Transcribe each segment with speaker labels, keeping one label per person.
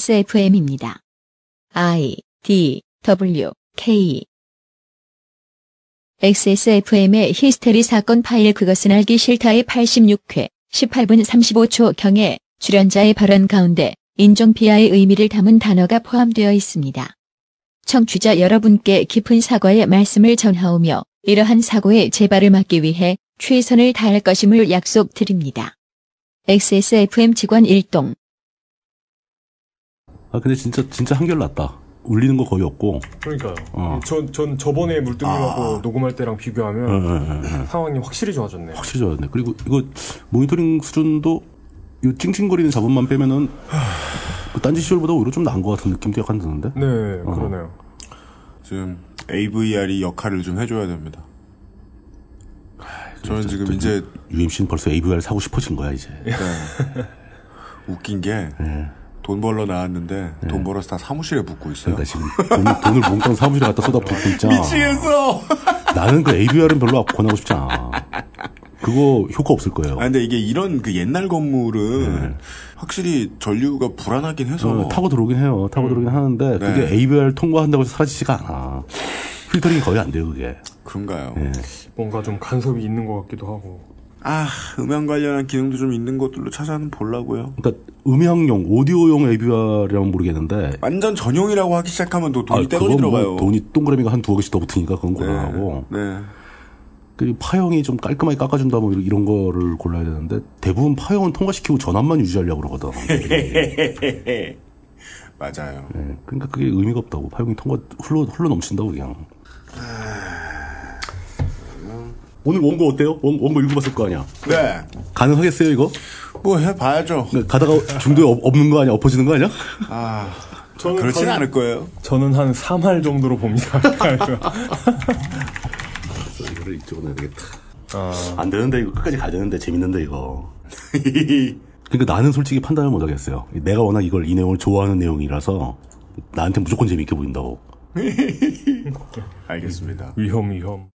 Speaker 1: XSFM입니다. I D W K XSFM의 히스테리 사건 파일 그것은 알기 싫다의 86회 18분 35초경에 출연자의 발언 가운데 인종피하의 의미를 담은 단어가 포함되어 있습니다. 청취자 여러분께 깊은 사과의 말씀을 전하오며 이러한 사고의 재발을 막기 위해 최선을 다할 것임을 약속드립니다. XSFM 직원 일동
Speaker 2: 아 근데 진짜 진짜 한결 낫다. 울리는 거 거의 없고.
Speaker 3: 그러니까요. 음,
Speaker 2: 어.
Speaker 3: 전, 전 저번에 물뚱님하고
Speaker 2: 아.
Speaker 3: 녹음할 때랑
Speaker 2: 예,
Speaker 3: 비교하면
Speaker 2: 예, 예.
Speaker 3: 상황이 확실히 좋아졌네요.
Speaker 2: 확실히 좋아졌네. 그리고 이거 모니터링 수준도 이 찡찡거리는 자본만 빼면은 그 딴지 시절보다 오히려 좀 나은 것 같은 느낌도 약간 드는데.
Speaker 3: 네, 그러네요.
Speaker 4: 지금 AVR이 역할을 좀 해줘야 됩니다. 저는 지금 이제 네.
Speaker 2: UMC는 벌써 AVR 사고 싶어진 거야 이제.
Speaker 4: 웃긴 게 돈
Speaker 2: 예.
Speaker 4: 벌러 나왔는데 돈 벌어서 다 사무실에 붓고 있어요.
Speaker 2: 네. 그러니까 지금 돈, 을 몽땅 사무실에 갖다 쏟아붓고 있잖아.
Speaker 4: 미치겠어.
Speaker 2: 나는 그 AVR은 별로 권하고 싶지 않아. 그거 효과 없을 거예요.
Speaker 4: 아 근데 이게 이런 그 옛날 건물은 확실히 전류가 불안하긴 해서
Speaker 2: 네.
Speaker 4: 뭐. 음. 네.
Speaker 2: 어, 타고 들어오긴 해요. 타고 들어오긴 하는데 그게 AVR 통과한다고 해서 사라지지가 않아. 네. 필터링이 거의 안 돼요 그게.
Speaker 4: 그런가요?
Speaker 3: 뭔가 좀 간섭이 있는 것 같기도 하고.
Speaker 4: 아 음향 관련한 기능도 좀 있는 것들로 찾아는 보려고요.
Speaker 2: 그러니까 음향용, 오디오용 AVR이라면 모르겠는데
Speaker 4: 완전 전용이라고 하기 시작하면 또 아, 돈이 떼돈이
Speaker 2: 그건 뭐
Speaker 4: 들어가요.
Speaker 2: 돈이 동그라미가 한 두어 개씩 더 붙으니까 그건 곤란하고
Speaker 4: 네.
Speaker 2: 그 파형이 좀 깔끔하게 깎아준다 뭐 이런- 이런 거를 골라야 되는데 대부분 파형은 통과시키고 전압만 유지하려고 그러거든. 네.
Speaker 4: 맞아요.
Speaker 2: 예, 그러니까 그게 의미가 없다고 파형이 통과 흘러 흘러 넘친다고 그냥. 오늘 원고 어때요? 원, 원고 읽어봤을 거 아니야.
Speaker 4: 네.
Speaker 2: 가능하겠어요 이거?
Speaker 4: 뭐 해봐야죠.
Speaker 2: 그러니까 가다가 중도에 엎- 엎는 거 아니야? 엎어지는 거 아니야?
Speaker 3: 저는
Speaker 4: 그렇진
Speaker 3: 한-
Speaker 4: 않을 거예요.
Speaker 3: 저는 한 3할 정도로 봅니다.
Speaker 2: 이거를 이쪽으로 내야겠다.
Speaker 3: 아.
Speaker 2: 안 되는데 이거 끝까지 가자는데 재밌는데 이거. 그러니까 나는 솔직히 판단을 못 하겠어요. 내가 워낙 이걸 이 내용을 좋아하는 내용이라서 나한테 무조건 재밌게 보인다고.
Speaker 4: 알겠습니다.
Speaker 3: 위험, 위험.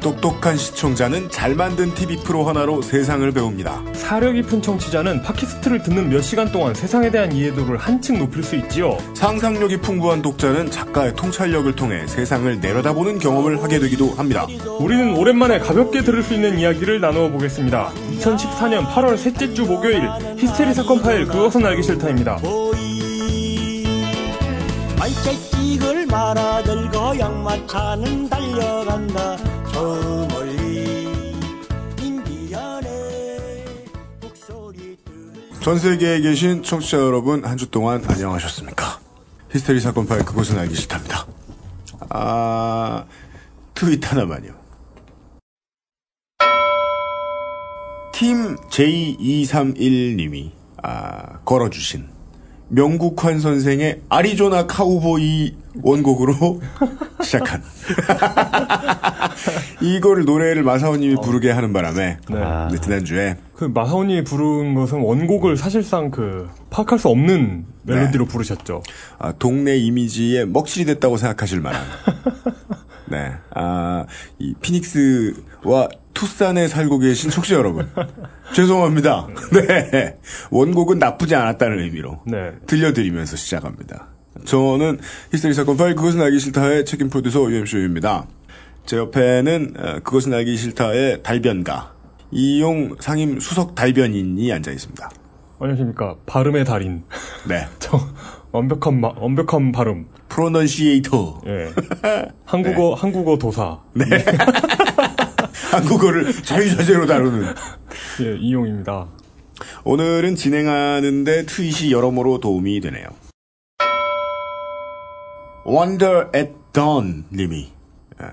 Speaker 4: 똑똑한 시청자는 잘 만든 TV 프로 하나로 세상을 배웁니다.
Speaker 3: 사려 깊은 청취자는 팟캐스트를 듣는 몇 시간 동안 세상에 대한 이해도를 한층 높일 수 있지요.
Speaker 4: 상상력이 풍부한 독자는 작가의 통찰력을 통해 세상을 내려다보는 경험을 하게 되기도 합니다.
Speaker 3: 우리는 오랜만에 가볍게 들을 수 있는 이야기를 나누어 보겠습니다. 2014년 8월 셋째 주 목요일 히스테리 사건 파일 그것은 알기 싫다입니다.
Speaker 5: 보이 말채찍을 말아들고 양마차는 달려간다 저 멀리 인디언의 북소리 들을
Speaker 4: 전 세계에 계신 청취자 여러분 한 주 동안 안녕하셨습니까? 히스테리 사건 파일 그곳은 알기 싫답니다. 아 트윗 하나만요. 팀 J231님이 아, 걸어주신 명국환 선생의 아리조나 카우보이 원곡으로 시작한 이거를 노래를 마사오님이 부르게 하는 바람에
Speaker 3: 네.
Speaker 4: 네, 지난주에
Speaker 3: 그 마사오님이 부른 것은 원곡을 사실상 그 파악할 수 없는
Speaker 4: 네.
Speaker 3: 멜로디로 부르셨죠.
Speaker 4: 아, 동네 이미지에 먹칠이 됐다고 생각하실 만한. 네. 아, 이 피닉스와 투싼에 살고 계신 속시 여러분. 죄송합니다. 네. 원곡은 나쁘지 않았다는 의미로
Speaker 3: 네.
Speaker 4: 들려드리면서 시작합니다. 저는 히스테리 사건 파일 그것은 알기 싫다의 책임 프로듀서 UMC입니다. 제 옆에는 어, 그것은 알기 싫다의 달변가 이용 상임 수석 달변인이 앉아 있습니다.
Speaker 3: 안녕하십니까. 발음의 달인.
Speaker 4: 네.
Speaker 3: 저 완벽한 마- 완벽한 발음.
Speaker 4: 프로넌시에이터. 네.
Speaker 3: 예. 한국어 한국어 도사.
Speaker 4: 한국어를 자유자재로 다루는
Speaker 3: 예, 이용입니다.
Speaker 4: 오늘은 진행하는데 트윗이 여러모로 도움이 되네요. Wonder at Dawn 님이 예,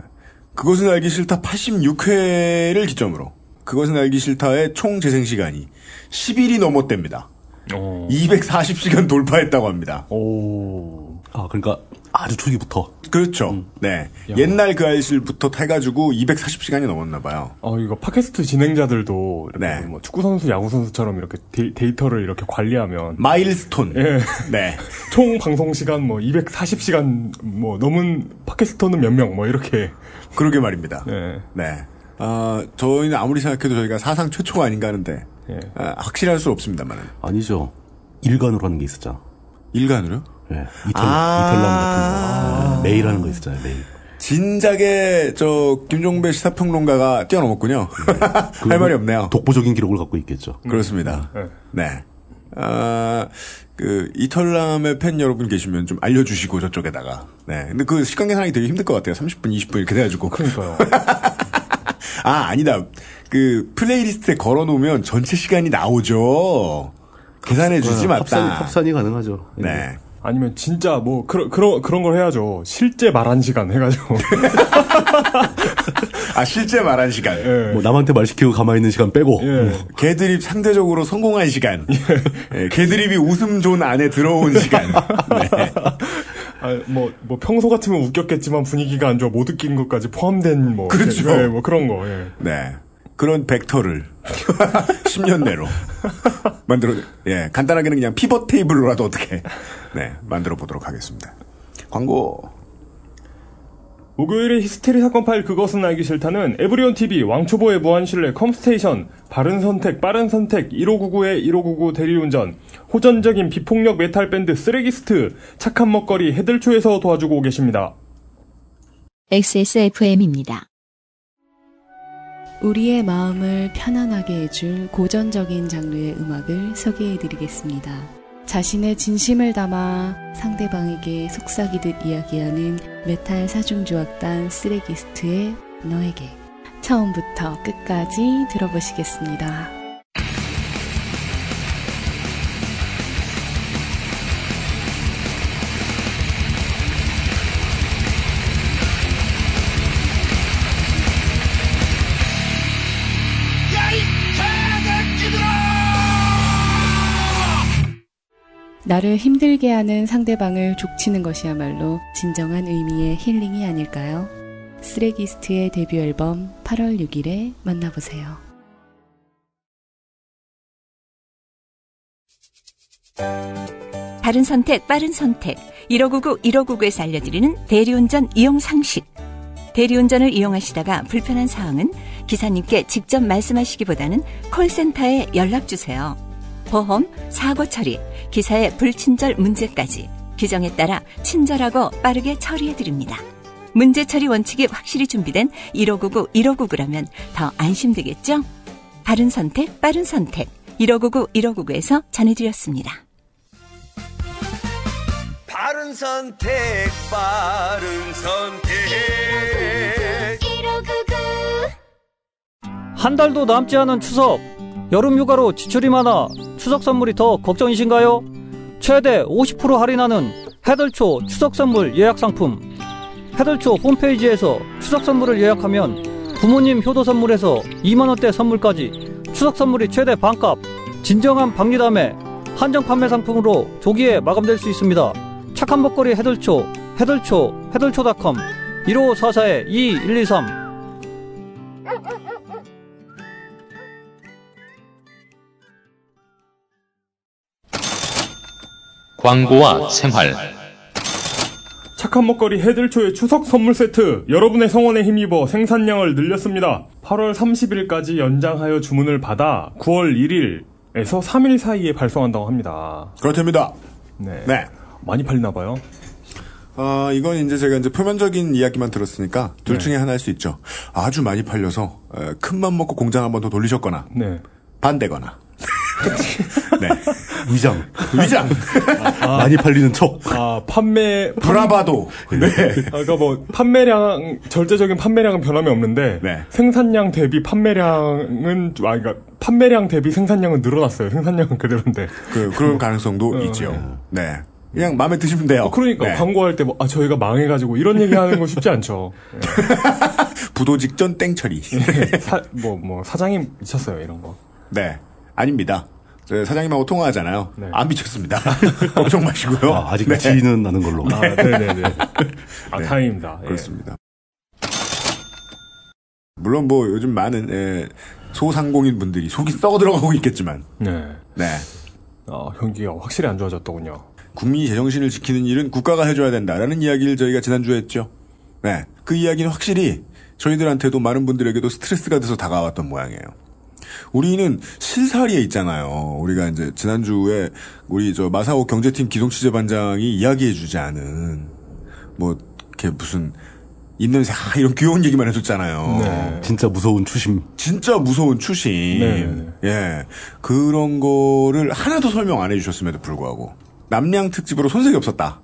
Speaker 4: 그것은 알기 싫다 86회를 기점으로 그것은 알기 싫다의 총 재생 시간이 10일이 넘었답니다.
Speaker 3: 어.
Speaker 4: 240시간 돌파했다고 합니다.
Speaker 3: 오.
Speaker 2: 아 그러니까 아주 초기부터 음.
Speaker 4: 그렇죠. 네. 옛날 그 알실부터 해가지고 240시간이 넘었나 봐요.
Speaker 3: 어, 이거 팟캐스트 진행자들도 이렇게
Speaker 4: 네.
Speaker 3: 뭐 축구 선수, 야구 선수처럼 이렇게 데, 이터를 이렇게 관리하면
Speaker 4: 마일스톤.
Speaker 3: 예.
Speaker 4: 네.
Speaker 3: 총 방송 시간 뭐 240시간 뭐 넘은 팟캐스터는 몇 명 뭐 이렇게
Speaker 4: 그러게 말입니다.
Speaker 3: 예.
Speaker 4: 네. 아, 저희는 아무리 생각해도 저희가 사상 최초가 아닌가 하는데
Speaker 3: 예.
Speaker 4: 아, 확실할 수 없습니다만
Speaker 2: 아니죠 일간으로 하는 게 있었잖아.
Speaker 4: 일간으로
Speaker 2: 예, 이탈
Speaker 4: 아.
Speaker 2: 이탈남 같은 거 예, 매일 하는 거 있었잖아요 매일.
Speaker 4: 진작에 저 김종배 시사평론가가 뛰어넘었군요. 할 말이 없네요.
Speaker 2: 네.
Speaker 4: 음.
Speaker 2: 독보적인 기록을 갖고 있겠죠.
Speaker 4: 그렇습니다.
Speaker 3: 네.
Speaker 4: 네. 아, 그, 이털남의 팬 여러분 계시면 좀 알려주시고, 저쪽에다가. 네. 근데 그 시간 계산이 되게 힘들 것 같아요. 30분, 20분 이렇게 돼가지고.
Speaker 3: 그러니까요.
Speaker 4: 아, 아니다. 그, 플레이리스트에 걸어놓으면 전체 시간이 나오죠.
Speaker 2: 합산이,
Speaker 4: 계산해주지 맞다.
Speaker 2: 합산이 가능하죠. 예.
Speaker 4: 네.
Speaker 3: 아니면 진짜 뭐 그런 그런 그런 걸 해야죠. 실제 말한 시간 해가지고
Speaker 4: 아, 실제 말한 시간.
Speaker 3: 예.
Speaker 2: 뭐 남한테 말 시키고 가만히 있는 시간 빼고 음.
Speaker 3: 예.
Speaker 4: 개드립 상대적으로 성공한 시간. 예, 개드립이 웃음 존 안에 들어온 시간. 네.
Speaker 3: 아, 뭐, 뭐 평소 같으면 웃겼겠지만 분위기가 안 좋아 못 웃긴 것까지 포함된 뭐
Speaker 4: 그렇죠.
Speaker 3: 예, 뭐 그런 거. 예.
Speaker 4: 네. 그런 벡터를 10년 내로 만들어 예, 간단하게는 그냥 피벗 테이블로라도 어떻게 네, 만들어 보도록 하겠습니다. 광고.
Speaker 3: 목요일의 히스테리 사건 파일 그것은 알기 싫다는 에브리온 TV 왕초보의 무한신뢰 컴스테이션 바른 선택 빠른 선택 1599의 1599 대리운전 호전적인 비폭력 메탈 밴드 쓰레기스트 착한 먹거리 해들초에서 도와주고 계십니다.
Speaker 1: XSFM입니다.
Speaker 6: 우리의 마음을 편안하게 해줄 고전적인 장르의 음악을 소개해드리겠습니다. 자신의 진심을 담아 상대방에게 속삭이듯 이야기하는 메탈 사중주악단 쓰레기스트의 너에게 처음부터 끝까지 들어보시겠습니다. 나를 힘들게 하는 상대방을 족치는 것이야말로 진정한 의미의 힐링이 아닐까요? 쓰레기스트의 데뷔 앨범 8월 6일에 만나보세요.
Speaker 7: 바른 선택, 빠른 선택. 1599, 1599에서 알려드리는 대리운전 이용 상식. 대리운전을 이용하시다가 불편한 사항은 기사님께 직접 말씀하시기보다는 콜센터에 연락주세요. 보험, 사고 처리, 기사의 불친절 문제까지 규정에 따라 친절하고 빠르게 처리해드립니다. 문제 처리 원칙이 확실히 준비된 1599, 1599라면 더 안심되겠죠? 바른 선택, 빠른 선택. 1599, 1599에서 전해드렸습니다.
Speaker 8: 바른 선택, 바른 선택.
Speaker 9: 한 달도 남지 않은 추석. 여름 휴가로 지출이 많아 추석 선물이 더 걱정이신가요? 최대 50% 할인하는 해들초 추석 선물 예약 상품. 해들초 홈페이지에서 추석 선물을 예약하면 부모님 효도 선물에서 2만 원대 선물까지 추석 선물이 최대 반값. 진정한 박리담에 한정 판매 상품으로 조기에 마감될 수 있습니다. 착한 먹거리 해들초, 해들초, 해들초닷컴 1544-2123
Speaker 10: 광고와 생활
Speaker 3: 착한 먹거리 해들초의 추석 선물 세트 여러분의 성원에 힘입어 생산량을 늘렸습니다. 8월 30일까지 연장하여 주문을 받아 9월 1일에서 3일 사이에 발송한다고 합니다.
Speaker 4: 그렇답니다.
Speaker 3: 네.
Speaker 4: 네.
Speaker 3: 많이 팔리나 봐요.
Speaker 4: 아, 이건 이제 제가 이제 표면적인 이야기만 들었으니까 둘
Speaker 3: 네.
Speaker 4: 중에 하나 할 수 있죠. 아주 많이 팔려서 에, 큰맘 먹고 공장 한 번 더 돌리셨거나
Speaker 3: 네.
Speaker 4: 반대거나. 네.
Speaker 2: 위장
Speaker 4: 위장.
Speaker 2: 많이 팔리는 척
Speaker 3: 아, 판매
Speaker 4: 브라바도. 네.
Speaker 3: 그러니까 뭐 판매량 절대적인 판매량은 변함이 없는데
Speaker 4: 네.
Speaker 3: 생산량 대비 판매량은 좀- 아 그러니까 판매량 대비 생산량은 늘어났어요. 생산량은 그대로인데.
Speaker 4: 그, 그런 가능성도 있죠. 네. 그냥 마음에 드시면 돼요.
Speaker 3: 어, 그러니까
Speaker 4: 네.
Speaker 3: 광고할 때 뭐 아 저희가 망해 가지고 이런 얘기 하는 거 쉽지 않죠.
Speaker 4: 부도 직전 땡처리.
Speaker 3: 예. 사 뭐 뭐 사장님 미쳤어요 이런 거.
Speaker 4: 네. 아닙니다. 네, 사장님하고 통화하잖아요.
Speaker 3: 네.
Speaker 4: 안 미쳤습니다. 걱정 마시고요. 네.
Speaker 2: 아, 아직 미치지는 않은 걸로.
Speaker 3: 아, 네네네. 아, 다행입니다. 예.
Speaker 4: 그렇습니다. 물론 뭐 요즘 많은 예, 소상공인 분들이 속이 썩어 들어가고 있겠지만,
Speaker 3: 네.
Speaker 4: 네
Speaker 3: 아, 경기가 확실히 안 좋아졌더군요.
Speaker 4: 국민이 제정신을 지키는 일은 국가가 해줘야 된다라는 이야기를 저희가 지난주에 했죠. 네, 그 이야기는 확실히 저희들한테도 많은 분들에게도 스트레스가 돼서 다가왔던 모양이에요. 우리는 실사리에 있잖아요. 우리가 이제 지난주에 우리 저 마사오 경제팀 기동 취재반장이 이야기해주지 않은 뭐 이렇게 무슨 입냄새 하 이런 귀여운 얘기만 해줬잖아요.
Speaker 2: 네. 진짜 무서운 추심.
Speaker 4: 진짜 무서운 추심.
Speaker 3: 네.
Speaker 4: 예. 그런 거를 하나도 설명 안 해주셨음에도 불구하고. 남량 특집으로 손색이 없었다.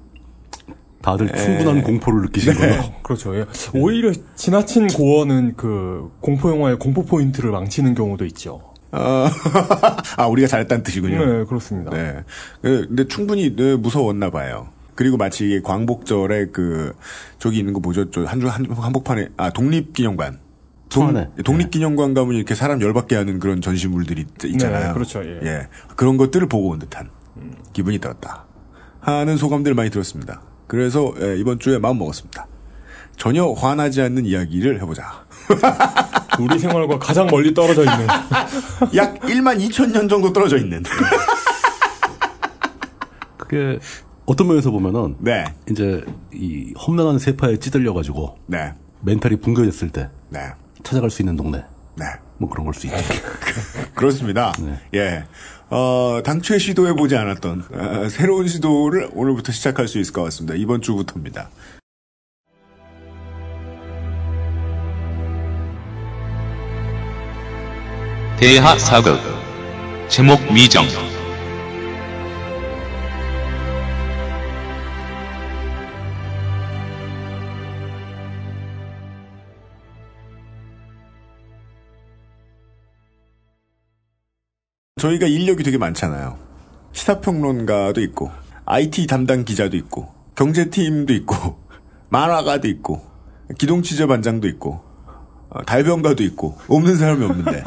Speaker 4: 예.
Speaker 2: 다들
Speaker 4: 네.
Speaker 2: 충분한 공포를 느끼신 거예요.
Speaker 3: 그렇죠. 예. 오히려 지나친 고어는 그 공포 영화의 공포 포인트를 망치는 경우도 있죠.
Speaker 4: 어, 아, 우리가 잘했다는 뜻이군요.
Speaker 3: 네, 그렇습니다.
Speaker 4: 네. 예, 근데 충분히 네, 무서웠나 봐요. 그리고 마치 이게 광복절에 그, 저기 있는 거 뭐죠? 저 한주 한, 한복판에, 아, 독립기념관.
Speaker 2: 청와대.
Speaker 4: 독립기념관 가면 이렇게 사람 열받게 하는 그런 전시물들이 있- 있잖아요.
Speaker 3: 네, 그렇죠. 예.
Speaker 4: 그런 것들을 보고 온 듯한 기분이 들었다. 하는 소감들 많이 들었습니다. 그래서 예, 이번 주에 마음 먹었습니다. 전혀 화나지 않는 이야기를 해보자.
Speaker 3: 우리 생활과 가장 멀리 떨어져 있는.
Speaker 4: 약 1만 2천 년 정도 떨어져 있는.
Speaker 2: 그게 어떤 면에서 보면은
Speaker 4: 네,
Speaker 2: 이제 이 험난한 세파에 찌들려 가지고
Speaker 4: 네,
Speaker 2: 멘탈이 붕괴됐을 때
Speaker 4: 네,
Speaker 2: 찾아갈 수 있는 동네.
Speaker 4: 네.
Speaker 2: 뭐 그런 걸 수 있죠.
Speaker 4: 그렇습니다. 예. 어, 당초에 시도해보지 않았던 어, 새로운 시도를 오늘부터 시작할 수 있을 것 같습니다. 이번 주부터입니다.
Speaker 10: 대하 사극 제목 미정
Speaker 4: 저희가 인력이 되게 많잖아요. 시사평론가도 있고, IT 담당 기자도 있고, 경제팀도 있고, 만화가도 있고, 기동취재반장도 있고, 어, 달변가도 있고, 없는 사람이 없는데.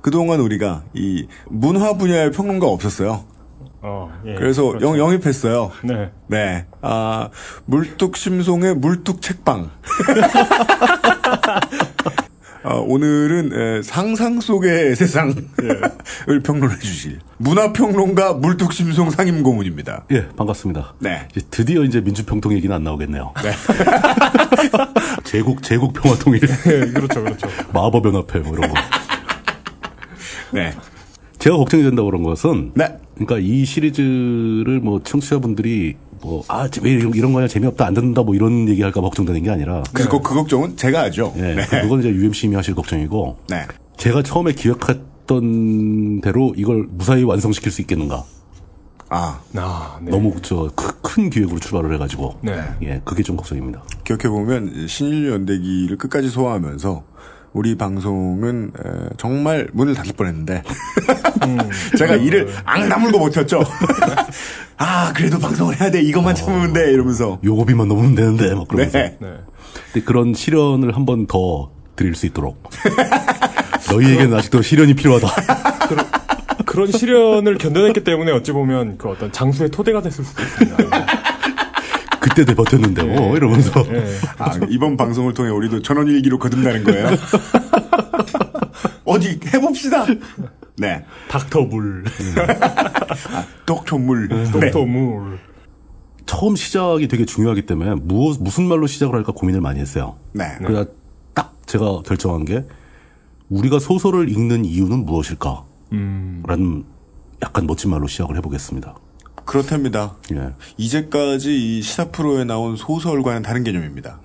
Speaker 4: 그동안 우리가 이 문화 분야의 평론가 없었어요.
Speaker 3: 어, 예.
Speaker 4: 그래서
Speaker 3: 그렇죠.
Speaker 4: 영, 영입했어요.
Speaker 3: 네.
Speaker 4: 네. 아, 물뚝심송의 물뚝책방. 아, 오늘은 에, 상상 속의 세상을
Speaker 2: 예.
Speaker 4: 평론해 주실 문화평론가 물뚝심송 상임고문입니다.
Speaker 2: 예, 반갑습니다.
Speaker 4: 네.
Speaker 2: 이제 드디어 이제 민주평통 얘기는 안 나오겠네요. 제국 제국 평화통일
Speaker 3: 예, 그렇죠, 그렇죠.
Speaker 2: 마법연합회 뭐 이런 거.
Speaker 4: 네.
Speaker 2: 제가 걱정이 된다고 그런 것은
Speaker 4: 네.
Speaker 2: 그러니까 이 시리즈를 뭐 청취자분들이 뭐아왜 이런, 이런 거냐 재미없다 안 듣는다 뭐 이런 얘기할까 봐 걱정되는 게 아니라
Speaker 4: 그래서 그, 그 걱정은 제가 하죠.
Speaker 2: 네. 예,
Speaker 4: 네.
Speaker 2: 그건 이제 UMC님이 하실 걱정이고
Speaker 4: 네.
Speaker 2: 제가 처음에 기획했던 대로 이걸 무사히 완성시킬 수 있겠는가
Speaker 4: 아,
Speaker 3: 아, 네.
Speaker 2: 너무 저큰 기획으로 출발을 해가지고
Speaker 3: 네.
Speaker 2: 예 그게 좀 걱정입니다
Speaker 4: 기억해보면 신일연대기를 끝까지 소화하면서 우리 방송은 에, 정말 문을 닫을 뻔했는데 음. 제가 이를 앙 다물고 버텼죠. 아 그래도 방송을 해야 돼 이것만 참으면 돼 이러면서
Speaker 2: 어. 요거비만 넘으면 되는데 막 그러면서
Speaker 4: 네.
Speaker 3: 네.
Speaker 2: 근데 그런 시련을 한 번 더 드릴 수 있도록 너희에게는 아직도 시련이 필요하다
Speaker 3: 그런 시련을 견뎌냈기 때문에 어찌 보면 그 어떤 장수의 토대가 됐을 수도 있습니다.
Speaker 2: 그때 내 버텼는데 뭐 이러면서
Speaker 3: 예.
Speaker 4: 아, 이번 방송을 통해 우리도 천원일기로 거듭나는 거예요. 어디 해봅시다. 네.
Speaker 3: 닥터물,
Speaker 4: 음. 아, 독초물. 네.
Speaker 3: 닥터물.
Speaker 2: 처음 시작이 되게 중요하기 때문에 무엇 무슨 말로 시작을 할까 고민을 많이 했어요
Speaker 4: 네.
Speaker 2: 그래서 딱 제가 결정한 게 우리가 소설을 읽는 이유는 무엇일까?
Speaker 3: 음.
Speaker 2: 라는 약간 멋진 말로 시작을 해보겠습니다.
Speaker 4: 그렇답니다.
Speaker 2: 예.
Speaker 4: 이제까지 이 시사 프로에 나온 소설과는 다른 개념입니다.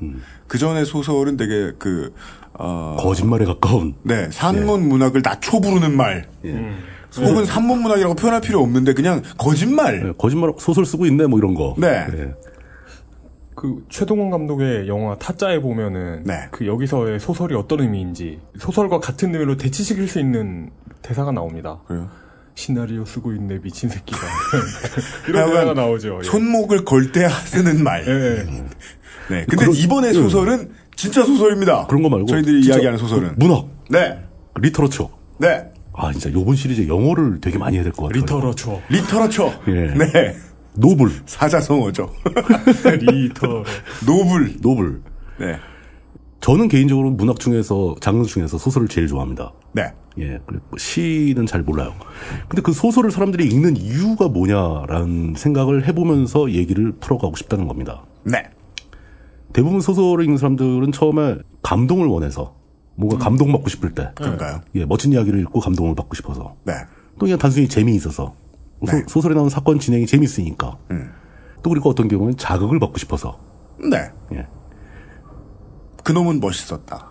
Speaker 4: 그 전에 소설은 되게 그, 어,
Speaker 2: 음. 거짓말에 가까운 예.
Speaker 4: 네, 산문 문학을 낮춰 부르는 말. 네.
Speaker 3: 음.
Speaker 4: 예. 혹은 산문 문학이라고 표현할 필요 없는데 그냥 거짓말.
Speaker 2: 음. 예, 거짓말 소설 쓰고 있네 뭐 이런 거.
Speaker 4: 네.
Speaker 2: 예.
Speaker 3: 그 최동원 감독의 영화 타짜에 보면은
Speaker 4: 네.
Speaker 3: 그 여기서의 소설이 어떤 의미인지 소설과 같은 의미로 대치시킬 수 있는 대사가 나옵니다.
Speaker 4: 그래요?
Speaker 3: 시나리오 쓰고 있네 미친 새끼가 이런
Speaker 4: 하여간
Speaker 3: 대사가 나오죠. 예.
Speaker 4: 손목을 걸 때 쓰는 말.
Speaker 3: 예, 예.
Speaker 4: 네. 근데
Speaker 2: 그런- 예.
Speaker 4: 이번에 소설은 진짜 소설입니다.
Speaker 2: 그런 거 말고
Speaker 4: 저희들이
Speaker 2: 진짜
Speaker 4: 이야기하는 소설은
Speaker 2: 문학,
Speaker 4: 네.
Speaker 2: 리터러처
Speaker 4: 네.
Speaker 2: 아 진짜 요번 시리즈 영어를 되게 많이 해야 될 것 같아요.
Speaker 3: 리터러처.
Speaker 4: 리터러처.
Speaker 2: 예.
Speaker 4: 네.
Speaker 2: 노블,
Speaker 4: 사자성어죠.
Speaker 3: 리터러.
Speaker 4: 노블.
Speaker 2: 노블.
Speaker 4: 네.
Speaker 2: 저는 개인적으로 문학 중에서 장르 중에서 소설을 제일 좋아합니다.
Speaker 4: 네.
Speaker 2: 예, 그리고 뭐 시는 잘 몰라요. 근데 그 소설을 사람들이 읽는 이유가 뭐냐라는 생각을 해보면서 얘기를 풀어가고 싶다는 겁니다.
Speaker 4: 네.
Speaker 2: 대부분 소설을 읽는 사람들은 처음에 감동을 원해서 뭔가 감동받고 싶을 때,
Speaker 4: 음. 그런가요?
Speaker 2: 예, 멋진 이야기를 읽고 감동을 받고 싶어서
Speaker 4: 네.
Speaker 2: 또 그냥 단순히 재미있어서
Speaker 4: 네.
Speaker 2: 소, 설에 나오는 사건 진행이 재미있으니까
Speaker 3: 음.
Speaker 2: 또 그리고 어떤 경우는 자극을 받고 싶어서
Speaker 4: 네.
Speaker 2: 예.
Speaker 4: 그놈은 멋있었다.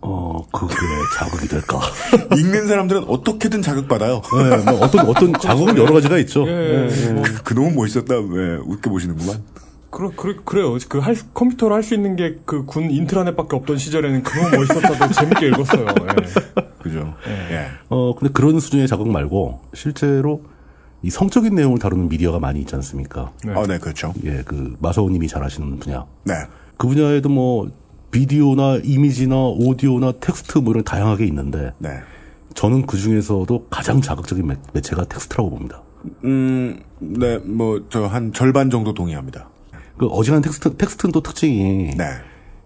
Speaker 2: 어 그게 자극이 될까?
Speaker 4: 읽는 사람들은 어떻게든 자극받아요.
Speaker 2: 네, 뭐 어떤 어떤 자극은 여러 가지가 있죠.
Speaker 3: 예, 뭐,
Speaker 4: 그- 그놈은 멋있었다. 왜 웃게 보시는구만.
Speaker 3: 그래, 그래, 그래요. 그 할, 컴퓨터로 할 수 있는 게 그 군 인트라넷밖에 없던 시절에는 그거 멋있었다고 재밌게 읽었어요. 예.
Speaker 4: 그죠? 예.
Speaker 2: 어 근데 그런 수준의 자극 말고 실제로 이 성적인 내용을 다루는 미디어가 많이 있지 않습니까?
Speaker 4: 아, 네, 그렇죠.
Speaker 2: 예 그 마서오님이 잘 아시는 분야.
Speaker 4: 네.
Speaker 2: 그 분야에도 뭐 비디오나 이미지나 오디오나 텍스트 뭐 이런 다양하게 있는데
Speaker 4: 네.
Speaker 2: 저는 그 중에서도 가장 자극적인 매- 매체가 텍스트라고 봅니다.
Speaker 4: 음, 네, 뭐, 저 한 절반 정도 동의합니다.
Speaker 2: 그 어지간한 텍스트 텍스트는 또 특징이
Speaker 4: 네.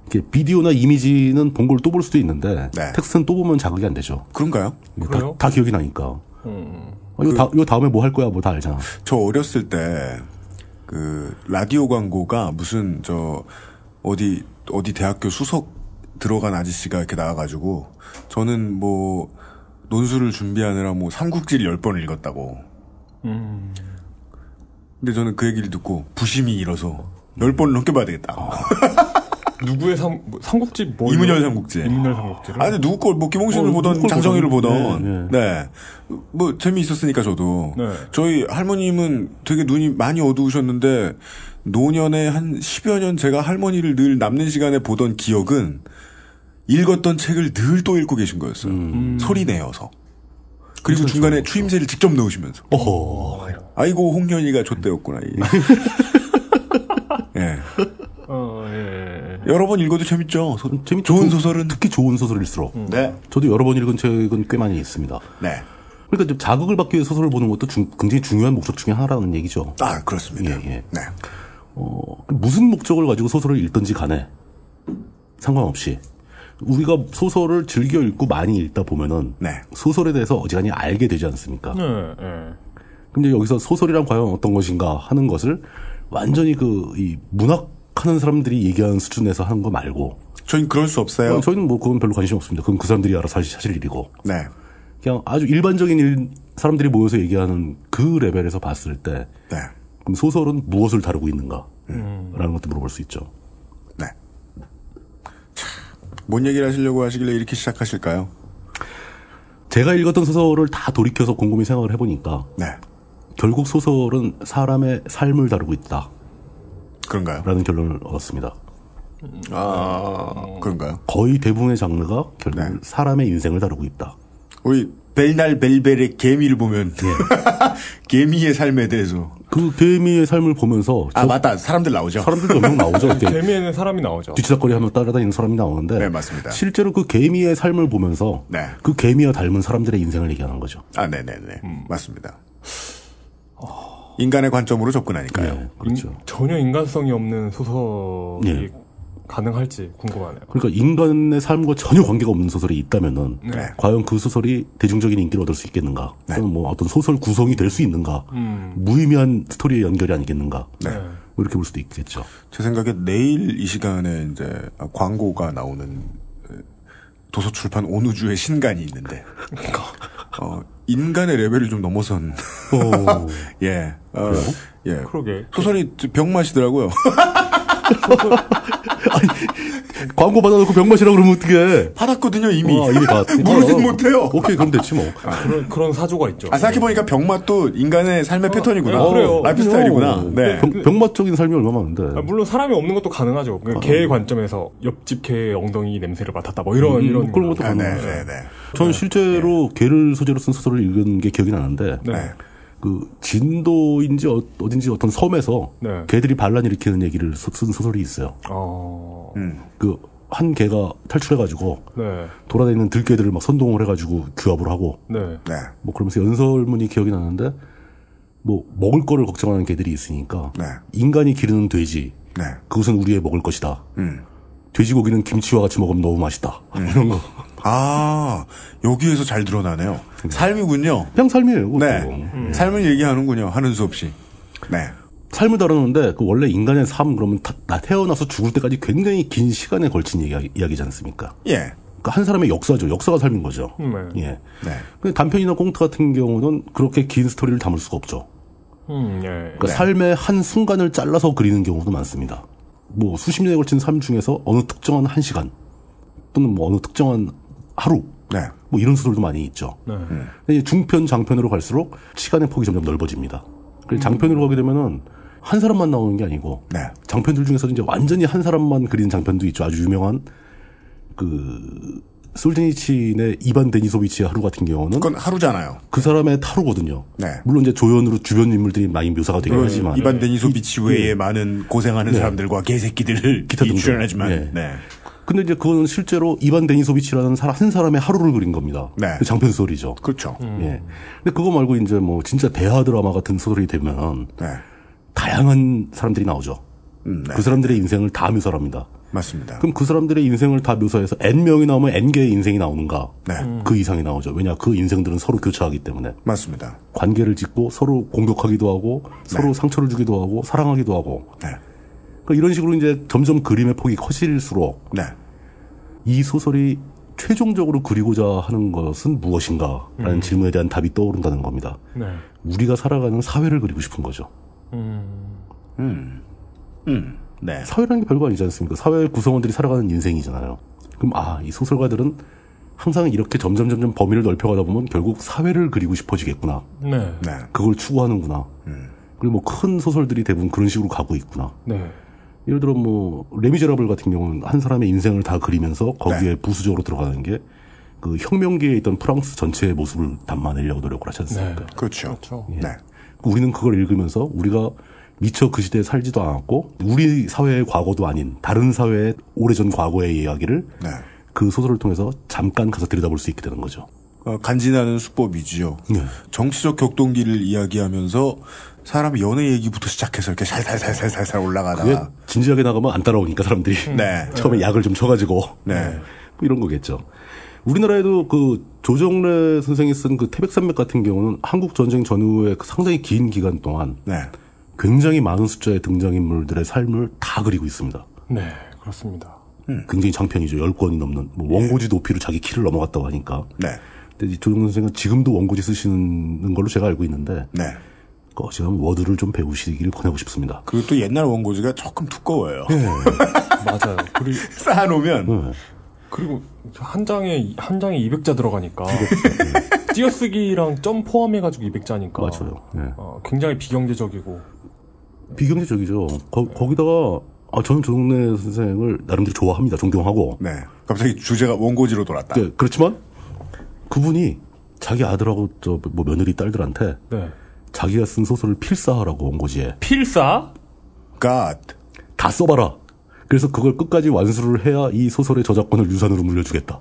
Speaker 2: 이렇게 비디오나 이미지는 본 걸 또 볼 수도 있는데
Speaker 4: 네.
Speaker 2: 텍스트는 또 보면 자극이 안 되죠.
Speaker 4: 그런가요?
Speaker 3: 그래요?
Speaker 2: 다, 다 기억이 나니까. 아, 이거, 다, 이거 다음에 뭐 할 거야 뭐 다 알잖아.
Speaker 4: 저 어렸을 때 그 라디오 광고가 무슨 저 어디 어디 대학교 수석 들어간 아저씨가 이렇게 나와가지고 저는 뭐 논술을 준비하느라 뭐 삼국지를 열 번을 읽었다고.
Speaker 3: 음.
Speaker 2: 음.
Speaker 4: 근데 저는 그 얘기를 듣고 부심이 일어서 열 번을 넘게 봐야 되겠다.
Speaker 3: 누구의 삼, 아, 뭐, 삼국지 뭐.
Speaker 4: 이문열 삼국지.
Speaker 3: 이문열 삼국지를.
Speaker 4: 아니 누구 걸 뭐 김홍신을
Speaker 2: 어,
Speaker 4: 보던
Speaker 2: 누구 걸
Speaker 4: 장정희를 보던
Speaker 2: 보던,
Speaker 4: 네. 뭐 재미있었으니까 저도
Speaker 3: 네.
Speaker 4: 저희 할머님은 되게 눈이 많이 어두우셨는데 노년에 한 10여 년 제가 할머니를 늘 남는 시간에 보던 기억은 읽었던 책을 늘 또 읽고 계신 거였어요.
Speaker 3: 음.
Speaker 4: 소리 내어서.
Speaker 3: 그렇죠,
Speaker 4: 그리고 중간에 추임새를 직접 넣으시면서
Speaker 2: 어허.
Speaker 4: 아이고 홍현이가 좆대였구나. 이. 예.
Speaker 3: 어, 예, 예. 예.
Speaker 4: 여러 번 읽어도 재밌죠. 소-
Speaker 2: 재밌
Speaker 4: 좋은
Speaker 2: 네. 조-
Speaker 4: 소설은
Speaker 2: 특히 좋은 소설일수록.
Speaker 4: 네.
Speaker 2: 저도 여러 번 읽은 책은 꽤 많이 있습니다.
Speaker 4: 네.
Speaker 2: 그러니까 좀 자극을 받기 위해 소설을 보는 것도 중- 굉장히 중요한 목적 중에 하나라는 얘기죠.
Speaker 4: 아 그렇습니다.
Speaker 2: 예, 예.
Speaker 4: 네.
Speaker 2: 어, 무슨 목적을 가지고 소설을 읽든지 간에 상관없이 우리가 소설을 즐겨 읽고 많이 읽다 보면은
Speaker 4: 네.
Speaker 2: 소설에 대해서 어지간히 알게 되지 않습니까? 네.
Speaker 3: 예.
Speaker 2: 근데 여기서 소설이란 과연 어떤 것인가 하는 것을 완전히 그 이 문학 하는 사람들이 얘기하는 수준에서 하는 거 말고
Speaker 4: 저희는 그럴 수 없어요.
Speaker 2: 어, 저희는 뭐 그건 별로 관심 없습니다. 그건 그 사람들이 알아서 하실, 하실 일이고
Speaker 4: 네.
Speaker 2: 그냥 아주 일반적인 일, 사람들이 모여서 얘기하는 그 레벨에서 봤을 때
Speaker 4: 네.
Speaker 2: 그럼 소설은 무엇을 다루고 있는가?
Speaker 3: 음.
Speaker 2: 라는 것도 물어볼 수 있죠.
Speaker 4: 네. 참, 뭔 얘기를 하시려고 하시길래 이렇게 시작하실까요?
Speaker 2: 제가 읽었던 소설을 다 돌이켜서 곰곰이 생각을 해보니까
Speaker 4: 네.
Speaker 2: 결국 소설은 사람의 삶을 다루고 있다라는
Speaker 4: 그런가요?
Speaker 2: 결론을 얻었습니다.
Speaker 4: 아, 그런가요?
Speaker 2: 거의 대부분의 장르가 결국
Speaker 4: 네.
Speaker 2: 사람의 인생을 다루고 있다.
Speaker 4: 우리 벨날 벨벨의 개미를 보면 개미의 삶에 대해서
Speaker 2: 예. 그 개미의 삶을 보면서
Speaker 4: 아 맞다 사람들 나오죠.
Speaker 2: 사람들도 몇명 나오죠. 이렇게
Speaker 3: 개미에는 사람이 나오죠.
Speaker 2: 어. 뒤치다거리 하면 따라다니는 사람이 나오는데
Speaker 4: 네, 맞습니다.
Speaker 2: 실제로 그 개미의 삶을 보면서
Speaker 4: 네.
Speaker 2: 그 개미와 닮은 사람들의 인생을 얘기하는 거죠.
Speaker 4: 아 네네네
Speaker 2: 음.
Speaker 4: 맞습니다. 인간의 관점으로 접근하니까요.
Speaker 2: 네, 그렇죠.
Speaker 3: 인- 전혀 인간성이 없는 소설이
Speaker 2: 예.
Speaker 3: 가능할지 궁금하네요.
Speaker 2: 그러니까 인간의 삶과 전혀 관계가 없는 소설이 있다면은
Speaker 4: 네.
Speaker 2: 과연 그 소설이 대중적인 인기를 얻을 수 있겠는가? 또는 뭐 어떤 소설 구성이 될 수 있는가? 무의미한 스토리의 연결이 아니겠는가?
Speaker 4: 네.
Speaker 2: 뭐 이렇게 볼 수도 있겠죠.
Speaker 4: 제 생각에 내일 이 시간에 이제 광고가 나오는 그 도서출판 온우주의 신간이 있는데
Speaker 2: 그러니까.
Speaker 4: 어, 인간의 레벨을 좀 넘어선
Speaker 2: 오.
Speaker 4: 예, 어, 예.
Speaker 3: 그러게.
Speaker 4: 소설이 병 마시더라고요.
Speaker 2: 광고 받아놓고 병 마시라 그러면 어떡해?
Speaker 4: 받았거든요 이미.
Speaker 2: 와, 이미 받았-
Speaker 4: 모르진
Speaker 2: 어,
Speaker 4: 못해요.
Speaker 2: 오케이, 그럼 됐지 뭐.
Speaker 3: 그런, 그런 사조가 있죠.
Speaker 4: 아 생각해 보니까 병 맛도 인간의 삶의
Speaker 2: 아,
Speaker 4: 패턴이구나.
Speaker 3: 네, 그래요. 그,
Speaker 4: 라이프 스타일이구나. 네.
Speaker 2: 어. 병, 아. 병맛적인 삶이 얼마 많은데.
Speaker 3: 아, 물론 사람이 없는 것도 가능하죠. 그 개의 관점에서 옆집 개의 엉덩이 냄새를 맡았다. 뭐 이런
Speaker 2: 음,
Speaker 3: 이런
Speaker 2: 그런
Speaker 3: 거.
Speaker 2: 것도
Speaker 4: 아, 네,
Speaker 2: 가능하죠.
Speaker 4: 네, 네.
Speaker 2: 저는 실제로 개를 소재로 쓴 소설을 읽은 게 기억이 나는데
Speaker 3: 네.
Speaker 2: 그 진도인지 어, 어딘지 어떤 섬에서
Speaker 3: 네.
Speaker 2: 개들이 반란 일으키는 얘기를 소- 쓴 소설이 있어요.
Speaker 3: 어.
Speaker 4: 음.
Speaker 2: 그 한 개가 탈출해가지고
Speaker 3: 네.
Speaker 2: 돌아다니는 들개들을 막 선동을 해가지고 규합을 하고
Speaker 3: 네.
Speaker 4: 네.
Speaker 2: 뭐 그러면서 연설문이 기억이 나는데 뭐 먹을 거를 걱정하는 개들이 있으니까
Speaker 4: 네.
Speaker 2: 인간이 기르는 돼지
Speaker 4: 네.
Speaker 2: 그것은 우리의 먹을 것이다.
Speaker 4: 음.
Speaker 2: 돼지고기는 김치와 같이 먹으면 너무 맛있다. 이런 거.
Speaker 4: 아, 여기에서 잘 드러나네요. 삶이군요.
Speaker 2: 그냥 삶이에요. 그것도.
Speaker 4: 네.
Speaker 3: 음.
Speaker 4: 삶을 얘기하는군요. 하는 수 없이. 네.
Speaker 2: 삶을 다루는데 그 원래 인간의 삶 그러면 다, 나 태어나서 죽을 때까지 굉장히 긴 시간에 걸친 이야기, 이야기지 않습니까?
Speaker 4: 예.
Speaker 2: 그러니까 한 사람의 역사죠. 역사가 삶인 거죠.
Speaker 3: 네.
Speaker 2: 예.
Speaker 4: 네.
Speaker 2: 근데 단편이나 꽁트 같은 경우는 그렇게 긴 스토리를 담을 수가 없죠.
Speaker 3: 음, 예.
Speaker 4: 네.
Speaker 2: 그러니까 삶의 한 순간을 잘라서 그리는 경우도 많습니다. 뭐 수십 년에 걸친 삶 중에서 어느 특정한 한 시간 또는 뭐 어느 특정한 하루
Speaker 4: 네.
Speaker 2: 뭐 이런 수들도 많이 있죠.
Speaker 3: 네.
Speaker 2: 근데 이제 중편 장편으로 갈수록 시간의 폭이 점점 넓어집니다. 그래서 장편으로 가게 되면은 한 사람만 나오는 게 아니고
Speaker 4: 음. 네.
Speaker 2: 장편들 중에서 이제 완전히 한 사람만 그리는 장편도 있죠. 아주 유명한 그 솔제니친의 이반 데니소비치의 하루 같은 경우는
Speaker 4: 그건 하루잖아요.
Speaker 2: 그 사람의 타루거든요.
Speaker 4: 네.
Speaker 2: 물론 이제 조연으로 주변 인물들이 많이 묘사가 되긴 하지만
Speaker 4: 이반 어, 데니소비치 외에 많은 고생하는 사람들과 개새끼들을
Speaker 2: 예. 네. 기타 등등.
Speaker 4: 출연하지만
Speaker 2: 예.
Speaker 4: 네.
Speaker 2: 근데 이제 그거는 실제로 이반 데니소비치라는 사람 한 사람의 하루를 그린 겁니다.
Speaker 4: 네.
Speaker 2: 그 장편 소설이죠.
Speaker 4: 그렇죠.
Speaker 2: 예. 근데 그거 말고 이제 뭐 진짜 대하 드라마 같은 소설이 되면
Speaker 4: 네.
Speaker 2: 다양한 사람들이 나오죠.
Speaker 4: 음, 네.
Speaker 2: 그 사람들의 인생을 다 묘사합니다.
Speaker 4: 맞습니다.
Speaker 2: 그럼 그 사람들의 인생을 다 묘사해서 n 명이 나오면 n 개의 인생이 나오는가?
Speaker 4: 네.
Speaker 2: 그 이상이 나오죠. 왜냐 그 인생들은 서로 교차하기 때문에
Speaker 4: 맞습니다.
Speaker 2: 관계를 짓고 서로 공격하기도 하고 서로 상처를 주기도 하고 사랑하기도 하고
Speaker 4: 네.
Speaker 2: 그러니까 이런 식으로 이제 점점 그림의 폭이 커질수록
Speaker 4: 네.
Speaker 2: 이 소설이 최종적으로 그리고자 하는 것은 무엇인가라는 질문에 대한 답이 떠오른다는 겁니다.
Speaker 3: 네.
Speaker 2: 우리가 살아가는 사회를 그리고 싶은 거죠.
Speaker 3: 음.
Speaker 4: 네.
Speaker 2: 사회라는 게 별거 아니지 않습니까? 사회 구성원들이 살아가는 인생이잖아요. 그럼 아, 이 소설가들은 항상 이렇게 점점 점점 범위를 넓혀가다 보면 결국 사회를 그리고 싶어지겠구나.
Speaker 3: 네.
Speaker 4: 네. 음.
Speaker 2: 그걸 추구하는구나. 그리고 뭐 큰 소설들이 대부분 그런 식으로 가고 있구나.
Speaker 3: 네.
Speaker 2: 예를 들어 뭐 레미제라블 같은 경우는 한 사람의 인생을 다 그리면서
Speaker 4: 네.
Speaker 2: 거기에 부수적으로 들어가는 게 그 혁명기에 있던 프랑스 전체의 모습을 담아내려고 노력을 하지 않습니까? 예.
Speaker 4: 그렇죠. 네.
Speaker 2: 우리는 그걸 읽으면서 우리가 미처 그 시대에 살지도 않았고 우리 사회의 과거도 아닌 다른 사회의 오래전 과거의 이야기를
Speaker 4: 네.
Speaker 2: 그 소설을 통해서 잠깐 가서 들여다볼 수 있게 되는 거죠.
Speaker 4: 어, 간지나는 수법이지요.
Speaker 2: 네.
Speaker 4: 정치적 격동기를 이야기하면서 사람이 연애 얘기부터 시작해서 이렇게 살살살살살살
Speaker 2: 그게
Speaker 4: 올라가다가
Speaker 2: 진지하게 나가면 안 따라오니까 사람들이
Speaker 4: 아. 네.
Speaker 2: 처음에 약을 좀 쳐가지고
Speaker 4: 네.
Speaker 2: 뭐 이런 거겠죠. 우리나라에도 그 조정래 선생이 쓴 그 태백산맥 같은 경우는 한국 전쟁 전후에 그 상당히 긴 기간 동안
Speaker 4: 네.
Speaker 2: 굉장히 많은 숫자의 등장인물들의 삶을 다 그리고 있습니다.
Speaker 3: 네. 그렇습니다.
Speaker 4: 음.
Speaker 2: 굉장히 장편이죠. 10권이 넘는 뭐 원고지 높이로 자기 키를 넘어갔다고 하니까.
Speaker 4: 예. 네.
Speaker 2: 근데 이 조정래 선생은 지금도 원고지 쓰시는 걸로 제가 알고 있는데
Speaker 4: 네.
Speaker 2: 그 어지간하면 워드를 좀 배우시기를 권하고 싶습니다.
Speaker 4: 그리고 또 옛날 원고지가 조금 두꺼워요.
Speaker 3: 예.
Speaker 4: 예.
Speaker 3: 맞아요. 그리고
Speaker 4: 쌓아놓으면
Speaker 2: 네.
Speaker 3: 그리고 한 장에 한 장에 200자 들어가니까 띄어쓰기랑 점 포함해가지고 200자니까
Speaker 2: 맞아요.
Speaker 4: 예.
Speaker 2: 네.
Speaker 3: 어, 굉장히 비경제적이고
Speaker 2: 비경제적이죠. 거, 거기다가 아, 저는 조정래 선생을 나름대로 좋아합니다. 존경하고.
Speaker 4: 네. 갑자기 주제가 원고지로 돌았다.
Speaker 2: 네, 그렇지만 그분이 자기 아들하고 저 뭐 며느리 딸들한테
Speaker 3: 네.
Speaker 2: 자기가 쓴 소설을 필사하라고 원고지에
Speaker 3: 필사
Speaker 4: God.
Speaker 2: 다 써봐라. 그래서 그걸 끝까지 완수를 해야 이 소설의 저작권을 유산으로 물려주겠다.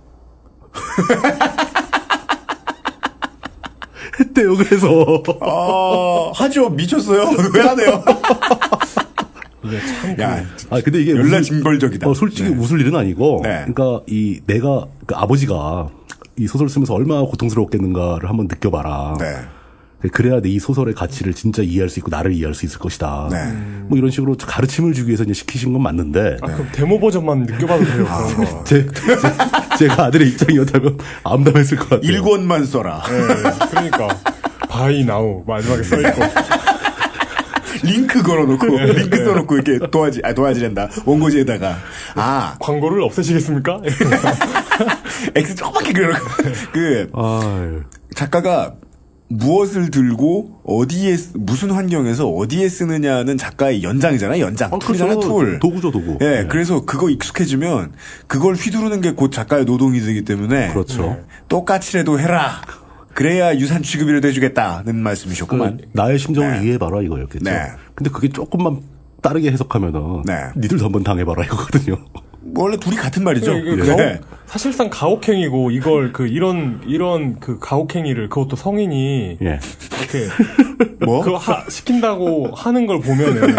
Speaker 2: 했대요. 그래서
Speaker 4: 아, 하죠. 미쳤어요. 왜 하네요. 야,
Speaker 2: 아 근데 이게
Speaker 4: 열라
Speaker 2: 웃을-
Speaker 4: 징벌적이다.
Speaker 2: 어, 솔직히
Speaker 4: 네.
Speaker 2: 웃을 일은 아니고
Speaker 4: 네.
Speaker 2: 그러니까 이 내가 그 아버지가 이 소설 을 쓰면서 얼마나 고통스러웠겠는가를 한번 느껴봐라.
Speaker 4: 네.
Speaker 2: 그래야 내 이 소설의 가치를 진짜 이해할 수 있고 나를 이해할 수 있을 것이다.
Speaker 4: 네.
Speaker 2: 뭐 이런 식으로 가르침을 주기 위해서 이제 시키신 건 맞는데
Speaker 3: 아, 그럼 데모 버전만 느껴봐도 돼요
Speaker 4: 아,
Speaker 3: 그런 거
Speaker 2: 제, 제, 가 아들의 입장이었다면 암담했을 것 같아요.
Speaker 4: 일권만 써라.
Speaker 3: 네, 그러니까 바이 나우 마지막에 써있고
Speaker 2: 네.
Speaker 3: 네.
Speaker 4: 링크 걸어놓고, 링크 써놓고 이렇게 도화지, 아, 도화지란다. 원고지에다가. 아,
Speaker 3: 광고를 없애시겠습니까?
Speaker 4: 엑스 조그맣게 그려놓 그,
Speaker 2: 아유.
Speaker 4: 작가가 무엇을 들고 어디에 쓰- 무슨 환경에서 어디에 쓰느냐는 작가의 연장이잖아요. 연장. 어, 툴이잖아요.
Speaker 2: 그렇죠.
Speaker 4: 툴.
Speaker 2: 도구죠, 도구.
Speaker 4: 예,
Speaker 2: 네.
Speaker 4: 그래서 그거 익숙해지면 그걸 휘두르는 게 곧 작가의 노동이 되기 때문에 네.
Speaker 2: 그렇죠.
Speaker 4: 똑같이라도 해라. 그래야 유산 취급이라도 해주겠다는 말씀이셨구만.
Speaker 2: 그 나의 심정을
Speaker 4: 네.
Speaker 2: 이해해봐라 이거였겠죠.
Speaker 4: 네.
Speaker 2: 근데 그게 조금만 다르게 해석하면은
Speaker 4: 네.
Speaker 2: 니들도 한번 당해봐라 이거거든요.
Speaker 4: 원래 둘이 같은 말이죠.
Speaker 3: 이거
Speaker 4: 네.
Speaker 3: 그 가혹- 사실상 가혹행위고 이걸 그 이런 이런 그 가혹행위를 그것도 성인이
Speaker 2: 예.
Speaker 3: 이렇게
Speaker 4: 뭐?
Speaker 3: 그거 하- 시킨다고 하는 걸 보면은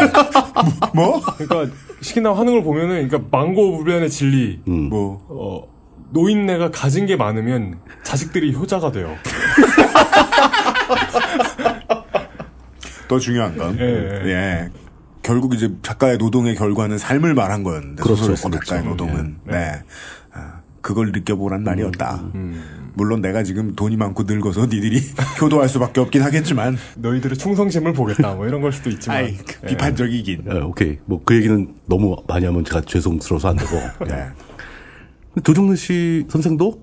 Speaker 4: 뭐?
Speaker 3: 그러니까 시킨다고 하는 걸 보면은 그러니까 망고불변의 진리
Speaker 2: 음.
Speaker 4: 뭐?
Speaker 3: 어, 노인네가 가진 게 많으면 자식들이 효자가 돼요.
Speaker 4: 더 중요한 건.
Speaker 3: 예, 예.
Speaker 4: 예. 결국 이제 작가의 노동의 결과는 삶을 말한 거였는데.
Speaker 2: 그렇죠,
Speaker 4: 소설 속 작가의
Speaker 2: 그렇죠.
Speaker 4: 노동은.
Speaker 3: 예,
Speaker 4: 네. 아, 그걸 느껴보란 말이었다.
Speaker 2: 음,
Speaker 4: 물론 내가 지금 돈이 많고 늙어서 니들이 효도할 수밖에 없긴 하겠지만.
Speaker 3: 너희들의 충성심을 보겠다 뭐 이런 걸 수도 있지만
Speaker 4: 아이, 그 비판적이긴.
Speaker 2: 예, 오케이. 뭐 그 얘기는 너무 많이 하면 제가 죄송스러워서 안 되고. 예.
Speaker 4: 네.
Speaker 2: 조정래 씨 선생도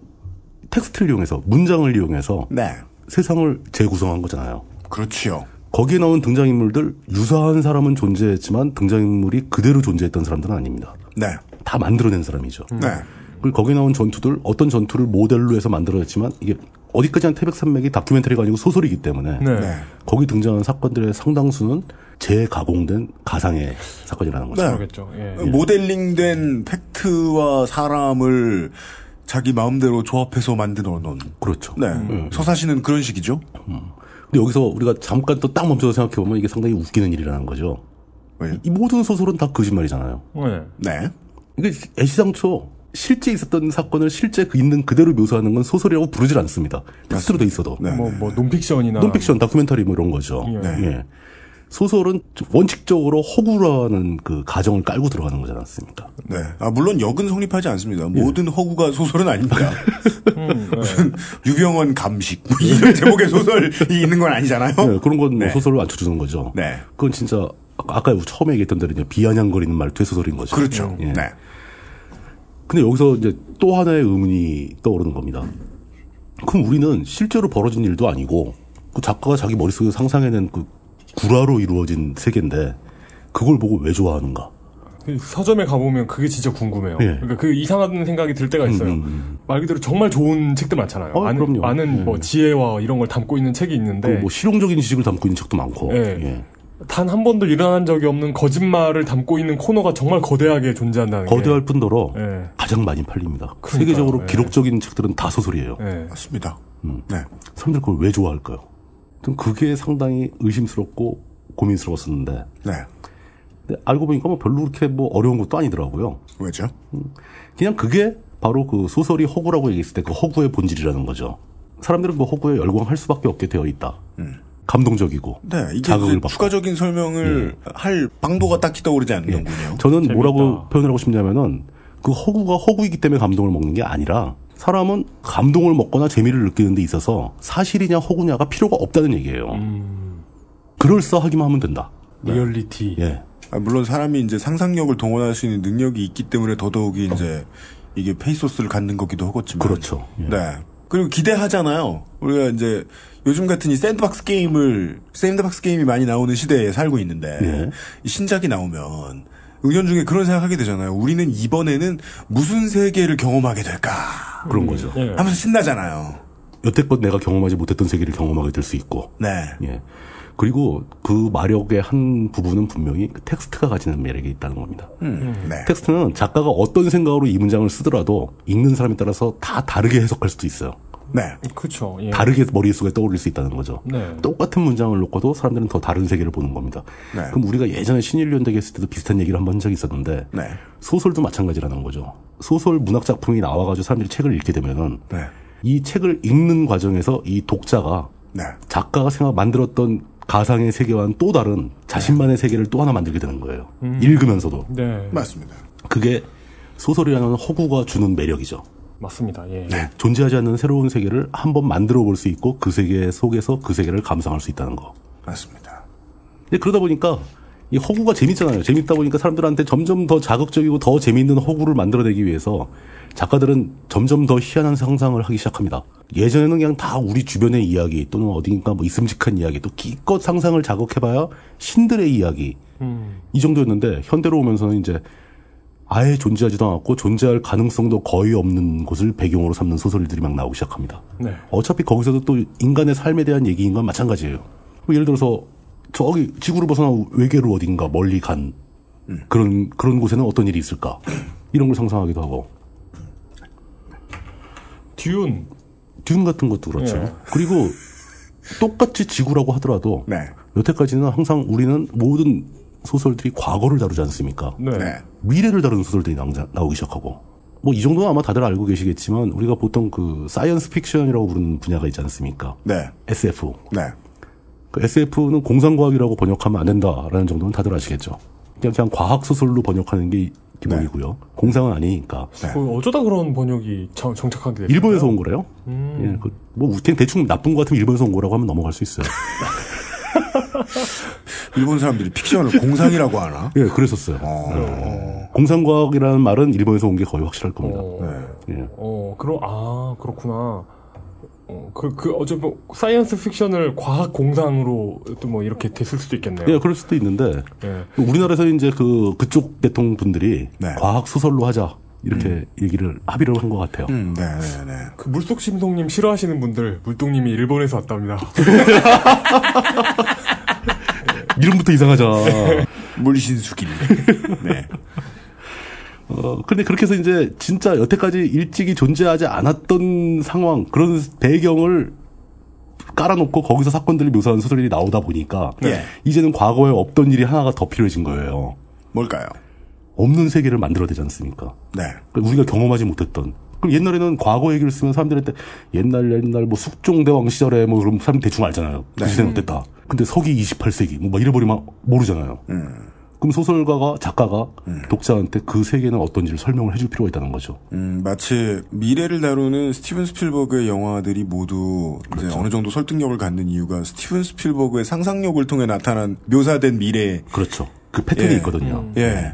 Speaker 2: 텍스트를 이용해서 문장을 이용해서
Speaker 4: 네.
Speaker 2: 세상을 재구성한 거잖아요.
Speaker 4: 그렇지요.
Speaker 2: 거기에 나온 등장인물들 유사한 사람은 존재했지만 등장인물이 그대로 존재했던 사람들은 아닙니다.
Speaker 4: 네.
Speaker 2: 다 만들어낸 사람이죠.
Speaker 4: 네.
Speaker 2: 그리고 거기에 나온 전투들 어떤 전투를 모델로 해서 만들어냈지만 이게 어디까지나 태백산맥이 다큐멘터리가 아니고 소설이기 때문에
Speaker 3: 네.
Speaker 4: 네.
Speaker 2: 거기 등장한 사건들의 상당수는 재가공된 가상의 사건이라는 거죠.
Speaker 4: 네.
Speaker 3: 그러겠죠. 예.
Speaker 4: 모델링된 팩트와 사람을 자기 마음대로 조합해서 만들어 놓은.
Speaker 2: 그렇죠. 음.
Speaker 4: 네. 서사시는 그런 식이죠.
Speaker 2: 근데 여기서 우리가 잠깐 또 딱 멈춰서 생각해 보면 이게 상당히 웃기는 일이라는 거죠.
Speaker 4: 왜요?
Speaker 2: 이 모든 소설은 다 거짓말이잖아요.
Speaker 3: 네.
Speaker 4: 네.
Speaker 2: 이게 애시당초 실제 있었던 사건을 실제 그 있는 그대로 묘사하는 건 소설이라고 부르질 않습니다. 텍스트로 돼 있어도.
Speaker 4: 네.
Speaker 3: 뭐, 뭐, 논픽션이나.
Speaker 2: 논픽션, 다큐멘터리 뭐 이런 거죠.
Speaker 3: 네.
Speaker 2: 예. 소설은 좀 원칙적으로 허구라는 그 가정을 깔고 들어가는 거지 않습니까?
Speaker 4: 네. 아, 물론 역은 성립하지 않습니다.
Speaker 2: 예.
Speaker 4: 모든 허구가 소설은 아닙니다.
Speaker 3: 음, 네.
Speaker 4: 유병원 감식. 뭐 이런 제목의 소설이 있는 건 아니잖아요.
Speaker 2: 예, 네. 그런 건뭐
Speaker 4: 네.
Speaker 2: 소설로 안 쳐주는 거죠.
Speaker 4: 네.
Speaker 2: 그건 진짜 아까- 아까 처음에 얘기했던 대로 이제 비아냥거리는 말투의 소설인 거죠.
Speaker 4: 그렇죠.
Speaker 2: 예.
Speaker 4: 네.
Speaker 2: 근데 여기서 이제 또 하나의 의문이 떠오르는 겁니다. 그럼 우리는 실제로 벌어진 일도 아니고 그 작가가 자기 머릿속에 상상해낸 그 구라로 이루어진 세계인데 그걸 보고 왜 좋아하는가?
Speaker 3: 그 서점에 가보면 그게 진짜 궁금해요.
Speaker 2: 예. 음,
Speaker 3: 그러니까 그 이상한 생각이 들 때가 있어요. 말 그대로 정말 좋은 책들 많잖아요.
Speaker 2: 어,
Speaker 3: 많은,
Speaker 2: 그럼요.
Speaker 3: 많은 뭐 지혜와 이런 걸 담고 있는 책이 있는데
Speaker 4: 네.
Speaker 2: 그뭐 실용적인 지식을 담고 있는 책도 많고.
Speaker 3: 예.
Speaker 2: 예.
Speaker 3: 단 한 번도 일어난 적이 없는 거짓말을 담고 있는 코너가 정말 거대하게 존재한다는
Speaker 2: 거대할 뿐더러
Speaker 3: 게. 예.
Speaker 2: 가장 많이 팔립니다.
Speaker 3: 그러니까요.
Speaker 2: 세계적으로
Speaker 3: 예.
Speaker 2: 기록적인 책들은 다 소설이에요.
Speaker 3: 예.
Speaker 4: 맞습니다.
Speaker 2: 음.
Speaker 4: 네.
Speaker 2: 사람들 그걸 왜 좋아할까요? 좀 그게 상당히 의심스럽고 고민스러웠었는데
Speaker 4: 네.
Speaker 2: 근데 알고 보니까 뭐 별로 그렇게 뭐 어려운 것도 아니더라고요. 음.
Speaker 4: 왜죠?
Speaker 2: 그냥 그게 바로 그 소설이 허구라고 얘기했을 때 그 허구의 본질이라는 거죠. 사람들은 그 허구에 열광할 수밖에 없게 되어 있다. 감동적이고
Speaker 4: 음. 네. 이게
Speaker 2: 자극을
Speaker 4: 이제
Speaker 2: 받고. 네.
Speaker 4: 추가적인 설명을 할 방도가 딱히 떠오르지 않는군요.
Speaker 2: 저는
Speaker 3: 재밌다.
Speaker 2: 뭐라고 표현을 하고 싶냐면은 그 허구가 허구이기 때문에 감동을 먹는 게 아니라 사람은 감동을 먹거나 재미를 느끼는 데 있어서 사실이냐 허구냐가 필요가 없다는 얘기예요. 그럴싸하기만 하면 된다.
Speaker 3: 리얼리티.
Speaker 2: 예.
Speaker 4: 아, 물론 사람이 이제 상상력을 동원할 수 있는 능력이 있기 때문에 더더욱이 이제 이게 페이소스를 갖는 거기도 하겠지만.
Speaker 2: 어. 그렇죠. 예.
Speaker 4: 네. 그리고 기대하잖아요. 우리가 이제 요즘 같은 이 샌드박스 게임을 샌드박스 게임이 많이 나오는 시대에 살고 있는데
Speaker 2: 예.
Speaker 4: 이 신작이 나오면 의견 중에 그런 생각하게 되잖아요. 우리는 이번에는 무슨 세계를 경험하게 될까
Speaker 2: 그런 거죠.
Speaker 3: 예.
Speaker 4: 하면서 신나잖아요.
Speaker 2: 여태껏 내가 경험하지 못했던 세계를 경험하게 될 수 있고.
Speaker 4: 네.
Speaker 2: 예. 그리고 그 마력의 한 부분은 분명히 그 텍스트가 가지는 매력이 있다는 겁니다.
Speaker 3: 음.
Speaker 2: 음.
Speaker 4: 네.
Speaker 2: 텍스트는 작가가 어떤 생각으로 이 문장을 쓰더라도 읽는 사람에 따라서 다 다르게 해석할 수도 있어요.
Speaker 4: 네.
Speaker 3: 그쵸. 예.
Speaker 2: 다르게 머릿속에 떠올릴 수 있다는 거죠.
Speaker 3: 네.
Speaker 2: 똑같은 문장을 놓고도 사람들은 더 다른 세계를 보는 겁니다.
Speaker 4: 네.
Speaker 2: 그럼 우리가 예전에 신일연대기 했을 때도 비슷한 얘기를 한 번 한 적이 있었는데
Speaker 4: 네.
Speaker 2: 소설도 마찬가지라는 거죠. 소설 문학 작품이 나와가지고 사람들이 책을 읽게 되면은
Speaker 4: 네.
Speaker 2: 이 책을 읽는 과정에서 이 독자가
Speaker 4: 네.
Speaker 2: 작가가 생각 만들었던 가상의 세계와는 또 다른 자신만의 세계를 또 하나 만들게 되는 거예요.
Speaker 3: 음.
Speaker 2: 읽으면서도
Speaker 3: 네.
Speaker 4: 맞습니다.
Speaker 2: 그게 소설이라는 허구가 주는 매력이죠.
Speaker 3: 맞습니다. 예.
Speaker 2: 존재하지 않는 새로운 세계를 한번 만들어 볼 수 있고 그 세계 속에서 그 세계를 감상할 수 있다는 거.
Speaker 4: 맞습니다.
Speaker 2: 근데 그러다 보니까 이 허구가 재밌잖아요. 재밌다 보니까 사람들한테 점점 더 자극적이고 더 재미있는 허구를 만들어내기 위해서 작가들은 점점 더 희한한 상상을 하기 시작합니다. 예전에는 그냥 다 우리 주변의 이야기 또는 어딘가 뭐 있음직한 이야기 또 기껏 상상을 자극해봐야 신들의 이야기
Speaker 3: 음.
Speaker 2: 이 정도였는데 현대로 오면서는 이제 아예 존재하지도 않았고 존재할 가능성도 거의 없는 곳을 배경으로 삼는 소설들이 막 나오기 시작합니다.
Speaker 3: 네.
Speaker 2: 어차피 거기서도 또 인간의 삶에 대한 얘기인 건 마찬가지예요. 뭐 예를 들어서 저기 지구를 벗어나 외계로 어딘가 멀리 간 그런 그런 곳에는 어떤 일이 있을까 이런 걸 상상하기도 하고
Speaker 3: 듀운
Speaker 2: 듄 같은 것도 그렇죠.
Speaker 3: 예.
Speaker 2: 그리고 똑같이 지구라고 하더라도
Speaker 4: 네.
Speaker 2: 여태까지는 항상 우리는 모든 소설들이 과거를 다루지 않습니까?
Speaker 3: 네.
Speaker 4: 네.
Speaker 2: 예, 미래를 다루는 소설들이 나오자- 나오기 시작하고 뭐 이 정도는 아마 다들 알고 계시겠지만 우리가 보통 그 사이언스 픽션이라고 부르는 분야가 있지 않습니까?
Speaker 4: 네.
Speaker 2: SF.
Speaker 4: 네.
Speaker 2: 그 SF는 공상과학이라고 번역하면 안 된다라는 정도는 다들 아시겠죠. 그냥, 그냥 과학 소설로 번역하는 게 기본이고요.
Speaker 4: 네.
Speaker 2: 공상은 아니니까.
Speaker 3: 그 어쩌다 그런 번역이 정, 정착하게 됐어요? 음.
Speaker 2: 일본에서 온 거래요.
Speaker 4: 음.
Speaker 2: 예, 그, 뭐 그냥 대충 나쁜 것 같으면 일본에서 온 거라고 하면 넘어갈 수 있어요.
Speaker 4: 일본 사람들이 픽션을 공상이라고 하나?
Speaker 2: 예, 그랬었어요. 예. 공상과학이라는 말은 일본에서 온 게 거의 확실할 겁니다.
Speaker 3: 어,
Speaker 4: 네.
Speaker 2: 예.
Speaker 3: 어 그럼 아 그렇구나. 어, 그, 그, 어차피 사이언스 픽션을 과학 공상으로 또 뭐 이렇게 됐을 수도 있겠네요.
Speaker 2: 예, 그럴 수도 있는데
Speaker 3: 예.
Speaker 2: 우리나라에서 이제 그 그쪽 대통 분들이
Speaker 4: 네.
Speaker 2: 과학 소설로 하자 이렇게 얘기를 합의를 한 것 같아요.
Speaker 4: 음, 네, 네, 네.
Speaker 3: 그 물속 심송님 싫어하시는 분들, 물동님이 일본에서 왔답니다.
Speaker 2: 이름부터 이상하자.
Speaker 4: 물신수길. 네.
Speaker 2: 어, 근데 그렇게 해서 이제 진짜 여태까지 일찍이 존재하지 않았던 상황, 그런 배경을 깔아놓고 거기서 사건들을 묘사하는 소설이 나오다 보니까
Speaker 4: 네.
Speaker 2: 이제는 과거에 없던 일이 하나가 더 필요해진 거예요.
Speaker 4: 뭘까요?
Speaker 2: 없는 세계를 만들어내지 않습니까?
Speaker 4: 네.
Speaker 2: 그러니까 우리가 경험하지 못했던. 그럼 옛날에는 과거 얘기를 쓰면 사람들한테 옛날 옛날 뭐 숙종대왕 시절에 뭐 그럼 사람 대충 알잖아요.
Speaker 4: 네.
Speaker 2: 그 시대는 어땠다. 근데 서기 28세기 뭐 막 이래버리면 모르잖아요.
Speaker 4: 음.
Speaker 2: 그럼 소설가가 작가가 독자한테 그 세계는 어떤지를 설명을 해줄 필요가 있다는 거죠.
Speaker 4: 음, 마치 미래를 다루는 스티븐 스필버그의 영화들이 모두 이제
Speaker 2: 그렇죠.
Speaker 4: 어느 정도 설득력을 갖는 이유가 스티븐 스필버그의 상상력을 통해 나타난 묘사된 미래.
Speaker 2: 그렇죠. 그 패턴이
Speaker 4: 예.
Speaker 2: 있거든요.
Speaker 4: 예.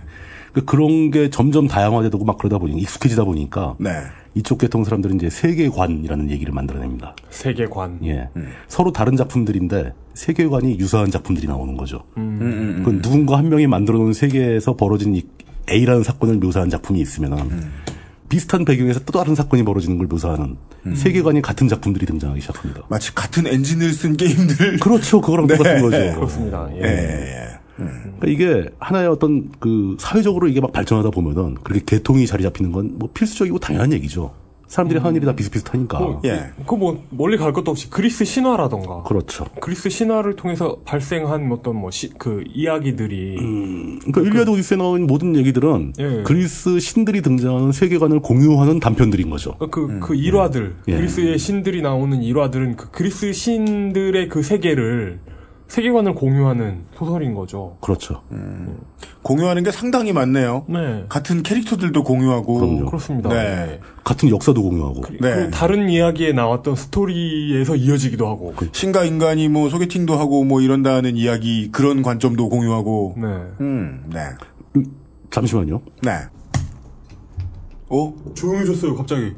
Speaker 2: 그러니까 그런 게 점점 다양화되고 막 그러다 보니 익숙해지다 보니까
Speaker 4: 네.
Speaker 2: 이쪽 계통 사람들은 이제 세계관이라는 얘기를 만들어냅니다.
Speaker 3: 세계관.
Speaker 2: 예.
Speaker 4: 음.
Speaker 2: 서로 다른 작품들인데 세계관이 유사한 작품들이 나오는 거죠.
Speaker 4: 음,
Speaker 2: 음.
Speaker 3: 음.
Speaker 2: 그건 누군가 한 명이 만들어 놓은 세계에서 벌어진 이 A라는 사건을 묘사한 작품이 있으면
Speaker 4: 음.
Speaker 2: 비슷한 배경에서 또 다른 사건이 벌어지는 걸 묘사하는 세계관이 같은 작품들이 등장하기 시작합니다.
Speaker 4: 음. 마치 같은 엔진을 쓴 게임들. 네.
Speaker 2: 그렇죠. 그거랑 똑같은 거죠.
Speaker 3: 그렇습니다. 예.
Speaker 4: 예, 예.
Speaker 2: 그러니까 이게 하나의 어떤 그 사회적으로 이게 막 발전하다 보면은 그렇게 개통이 자리 잡히는 건 뭐 필수적이고 당연한 얘기죠. 사람들이 하는 일이 다 비슷비슷하니까.
Speaker 3: 뭐,
Speaker 4: 음. 예.
Speaker 3: 그 뭐, 멀리 갈 것도 없이 그리스 신화라던가.
Speaker 2: 아. 그렇죠.
Speaker 3: 그리스 신화를 통해서 발생한 어떤 뭐, 시, 그, 이야기들이.
Speaker 4: 음.
Speaker 2: 그러니까 일리아드 오디세에 나온 모든 얘기들은
Speaker 3: 예.
Speaker 2: 그리스 신들이 등장하는 세계관을 공유하는 단편들인 거죠.
Speaker 3: 그,
Speaker 4: 음,
Speaker 3: 그 일화들.
Speaker 2: 예.
Speaker 3: 그리스의 신들이 나오는 일화들은 그 그리스 신들의 그 세계를, 세계관을 공유하는 소설인 거죠.
Speaker 2: 그렇죠.
Speaker 4: 음. 공유하는 게 상당히 많네요.
Speaker 3: 네.
Speaker 4: 같은 캐릭터들도 공유하고.
Speaker 2: 그럼요.
Speaker 3: 그렇습니다.
Speaker 4: 네.
Speaker 2: 같은 역사도 공유하고.
Speaker 4: 네.
Speaker 3: 그 다른 이야기에 나왔던 스토리에서 이어지기도 하고.
Speaker 2: 그
Speaker 4: 신과 인간이 뭐 소개팅도 하고 뭐 이런다는 이야기 그런 관점도 공유하고.
Speaker 3: 네.
Speaker 4: 음, 네.
Speaker 2: 잠시만요.
Speaker 4: 네. 어? 오?
Speaker 3: 조용해졌어요, 갑자기.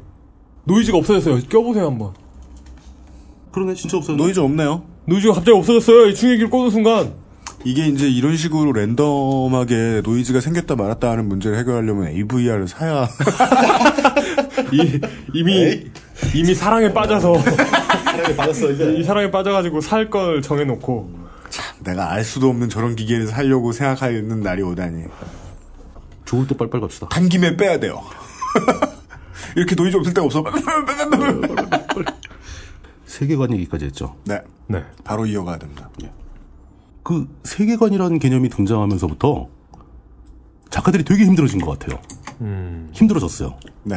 Speaker 3: 노이즈가 없어졌어요. 껴보세요, 한번.
Speaker 2: 그러네, 진짜 없어요.
Speaker 4: 노이즈 없네요.
Speaker 3: 노이즈가 갑자기 없어졌어요. 이 충격기를 꽂은 순간.
Speaker 4: 이게 이제 이런 식으로 랜덤하게 노이즈가 생겼다 말았다 하는 문제를 해결하려면 AVR을 사야.
Speaker 3: 이, 이미, 이미 사랑에 빠져서. 이 사랑에 빠져가지고 살 걸 정해놓고.
Speaker 4: 내가 알 수도 없는 저런 기계를 살려고 생각하는 날이 오다니.
Speaker 2: 좋을 때 빨빨 갑시다.
Speaker 4: 간 김에 빼야 돼요. 이렇게 노이즈 없을 데가 없어.
Speaker 2: 세계관 얘기까지 했죠. 예.
Speaker 4: 네.
Speaker 3: 네.
Speaker 4: 바로 이어가야 됩니다.
Speaker 2: 그 세계관이라는 개념이 등장하면서부터 작가들이 되게 힘들어진 것 같아요.
Speaker 3: 음.
Speaker 2: 힘들어졌어요.
Speaker 4: 네.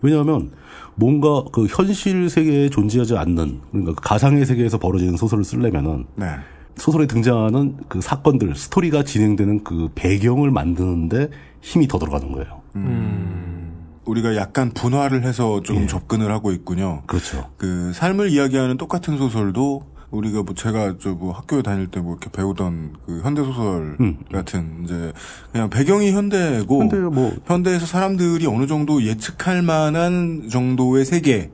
Speaker 2: 왜냐하면 뭔가 그 현실 세계에 존재하지 않는 그러니까 그 가상의 세계에서 벌어지는 소설을 쓰려면은
Speaker 4: 네.
Speaker 2: 소설에 등장하는 그 사건들 스토리가 진행되는 그 배경을 만드는데 힘이 더 들어가는 거예요.
Speaker 4: 우리가 약간 분화를 해서 조금 접근을 하고 있군요.
Speaker 2: 예. 그렇죠.
Speaker 4: 그 삶을 이야기하는 똑같은 소설도 우리가 뭐 제가 저 뭐 학교에 다닐 때 뭐 이렇게 배우던 그 현대 소설 같은 이제 그냥 배경이 현대고
Speaker 2: 음. 현대 뭐-
Speaker 4: 에서 사람들이 어느 정도 예측할 만한 정도의 세계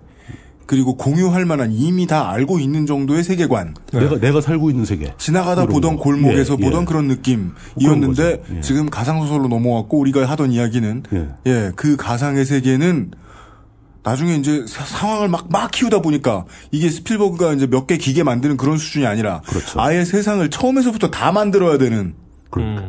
Speaker 4: 그리고 공유할 만한 이미 다 알고 있는 정도의 세계관
Speaker 2: 내가 내가 살고 있는 세계.
Speaker 4: 지나가다
Speaker 2: 예. 그런
Speaker 4: 보던
Speaker 2: 거.
Speaker 4: 골목에서
Speaker 2: 예,
Speaker 4: 보던
Speaker 2: 예.
Speaker 4: 그런 느낌이었는데
Speaker 2: 거죠. 예.
Speaker 4: 지금 가상소설로 넘어왔고 우리가 하던 이야기는
Speaker 2: 예.
Speaker 4: 예, 그 가상의 세계는 나중에 이제 사- 상황을 막, 막 키우다 보니까 이게 스필버그가 이제 몇 개 기계 만드는 그런 수준이 아니라
Speaker 2: 그렇죠.
Speaker 4: 아예 세상을 처음에서부터 다 만들어야 되는
Speaker 2: 그러니까.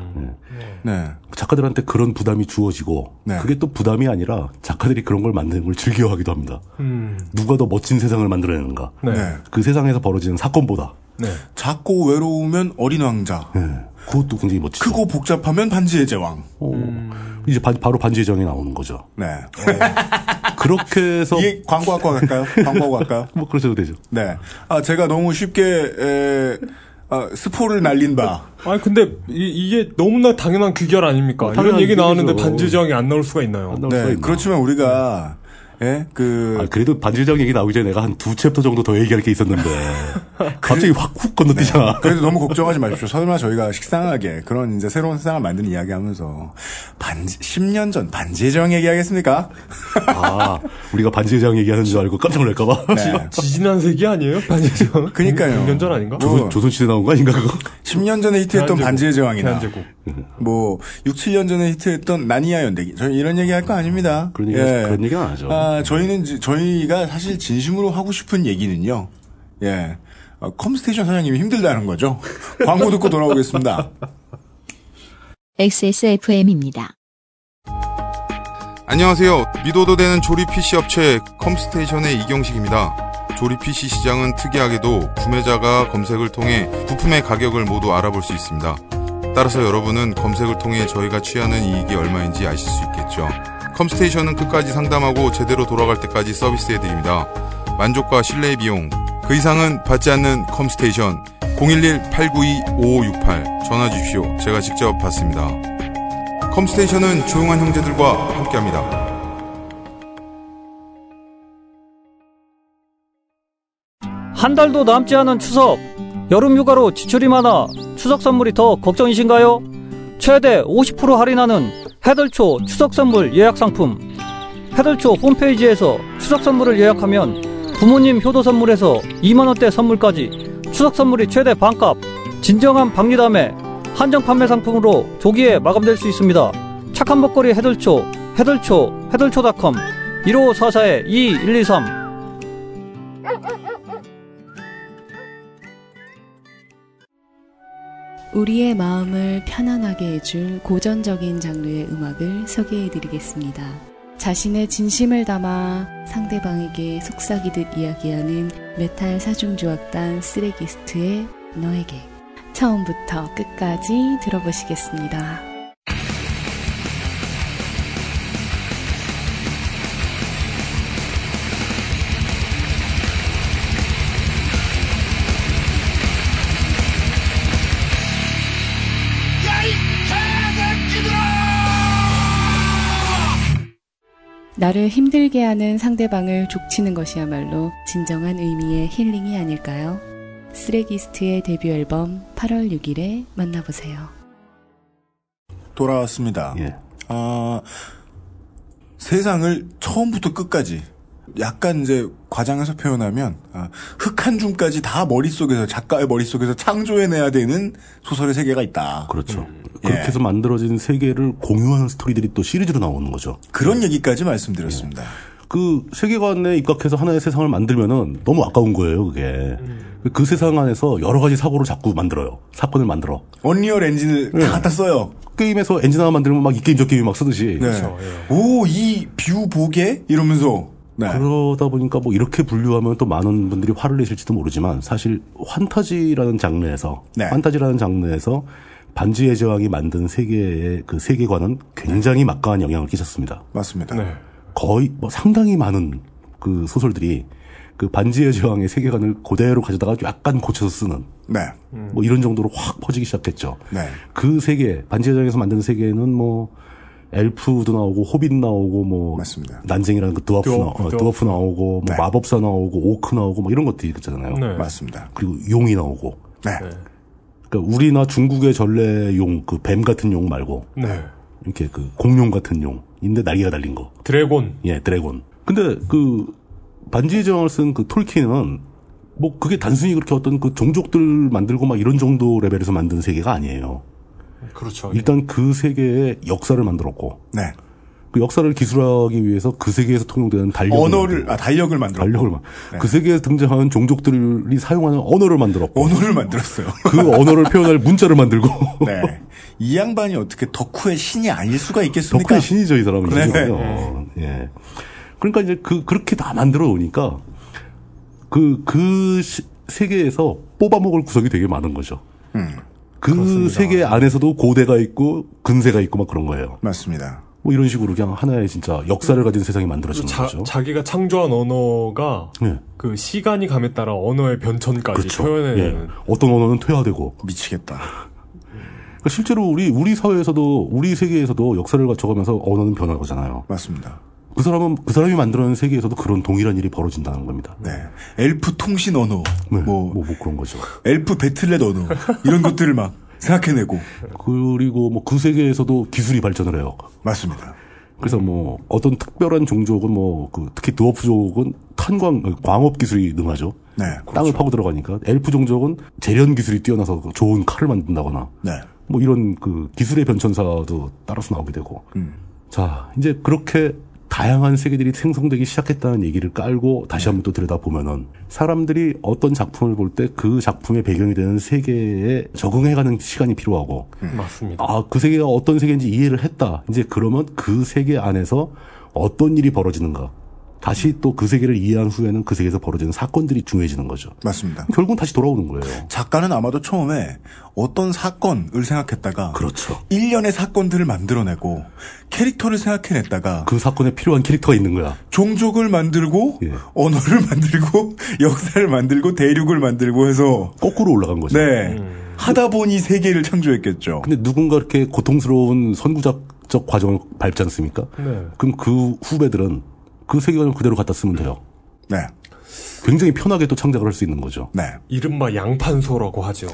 Speaker 4: 네.
Speaker 2: 작가들한테 그런 부담이 주어지고
Speaker 4: 네.
Speaker 2: 그게 또 부담이 아니라 작가들이 그런 걸 만드는 걸 즐겨하기도 합니다.
Speaker 3: 음.
Speaker 2: 누가 더 멋진 세상을 만들어내는가.
Speaker 3: 네.
Speaker 4: 네.
Speaker 2: 그 세상에서 벌어지는 사건보다
Speaker 3: 네.
Speaker 4: 작고 외로우면 어린 왕자.
Speaker 2: 예, 그것도 굉장히 멋지죠.
Speaker 4: 크고 복잡하면 반지의 제왕.
Speaker 2: 어, 이제 바, 로 반지의 정이 나오는 거죠.
Speaker 4: 네.
Speaker 2: 그렇게 해서
Speaker 4: 이게 광고학과 갈까요? 광고학과 갈까요?
Speaker 2: 뭐 그러셔도 되죠.
Speaker 4: 네. 아, 제가 너무 쉽게, 에, 아, 스포를 날린 바.
Speaker 3: 아니 근데 이, 게 너무나 당연한 귀결 아닙니까? 이런
Speaker 2: 당연한
Speaker 3: 얘기 나왔는데
Speaker 2: 얘기죠.
Speaker 3: 반지정이 안 나올 수가 있나요?
Speaker 2: 나올 수가
Speaker 4: 네.
Speaker 2: 있나.
Speaker 4: 그렇지만 우리가, 예, 그,
Speaker 2: 아, 그래도 반지의 정 얘기 나오기 전에 내가 한 두 챕터 정도 더 얘기할 게 있었는데 갑자기 확 훅 건너뛰잖아.
Speaker 4: 네, 그래도 너무 걱정하지 마십시오. 설마 저희가 식상하게 그런 이제 새로운 세상을 만드는 이야기 하면서 반지, 10년 전 반지의 제왕 얘기하겠습니까?
Speaker 2: 아, 우리가 반지의 정 얘기하는 줄 알고 깜짝 놀랄까봐.
Speaker 4: 네.
Speaker 3: 지지난 세기 아니에요? 반지정.
Speaker 4: 그니까요.
Speaker 3: 100년 전 아닌가?
Speaker 4: 뭐,
Speaker 2: 조선시대 나온 거 아닌가 그거?
Speaker 4: 10년 전에 히트했던
Speaker 3: 대한제국.
Speaker 4: 반지의 제왕이나
Speaker 3: 대한제국.
Speaker 4: 뭐 6, 7년 전에 히트했던 나니아 연대기 저희 이런 얘기 할 거 아닙니다. 예.
Speaker 2: 그런 얘기- 그런 얘기는 안 하죠. 예.
Speaker 4: 아, 저희는 지- 저희가 사실 진심으로 하고 싶은 얘기는요. 예. 어, 컴스테이션 사장님이 힘들다는 거죠. 광고 듣고 돌아오겠습니다.
Speaker 1: XSFM입니다.
Speaker 11: 안녕하세요. 미도도 되는 조립 PC 업체 컴스테이션의 이경식입니다. 조립 PC 시장은 특이하게도 구매자가 검색을 통해 부품의 가격을 모두 알아볼 수 있습니다. 따라서 여러분은 검색을 통해 저희가 취하는 이익이 얼마인지 아실 수 있겠죠. 컴스테이션은 끝까지 상담하고 제대로 돌아갈 때까지 서비스해드립니다. 만족과 신뢰의 비용. 그 이상은 받지 않는 컴스테이션 011-892-5568 전화 주십시오. 제가 직접 받습니다. 컴스테이션은 조용한 형제들과 함께합니다.
Speaker 9: 한 달도 남지 않은 추석 여름 휴가로 지출이 많아 추석 선물이 더 걱정이신가요? 최대 50% 할인하는 해들초 추석 선물 예약 상품 해들초 홈페이지에서 추석 선물을 예약하면 부모님 효도 선물에서 2만 원대 선물까지 추석 선물이 최대 반값 진정한 박리담에 한정 판매 상품으로 조기에 마감될 수 있습니다. 착한 먹거리 해들초 해들초 해들초닷컴 1544-2123
Speaker 6: 우리의 마음을 편안하게 해줄 고전적인 장르의 음악을 소개해드리겠습니다. 자신의 진심을 담아 상대방에게 속삭이듯 이야기하는 메탈 사중조악단 쓰레기스트의 너에게 처음부터 끝까지 들어보시겠습니다.
Speaker 3: 음.
Speaker 6: 나를 힘들게 하는 상대방을 족치는 것이야말로 진정한 의미의 힐링이 아닐까요? 쓰레기스트의 데뷔 앨범 8월 6일에 만나보세요.
Speaker 4: 돌아왔습니다.
Speaker 2: 예.
Speaker 4: 아, 세상을 처음부터 끝까지 약간 이제 과장해서 표현하면 아, 흙한 줌까지 다 머릿속에서 작가의 머릿속에서 창조해내야 되는 소설의 세계가 있다.
Speaker 2: 그렇죠.
Speaker 4: 예.
Speaker 2: 그렇게 해서 만들어진 세계를 공유하는 스토리들이 또 시리즈로 나오는 거죠. 예.
Speaker 4: 그런 얘기까지 말씀드렸습니다.
Speaker 2: 그 세계관에 입각해서 하나의 세상을 만들면은 너무 아까운 거예요, 그게.
Speaker 4: 음.
Speaker 2: 그 세상 안에서 여러 가지 사고를 자꾸 만들어요. 사건을 만들어. 예.
Speaker 4: 언리얼 엔진을 다 갖다 써요.
Speaker 2: 게임에서 엔진 하나 만들면 막 이 게임 저 게임 막 쓰듯이.
Speaker 4: 네. 오, 이 뷰 보게? 이러면서. 네.
Speaker 2: 그러다 보니까 뭐 이렇게 분류하면 또 많은 분들이 화를 내실지도 모르지만 사실 환타지라는 장르에서
Speaker 4: 네.
Speaker 2: 환타지라는 장르에서 반지의 제왕이 만든 세계의 그 세계관은 굉장히 막강한 영향을 끼쳤습니다.
Speaker 4: 맞습니다.
Speaker 3: 네.
Speaker 2: 거의 뭐 상당히 많은 그 소설들이 그 반지의 제왕의 세계관을 그대로 가져다가 약간 고쳐서 쓰는
Speaker 4: 네.
Speaker 2: 뭐 이런 정도로 확 퍼지기 시작했죠.
Speaker 4: 네.
Speaker 2: 그 세계 반지의 제왕에서 만든 세계는 뭐 엘프도 나오고 호빗 나오고 뭐
Speaker 4: 맞습니다.
Speaker 2: 난쟁이라는 그 드와프,
Speaker 3: 드워프,
Speaker 2: 나, 어,
Speaker 3: 드워프.
Speaker 2: 드워프 나오고 뭐
Speaker 4: 네.
Speaker 2: 마법사 나오고 오크 나오고 뭐 이런 것들이 있잖아요.
Speaker 3: 네.
Speaker 4: 맞습니다.
Speaker 2: 그리고 용이 나오고
Speaker 4: 네.
Speaker 2: 그러니까 우리나 중국의 전래 용, 그 뱀 같은 용 말고
Speaker 3: 네.
Speaker 2: 이렇게 그 공룡 같은 용인데 날개가 달린 거.
Speaker 3: 드래곤.
Speaker 2: 예, 드래곤. 근데 그 반지의 제왕을 쓴 그 톨킨은 뭐 그게 단순히 그렇게 어떤 그 종족들 만들고 막 이런 정도 레벨에서 만든 세계가 아니에요.
Speaker 3: 그렇죠.
Speaker 2: 일단 그 세계의 역사를 만들었고
Speaker 4: 네.
Speaker 2: 그 역사를 기술하기 위해서 그 세계에서 통용되는 달력
Speaker 4: 언어를 아 달력을 만들었고 네.
Speaker 2: 달력을 만. 그 세계에서 등장하는 종족들이 사용하는 언어를 만들었고
Speaker 4: 언어를 만들었어요.
Speaker 2: 그 언어를 표현할 문자를 만들고
Speaker 4: 네. 이 양반이 어떻게 덕후의 신이 아닐 수가 있겠습니까?
Speaker 2: 덕후의 신이죠 이 사람은
Speaker 4: 네.
Speaker 2: 이거요. 예. 그러니까 이제 그 그렇게 다 만들어 놓으니까 그 그 세계에서 뽑아 먹을 구석이 되게 많은 거죠. 그 세계 안에서도 고대가 있고 근세가 있고 막 그런 거예요.
Speaker 4: 맞습니다. 네.
Speaker 2: 뭐 이런 식으로 그냥 하나의 진짜 역사를 가진 세상이
Speaker 4: 그
Speaker 2: 만들어지는
Speaker 3: 자,
Speaker 2: 거죠.
Speaker 3: 자기가 창조한 언어가
Speaker 2: 예.
Speaker 3: 그 시간이 감에 따라 언어의 변천까지
Speaker 2: 예.
Speaker 3: 표현해내는
Speaker 2: 어떤 언어는 퇴화되고. 그러니까
Speaker 4: 미치겠다.
Speaker 2: 실제로 우리 우리 사회에서도 우리 세계에서도 역사를 갖춰가면서 언어는 변화하잖아요.
Speaker 4: 맞습니다.
Speaker 2: 그 사람은 그 사람이 만들어낸 세계에서도 그런 동일한 일이 벌어진다는 겁니다.
Speaker 4: 네. 엘프 통신 언어,
Speaker 2: 뭐, 뭐, 그런 거죠.
Speaker 4: 엘프 배틀넷 언어 이런 것들을 막 생각해내고
Speaker 2: 그리고 뭐 그 세계에서도 기술이 발전을 해요.
Speaker 4: 맞습니다.
Speaker 2: 그래서 뭐 어떤 특별한 종족은 뭐 그 특히 드워프족은 탄광 광업 기술이 능하죠.
Speaker 4: 네.
Speaker 2: 땅을 파고 들어가니까 엘프 종족은 재련 기술이 뛰어나서 그 좋은 칼을 만든다거나
Speaker 4: 네.
Speaker 2: 뭐 이런 그 기술의 변천사도 따라서 나오게 되고
Speaker 4: 음.
Speaker 2: 자 이제 그렇게 다양한 세계들이 생성되기 시작했다는 얘기를 깔고 다시 한번 또 들여다 보면은 사람들이 어떤 작품을 볼 때 그 작품의 배경이 되는 세계에 적응해가는 시간이 필요하고
Speaker 3: 음. 맞습니다.
Speaker 2: 아, 그 세계가 어떤 세계인지 이해를 했다. 이제 그러면 그 세계 안에서 어떤 일이 벌어지는가. 다시 또 그 세계를 이해한 후에는 그 세계에서 벌어지는 사건들이 중요해지는 거죠.
Speaker 4: 맞습니다.
Speaker 2: 결국은 다시 돌아오는 거예요.
Speaker 4: 작가는 아마도 처음에 어떤 사건을 생각했다가
Speaker 2: 그렇죠.
Speaker 4: 일련의 사건들을 만들어내고 캐릭터를 생각해냈다가
Speaker 2: 그 사건에 필요한 캐릭터가 있는 거야. 예.
Speaker 4: 종족을 만들고 언어를 만들고 역사를 만들고 대륙을 만들고 해서
Speaker 2: 거꾸로 올라간 거죠.
Speaker 4: 네. 하다 보니 세계를 창조했겠죠.
Speaker 2: 근데 누군가 이렇게 고통스러운 선구작적 과정을 밟지 않습니까?
Speaker 3: 네.
Speaker 2: 그럼 그 후배들은 그 세계관을 그대로 갖다 쓰면 돼요.
Speaker 4: 네.
Speaker 2: 굉장히 편하게 또 창작을 할 수 있는 거죠.
Speaker 4: 네.
Speaker 3: 이른바 양판소라고 하죠.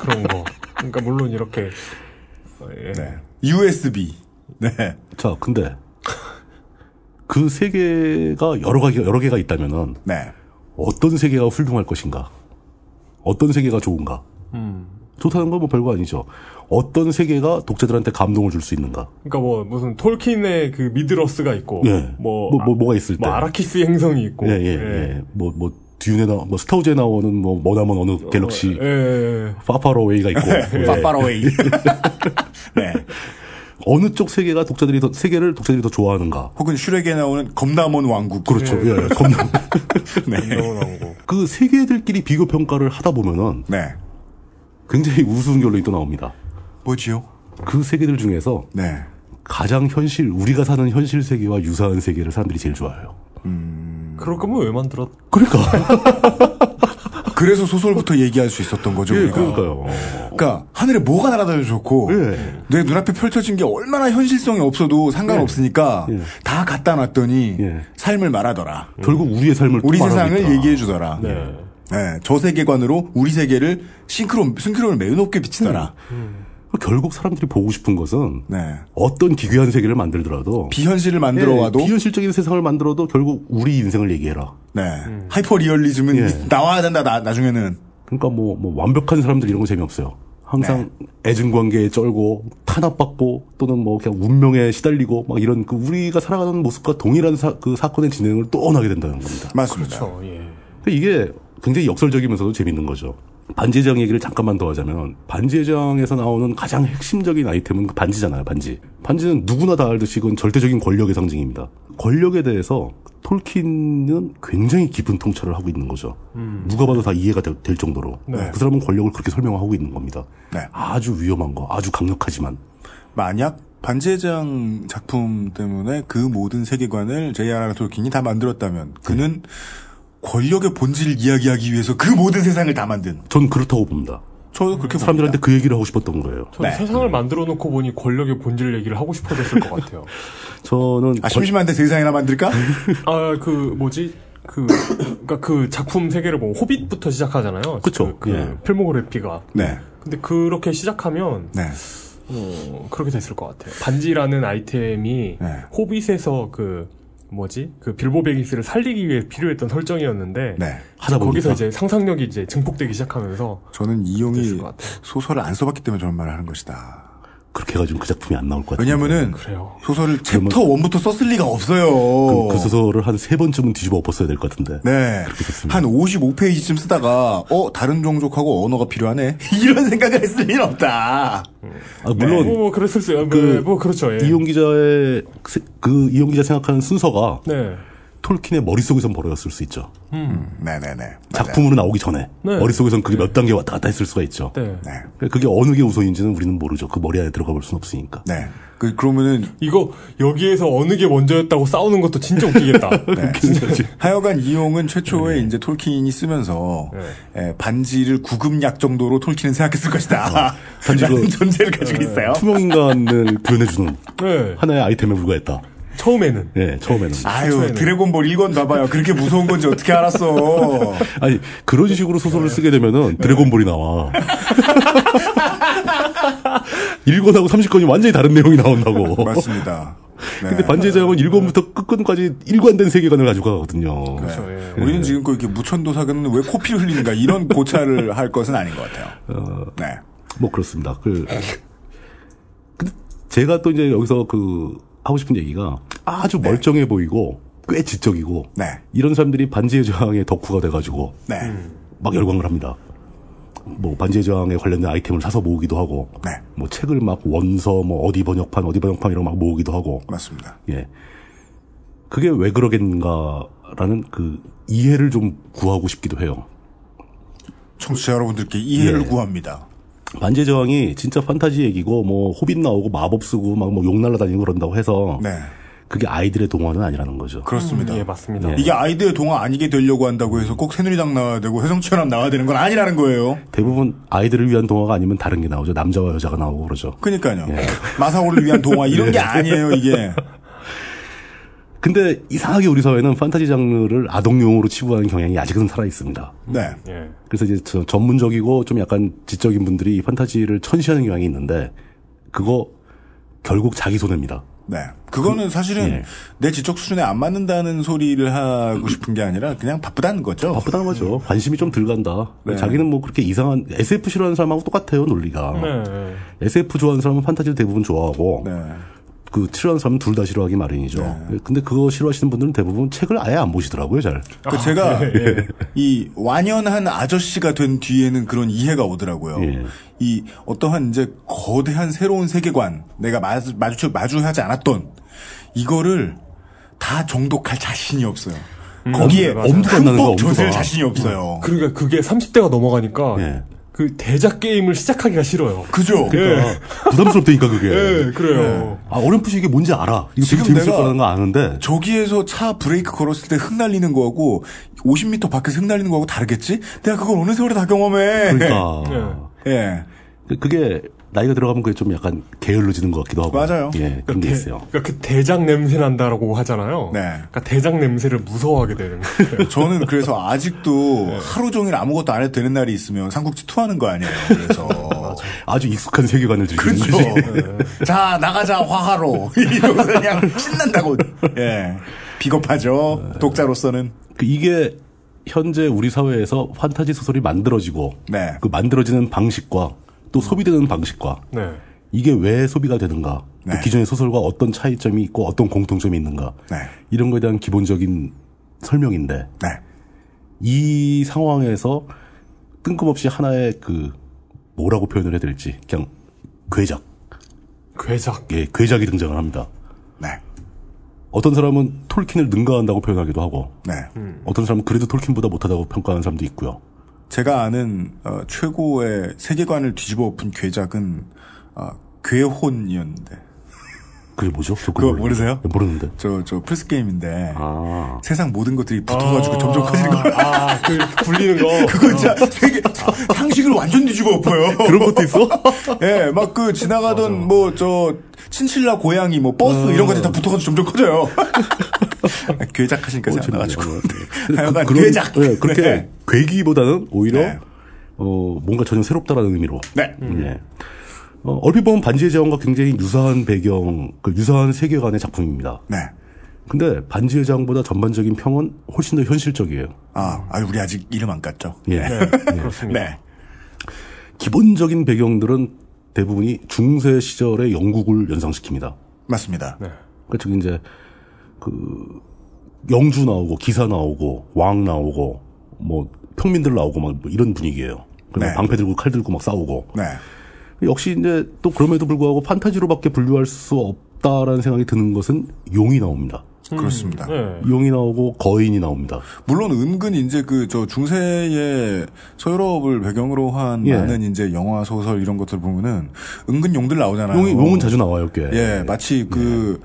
Speaker 3: 그런 거. 그러니까 물론 이렇게 예.
Speaker 4: USB. 네.
Speaker 2: 자, 근데 그 세계가 여러 개 여러 개가 있다면은
Speaker 4: 네.
Speaker 2: 어떤 세계가 훌륭할 것인가? 어떤 세계가 좋은가?
Speaker 3: 음.
Speaker 2: 좋다는 건 뭐 별거 아니죠. 어떤 세계가 독자들한테 감동을 줄 수 있는가?
Speaker 3: 그러니까 뭐 무슨 톨킨의 그 미드러스가 있고
Speaker 2: 예.
Speaker 3: 뭐,
Speaker 2: 뭐, 뭐, 가 있을 때.
Speaker 4: 네.
Speaker 3: 뭐 아라키스 행성이 있고
Speaker 2: 예, 예, 예. 뭐, 뭐, 듀네 나, 뭐, 스타우즈에 나오는 뭐, 머나먼 어느 갤럭시.
Speaker 3: 예, 예, 예.
Speaker 2: 파파로웨이가 있고.
Speaker 4: 예. 파파로웨이. 네.
Speaker 2: 어느 쪽 세계가 독자들이 더, 세계를 독자들이 더 좋아하는가?
Speaker 4: 혹은 슈렉에 나오는 검나몬 왕국.
Speaker 2: 그렇죠.
Speaker 4: 네.
Speaker 2: 예, 예. 겁나.
Speaker 4: 네.
Speaker 2: 그 세계들끼리 비교 평가를 하다 보면은
Speaker 4: 네.
Speaker 2: 굉장히 우스운 결론이 또 나옵니다.
Speaker 4: 뭐지요?
Speaker 2: 그 세계들 중에서
Speaker 4: 네.
Speaker 2: 가장 현실 우리가 사는 현실 세계와 유사한 세계를 사람들이 제일 좋아해요.
Speaker 3: 그럴 거면 왜 만들었?
Speaker 4: 그래서 소설부터 얘기할 수 있었던 거죠.
Speaker 2: 예,
Speaker 4: 우리가.
Speaker 2: 그러니까요. 예.
Speaker 4: 그러니까 하늘에 뭐가 날아다녀도 좋고 내 눈앞에 펼쳐진 게 얼마나 현실성이 없어도 상관없으니까
Speaker 2: 예.
Speaker 4: 다 갖다 놨더니 삶을 말하더라.
Speaker 2: 음. 결국 우리의 삶을 또
Speaker 4: 우리
Speaker 2: 말하고
Speaker 4: 세상을
Speaker 2: 있다.
Speaker 4: 얘기해 주더라. 네. 저 세계관으로 우리 세계를 싱크로 싱크로를 매우 높게 비치더라.
Speaker 2: 음. 결국 사람들이 보고 싶은 것은
Speaker 4: 네.
Speaker 2: 어떤 기괴한 세계를 만들더라도
Speaker 4: 비현실을 만들어 와도
Speaker 2: 예, 비현실적인 세상을 만들어도 결국 우리 인생을 얘기해라.
Speaker 4: 네.
Speaker 2: 음.
Speaker 4: 하이퍼 리얼리즘은
Speaker 2: 예.
Speaker 4: 있- 나와야 된다. 나, 나중에는
Speaker 2: 그러니까 뭐, 뭐 완벽한 사람들 이런 거 재미없어요. 항상
Speaker 4: 네.
Speaker 2: 애증 관계에 쩔고 탄압받고 또는 뭐 그냥 운명에 시달리고 막 이런 그 우리가 살아가는 모습과 동일한 사, 그 사건의 진행을 또 원하게 된다는 겁니다.
Speaker 4: 맞습니다.
Speaker 3: 그렇죠. 예.
Speaker 2: 근데 이게 굉장히 역설적이면서도 재밌는 거죠. 반지의장 얘기를 잠깐만 더 하자면 반지의장에서 나오는 가장 핵심적인 아이템은 그 반지잖아요. 반지. 반지는 누구나 다 알듯이 그건 절대적인 권력의 상징입니다. 권력에 대해서 톨킨은 굉장히 깊은 통찰을 하고 있는 거죠.
Speaker 3: 음.
Speaker 2: 누가 봐도 다 이해가 될, 될 정도로
Speaker 4: 네.
Speaker 2: 그 사람은 권력을 그렇게 설명하고 있는 겁니다.
Speaker 4: 네.
Speaker 2: 아주 위험한 거, 아주 강력하지만
Speaker 4: 만약 반지의장 작품 때문에 그 모든 세계관을 J.R.R. 톨킨이 다 만들었다면 그는 권력의 본질을 이야기하기 위해서 그 모든 세상을 다 만든
Speaker 2: 전 그렇다고 봅니다.
Speaker 4: 저도 그렇게
Speaker 2: 사람들한테 그 얘기를 하고 싶었던 거예요.
Speaker 3: 저는
Speaker 4: 네.
Speaker 3: 세상을 만들어 놓고 보니 권력의 본질 얘기를 하고 싶어졌을 것 같아요.
Speaker 2: 저는
Speaker 4: 아 심심한데 세상이나 만들까?
Speaker 3: 아 그 뭐지? 그 그러니까 그 작품 세계를 보면 호빗부터 시작하잖아요.
Speaker 2: 그쵸.
Speaker 3: 그, 그
Speaker 2: 예.
Speaker 3: 필모그래피가.
Speaker 4: 네.
Speaker 3: 근데 그렇게 시작하면
Speaker 4: 네.
Speaker 3: 어, 그렇게 됐을 것 같아요. 반지라는 아이템이
Speaker 4: 네.
Speaker 3: 호빗에서 그 뭐지? 그 빌보베기스를 살리기 위해 필요했던 설정이었는데
Speaker 4: 네.
Speaker 2: 하다 보니까
Speaker 3: 거기서 이제 상상력이 이제 증폭되기 시작하면서
Speaker 4: 저는 이용이
Speaker 3: 것 같아요.
Speaker 4: 소설을 안 써봤기 때문에 저런 말을 하는 것이다.
Speaker 2: 그렇게 해가지고 그 작품이 안 나올 것 네, 뭐- 같아요.
Speaker 3: 네,
Speaker 4: 왜냐면은 소설을 챕터 원부터 썼을 리가 없어요.
Speaker 2: 그, 그 소설을 한 세 번쯤은 뒤집어 엎었어야 될 것 같은데.
Speaker 4: 네. 한 55페이지쯤 쓰다가, 어, 다른 종족하고 언어가 필요하네? 이런 생각을 했을 리는 없다. 네.
Speaker 2: 아, 물론
Speaker 3: 뭐, 뭐 그랬을 수, 뭐, 뭐 그렇죠. 예.
Speaker 2: 이용 기자의 세- 그 이용 기자 생각하는 순서가
Speaker 3: 네.
Speaker 2: 톨킨의 머릿속에선 벌어졌을 수 있죠.
Speaker 3: 음.
Speaker 4: 네네네.
Speaker 2: 작품으로 나오기 전에
Speaker 3: 네.
Speaker 2: 머릿속에선 그게 몇 단계 왔다 갔다 했을 수가 있죠.
Speaker 3: 네.
Speaker 2: 그게 어느 게 우선인지는 우리는 모르죠. 그 머리 안에 들어가 볼 수는 없으니까.
Speaker 4: 네. 그 그러면은
Speaker 3: 이거 여기에서 어느 게 먼저였다고 싸우는 것도 진짜 웃기겠다.
Speaker 4: 네.
Speaker 3: 네.
Speaker 4: 하여간 이용은 최초에 이제 톨킨이 쓰면서 예, 반지를 구급약 정도로 톨킨은 생각했을
Speaker 3: 어,
Speaker 4: 것이다.
Speaker 2: 반지로-
Speaker 4: 라는 존재를 가지고 있어요.
Speaker 2: 투명 인간을 구현해주는
Speaker 3: 네.
Speaker 2: 하나의 아이템에 불과했다.
Speaker 3: 처음에는.
Speaker 2: 네, 처음에는.
Speaker 4: 아유 드래곤볼 1권 봐봐요. 그렇게 무서운 건지 어떻게 알았어?
Speaker 2: 아니
Speaker 4: 네.
Speaker 2: 그런 식으로 소설을 쓰게 되면은 드래곤볼이 나와. 1권하고 30권이 완전히 다른 내용이 나온다고.
Speaker 4: 맞습니다. 네.
Speaker 2: 근데 반지의 제왕은 1권부터 끝권까지 일관된 세계관을 가지고 가거든요.
Speaker 4: 네. 우리는 지금 그 이렇게 무천도 사근은 왜 코피 흘리는가 이런 고찰을 할 것은 아닌 것 같아요.
Speaker 2: 어,
Speaker 4: 네.
Speaker 2: 뭐 그렇습니다. 그 근데 제가 또 이제 여기서 그 하고 싶은 얘기가 아주
Speaker 4: 네.
Speaker 2: 멀쩡해 보이고 꽤 지적이고 이런 사람들이 반지의 제왕의 덕후가 돼가지고
Speaker 4: 네.
Speaker 3: 음.
Speaker 2: 막 열광을 합니다. 뭐 반지의 제왕에 관련된 아이템을 사서 모으기도 하고,
Speaker 4: 네.
Speaker 2: 뭐 책을 막 원서 뭐 어디 번역판 어디 번역판 이런 거 막 모으기도 하고.
Speaker 4: 맞습니다.
Speaker 2: 예. 그게 왜 그러겠는가라는 그 이해를 좀 구하고 싶기도 해요.
Speaker 4: 청취자 여러분들께 이해를
Speaker 2: 예.
Speaker 4: 구합니다.
Speaker 2: 반지의 제왕이 진짜 판타지 얘기고 뭐 호빗 나오고 마법 쓰고 막 뭐 용 날라다니고 그런다고 해서 그게 아이들의 동화는 아니라는 거죠.
Speaker 4: 네. 그렇습니다.
Speaker 3: 예, 맞습니다.
Speaker 2: 예.
Speaker 4: 이게 아이들의 동화 아니게 되려고 한다고 해서 꼭 새누리당 나와야 되고 해성치연합 나와야 되는 건 아니라는 거예요.
Speaker 2: 대부분 아이들을 위한 동화가 아니면 다른 게 나오죠. 남자와 여자가 나오고 그러죠. 예.
Speaker 4: 그러니까요. 마사오를 위한 동화 이런 게 아니에요 이게.
Speaker 2: 근데 이상하게 우리 사회는 판타지 장르를 아동용으로 치부하는 경향이 아직은 살아 있습니다.
Speaker 4: 네.
Speaker 2: 그래서 이제 저- 전문적이고 좀 약간 지적인 분들이 이 판타지를 천시하는 경향이 있는데 그거 결국 자기 손해입니다.
Speaker 4: 네. 그거는 사실은 내 지적 수준에 안 맞는다는 소리를 하고 싶은 게 아니라 그냥 바쁘다는 거죠.
Speaker 2: 바쁘다는 거죠. 관심이 좀 덜 간다.
Speaker 4: 네.
Speaker 2: 자기는 뭐 그렇게 이상한 SF 싫어하는 사람하고 똑같아요 논리가.
Speaker 3: 네.
Speaker 2: SF 좋아하는 사람은 판타지를 대부분 좋아하고
Speaker 4: 네.
Speaker 2: 그 싫어하는 사람은 둘 다 싫어하기 마련이죠. 근데 그거 싫어하시는 분들은 대부분 책을 아예 안 보시더라고요 잘. 아, 네.
Speaker 4: 그 제가 이 완연한 아저씨가 된 뒤에는 그런 이해가 오더라고요. 이 어떠한 이제 거대한 새로운 세계관, 내가 마주, 마주쳐, 마주하지 않았던 이거를 다 정독할 자신이 없어요. 거기에 흠뻑 젖을 자신이 없어요.
Speaker 3: 음, 그러니까 그게 30대가 넘어가니까 그 대작 게임을 시작하기가 싫어요.
Speaker 4: 그죠?
Speaker 2: 그러니까 부담스럽다니까 그게.
Speaker 3: 예, 그래요.
Speaker 2: 아 어렴풋이 이게 뭔지 알아. 이거 되게
Speaker 4: 지금
Speaker 2: 재밌을
Speaker 4: 내가
Speaker 2: 거라는 거 아는데.
Speaker 4: 저기에서 차 브레이크 걸었을 때 흩날리는 거하고 50m 밖에서 흩날리는 거하고 다르겠지? 내가 그걸 어느 세월에 다 경험해.
Speaker 2: 그러니까.
Speaker 4: 예.
Speaker 2: 그게 나이가 들어가면 그게 좀 약간 게을러지는 것 같기도
Speaker 4: 어,
Speaker 2: 하고.
Speaker 3: 맞아요.
Speaker 2: 예, 그런 게 있어요.
Speaker 3: 그러니까 그 대장 냄새 난다라고 하잖아요.
Speaker 4: 네.
Speaker 3: 그러니까 대장 냄새를 무서워하게 되는 거예요. 네.
Speaker 4: 저는 그래서 아직도 하루 종일 아무것도 안 해도 되는 날이 있으면 삼국지 투하는 거 아니에요. 그래서
Speaker 2: 아주 익숙한 세계관을 즐기는
Speaker 4: 그렇죠.
Speaker 2: 거지.
Speaker 4: 자 나가자 화하로 이러면서 그냥 신난다고. 예. 비겁하죠. 독자로서는.
Speaker 2: 그 이게 현재 우리 사회에서 판타지 소설이 만들어지고
Speaker 4: 네.
Speaker 2: 그 만들어지는 방식과 또 소비되는 방식과
Speaker 3: 네.
Speaker 2: 이게 왜 소비가 되는가
Speaker 4: 네.
Speaker 2: 또 기존의 소설과 어떤 차이점이 있고 어떤 공통점이 있는가 이런 거에 대한 기본적인 설명인데
Speaker 4: 네.
Speaker 2: 이 상황에서 뜬금없이 하나의 그 뭐라고 표현을 해야 될지 그냥 괴작
Speaker 3: 괴작
Speaker 2: 예 괴작이 등장을 합니다
Speaker 4: 네.
Speaker 2: 어떤 사람은 톨킨을 능가한다고 표현하기도 하고
Speaker 4: 네.
Speaker 3: 음.
Speaker 2: 어떤 사람은 그래도 톨킨보다 못하다고 평가하는 사람도 있고요
Speaker 4: 제가 아는 어, 최고의 세계관을 뒤집어 엎은 괴작은 어, 괴혼이었는데.
Speaker 2: 그게 뭐죠? 저
Speaker 4: 그거 모르세요?
Speaker 2: 모르는데. 아.
Speaker 4: 저, 저 플스게임인데. 세상 모든 것들이 붙어가지고
Speaker 3: 아.
Speaker 4: 점점 커지는 거.
Speaker 3: 아, 그 굴리는 거.
Speaker 4: 그거 진짜 세계, 상식을 완전 뒤집어 엎어요.
Speaker 2: 그런 것도 있어?
Speaker 4: 예, 막 그 지나가던 뭐, 저, 친칠라 고양이 뭐
Speaker 2: 음.
Speaker 4: 버스 이런 것들이 다 붙어가지고 점점 커져요. 아, 괴작하시니까 잘 나가지고. 하여간
Speaker 2: 그런-
Speaker 4: 괴작.
Speaker 2: 네, 그렇게
Speaker 4: 네.
Speaker 2: 괴기보다는 오히려 어, 뭔가 전혀 새롭다라는 의미로.
Speaker 4: 네.
Speaker 2: 예. 어, 얼핏 보면 반지의 제왕과 굉장히 유사한 배경, 그 유사한 세계관의 작품입니다.
Speaker 4: 네.
Speaker 2: 근데 반지의 제왕보다 전반적인 평은 훨씬 더 현실적이에요.
Speaker 4: 아, 아, 우리
Speaker 3: 네,
Speaker 4: 아직 이름 안 깠죠?
Speaker 2: 예.
Speaker 4: 네.
Speaker 2: 기본적인 배경들은 대부분이 중세 시절의 영국을 연상시킵니다.
Speaker 4: 맞습니다.
Speaker 2: 그러니까 즉 이제 그 영주 나오고 기사 나오고 왕 나오고 뭐 평민들 나오고 막뭐 이런 분위기예요. 그리고
Speaker 4: 네.
Speaker 2: 방패 들고 칼 들고 막 싸우고.
Speaker 4: 네.
Speaker 2: 역시 이제 또 그럼에도 불구하고 판타지로밖에 분류할 수 없다라는 생각이 드는 것은 용이 나옵니다.
Speaker 4: 네,
Speaker 3: 음,
Speaker 4: 그렇습니다.
Speaker 3: 네.
Speaker 2: 용이 나오고 거인이 나옵니다.
Speaker 4: 물론 은근 이제 그 저 중세의 서유럽을 배경으로 한
Speaker 2: 예.
Speaker 4: 많은 이제 영화 소설 이런 것들 보면은 은근 용들 나오잖아요.
Speaker 2: 용이 용은 자주 나와요, 꽤.
Speaker 4: 예, 마치 그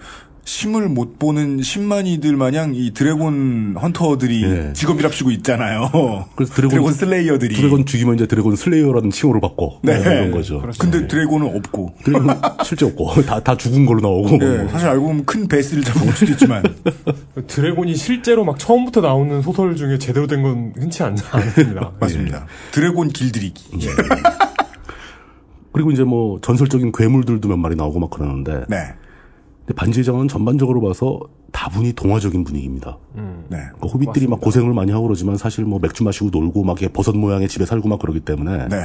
Speaker 4: 심을 못 보는 심만이들 마냥 이 드래곤 헌터들이
Speaker 2: 예.
Speaker 4: 직업이랍시고 있잖아요.
Speaker 2: 그래서
Speaker 4: 드래곤,
Speaker 2: 드래곤-
Speaker 4: 슬레이어들이
Speaker 2: 드래곤 죽이면 이제 드래곤 슬레이어라는 칭호를 받고 뭐
Speaker 4: 네.
Speaker 2: 이런 거죠. 예.
Speaker 4: 근데 드래곤은 없고
Speaker 2: 드래곤 실제 없고 다 다 죽은 걸로 나오고. 뭐
Speaker 4: 예, 사실 알고 보면 큰 베스를 잡아올 수도 있지만
Speaker 3: 네. 드래곤이 실제로 막 처음부터 나오는 소설 중에 제대로 된 건 흔치 않, 않습니다. 음.
Speaker 4: 맞습니다. 드래곤 길들이기.
Speaker 2: 그리고 이제 뭐 전설적인 괴물들도 몇 마리 나오고 막 그러는데.
Speaker 4: 네.
Speaker 2: 근데 반지의장은 전반적으로 봐서 다분히 동화적인 분위기입니다.
Speaker 4: 네.
Speaker 2: 그러니까 호빗들이 막 고생을 많이 하고 그러지만 사실 뭐 맥주 마시고 놀고 막 이렇게 버섯 모양의 집에 살고 막 그러기 때문에
Speaker 4: 네.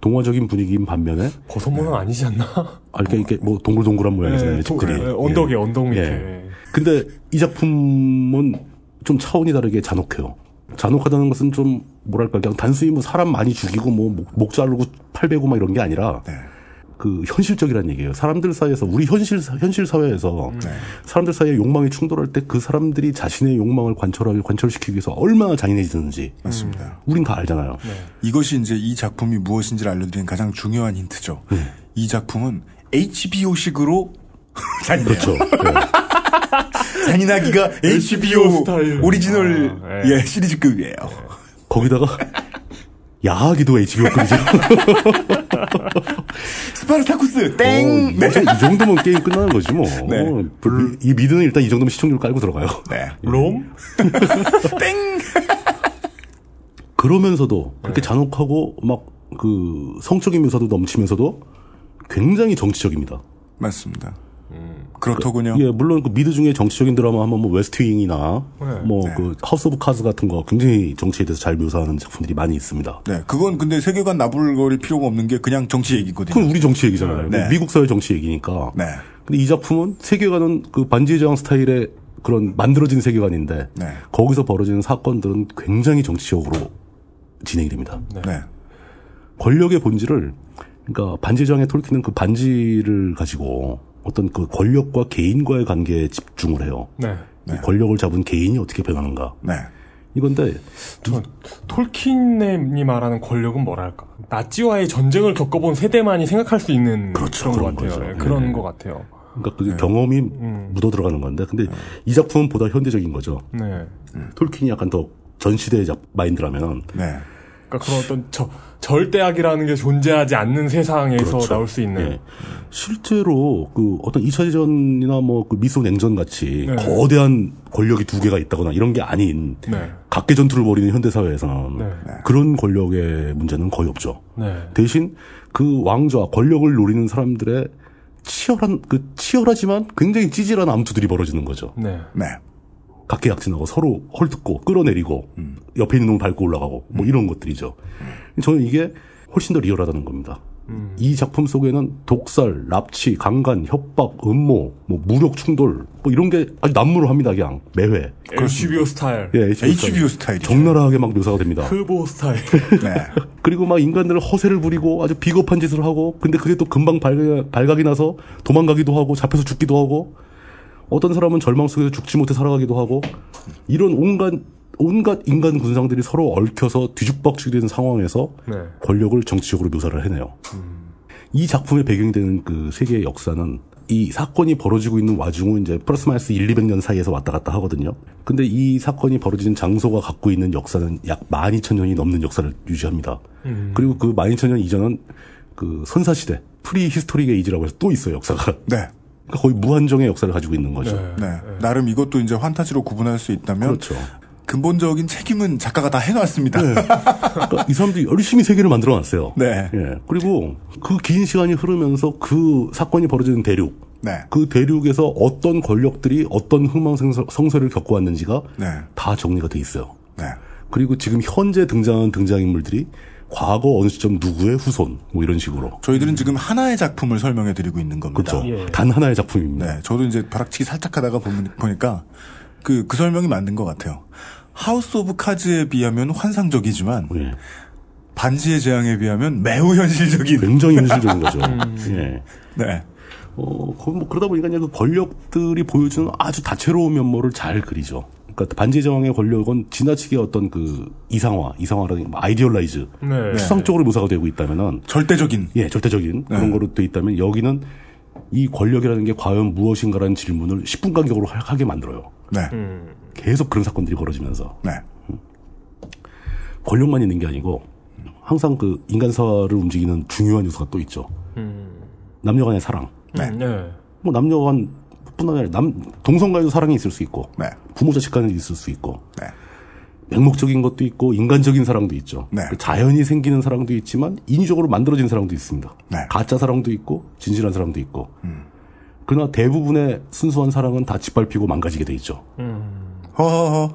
Speaker 2: 동화적인 분위기인 반면에
Speaker 3: 버섯 모양 아니지 않나?
Speaker 2: 아, 이렇게 이렇게 뭐 동글동글한 모양이잖아요
Speaker 3: 네, 동-
Speaker 2: 집들이 예.
Speaker 3: 네, 언덕에, 언덕 밑에. 네.
Speaker 2: 근데 이 작품은 좀 차원이 다르게 잔혹해요. 잔혹하다는 것은 좀 뭐랄까 그냥 단순히 뭐 사람 많이 죽이고 뭐 목 자르고 팔 베고 막 이런 게 아니라
Speaker 3: 네.
Speaker 2: 그 현실적이란 얘기예요. 사람들 사이에서 우리 현실 사- 현실 사회에서
Speaker 3: 음, 네.
Speaker 2: 사람들 사이에 욕망이 충돌할 때 그 사람들이 자신의 욕망을 관철하기 관철시키기 위해서 얼마나 잔인해지는지
Speaker 4: 맞습니다.
Speaker 2: 음.
Speaker 4: 네.
Speaker 2: 우린 다 알잖아요.
Speaker 4: 이것이 이제 이 작품이 무엇인지를 알려드린 가장 중요한 힌트죠.
Speaker 2: 네.
Speaker 4: 이 작품은 HBO식으로 잔인해요. 네.
Speaker 2: 그렇죠.
Speaker 4: 잔인하기가 HBO
Speaker 3: 네. 스타일.
Speaker 4: 오리지널
Speaker 3: 아, 예.
Speaker 4: 예, 시리즈급이에요.
Speaker 2: 거기다가 야하기도 그 HBO급이죠.
Speaker 4: 스파르타쿠스 땡.
Speaker 2: 어, 이거 이 정도면 게임 끝나는 거지 뭐.
Speaker 4: 네.
Speaker 2: 어, 이 미드는 일단 이 정도면 시청률 깔고 들어가요. 예.
Speaker 4: 네.
Speaker 3: 롬?
Speaker 2: 그러면서도
Speaker 4: 네.
Speaker 2: 그렇게 잔혹하고 막 그 성적인 묘사도 넘치면서도 굉장히 정치적입니다.
Speaker 4: 맞습니다. 그렇더군요.
Speaker 2: 예, 물론 그 미드 중에 정치적인 드라마 하면 뭐 웨스트윙이나
Speaker 4: 네.
Speaker 2: 뭐 그 하우스 오브 카즈 같은 거 굉장히 정치에 대해서 잘 묘사하는 작품들이 많이 있습니다.
Speaker 4: 네, 그건 근데 세계관 나불거릴 필요가 없는 게 그냥 정치 얘기거든요.
Speaker 2: 그건 우리 정치 얘기잖아요.
Speaker 4: 네.
Speaker 2: 미국 사회 정치 얘기니까.
Speaker 4: 네.
Speaker 2: 근데 이 작품은 세계관은 그 반지의 제왕 스타일의 그런 만들어진 세계관인데
Speaker 4: 네.
Speaker 2: 거기서 벌어지는 사건들은 굉장히 정치적으로 진행이 됩니다.
Speaker 4: 네.
Speaker 2: 권력의 본질을 그러니까 반지의 제왕의 톨킨은 그 반지를 가지고 어떤 그 권력과 개인과의 관계에 집중을 해요.
Speaker 3: 네.
Speaker 2: 이 권력을 잡은 개인이 어떻게 변하는가.
Speaker 4: 네.
Speaker 2: 이건데
Speaker 3: 전 톨킨님이 말하는 권력은 뭐랄까 나치와의 전쟁을 겪어본 세대만이 생각할 수 있는 그런
Speaker 4: 그렇죠.
Speaker 3: 것 같아요. 예, 그런
Speaker 4: 네.
Speaker 3: 것 같아요.
Speaker 2: 그러니까 그 경험이 묻어 들어가는 건데 근데
Speaker 4: 네.
Speaker 2: 이 작품은 보다 현대적인 거죠.
Speaker 3: 네.
Speaker 2: 음. 톨킨이 약간 더 전시대의 작- 마인드라면은
Speaker 4: 네.
Speaker 3: 그러니까 그런 어떤 저, 절대악이라는 게 존재하지 않는 세상에서
Speaker 2: 그렇죠.
Speaker 3: 나올 수 있는
Speaker 2: 예. 실제로 그 어떤 2차 대전이나 뭐 그 미소 냉전 같이
Speaker 3: 네.
Speaker 2: 거대한 권력이 두 개가 있다거나 이런 게 아닌
Speaker 3: 네.
Speaker 2: 각계 전투를 벌이는 현대 사회에서는 그런 권력의 문제는 거의 없죠.
Speaker 3: 네.
Speaker 2: 대신 그 왕좌 권력을 노리는 사람들의 치열한 그 치열하지만 굉장히 찌질한 암투들이 벌어지는 거죠.
Speaker 3: 네.
Speaker 4: 네.
Speaker 2: 각계약진하고 서로 헐뜯고 끌어내리고 옆에 있는 놈을 밟고 올라가고 뭐 이런 것들이죠. 저는 이게 훨씬 더 리얼하다는 겁니다.
Speaker 3: 음.
Speaker 2: 이 작품 속에는 독살, 납치, 강간, 협박, 음모, 뭐 무력 충돌 뭐 이런 게 아주 난무를합니다 그냥 매회.
Speaker 3: HBO 스타일,
Speaker 2: 예, 스타일. 적나라하게 막 묘사가 됩니다.
Speaker 3: 흐보 스타일.
Speaker 2: 그리고 막 인간들을 허세를 부리고 아주 비겁한 짓을 하고 근데 그게 또 금방 발각, 발각이 나서 도망가기도 하고 잡혀서 죽기도 하고 어떤 사람은 절망 속에서 죽지 못해 살아가기도 하고 이런 온갖 온갖 인간 군상들이 서로 얽혀서 뒤죽박죽이 되는 상황에서
Speaker 3: 네.
Speaker 2: 권력을 정치적으로 묘사를 해내요. 이 작품의 배경이 되는 그 세계의 역사는 이 사건이 벌어지고 있는 와중은 이제 플러스 마이너스 1, 200년 사이에서 왔다 갔다 하거든요. 근데 이 사건이 벌어지는 장소가 갖고 있는 역사는 약 12,000년이 넘는 역사를 유지합니다.
Speaker 3: 음.
Speaker 2: 그리고 그 12,000년 이전은 그 선사시대, 프리 히스토릭의 이지라고 해서 또 있어요, 역사가.
Speaker 4: 네.
Speaker 2: 그러니까 거의 무한정의 역사를 가지고 있는 거죠.
Speaker 4: 네. 나름 이것도 이제 환타지로 구분할 수 있다면
Speaker 2: 그렇죠.
Speaker 4: 근본적인 책임은 작가가 다 해놨습니다.
Speaker 2: 그러니까 이 사람들이 열심히 세계를 만들어 놨어요.
Speaker 4: 네.
Speaker 2: 예. 그리고 그 긴 시간이 흐르면서 그 사건이 벌어지는 대륙.
Speaker 4: 네.
Speaker 2: 그 대륙에서 어떤 권력들이 어떤 흥망성쇠를 겪고 왔는지가
Speaker 4: 네.
Speaker 2: 다 정리가 돼 있어요.
Speaker 4: 네.
Speaker 2: 그리고 지금 현재 등장하는 등장인물들이 과거 어느 시점 누구의 후손 뭐 이런 식으로.
Speaker 4: 저희들은 지금 하나의 작품을 설명해 드리고 있는 겁니다.
Speaker 2: 그렇죠. 단 하나의 작품입니다.
Speaker 4: 예. 네, 저도 이제 벼락치기 살짝 하다가 보면- 보니까 그, 그 설명이 맞는 것 같아요. 하우스 오브 카즈에 비하면 환상적이지만
Speaker 2: 예.
Speaker 4: 반지의 제왕에 비하면 매우 현실적인
Speaker 2: 굉장히 현실적인 거죠. 예.
Speaker 4: 음. 네.
Speaker 2: 어, 그, 뭐 그러다 보니까 이제 그 권력들이 보여주는 아주 다채로운 면모를 잘 그리죠. 그러니까 반지의 제왕의 권력은 지나치게 어떤 그 이상화, 이상화라는 뭐 아이디얼라이즈,
Speaker 3: 네.
Speaker 2: 추상적으로 묘사가 되고 있다면은
Speaker 4: 절대적인 네.
Speaker 2: 예, 절대적인 그런 거로 돼 있다면 여기는 이 권력이라는 게 과연 무엇인가라는 질문을 10분 간격으로 하- 하게 만들어요.
Speaker 4: 네.
Speaker 2: 계속 그런 사건들이 벌어지면서 음.
Speaker 4: 네.
Speaker 2: 권력만 있는 게 아니고 항상 그 인간 사회를 움직이는 중요한 요소가 또 있죠.
Speaker 3: 음.
Speaker 2: 남녀간의 사랑.
Speaker 4: 네.
Speaker 2: 뭐 남녀간 뿐 아니라 남 동성 간에도 사랑이 있을 수 있고
Speaker 4: 네.
Speaker 2: 부모 자식 간에도 있을 수 있고 맹목적인 것도 있고 인간적인 사랑도 있죠.
Speaker 4: 네.
Speaker 2: 그 자연이 생기는 사랑도 있지만 인위적으로 만들어진 사랑도 있습니다.
Speaker 4: 네.
Speaker 2: 가짜 사랑도 있고 진실한 사랑도 있고.
Speaker 4: 음.
Speaker 2: 그러나 대부분의 순수한 사랑은 다 짓밟히고 망가지게 돼 있죠.
Speaker 3: 음.
Speaker 4: 허허허.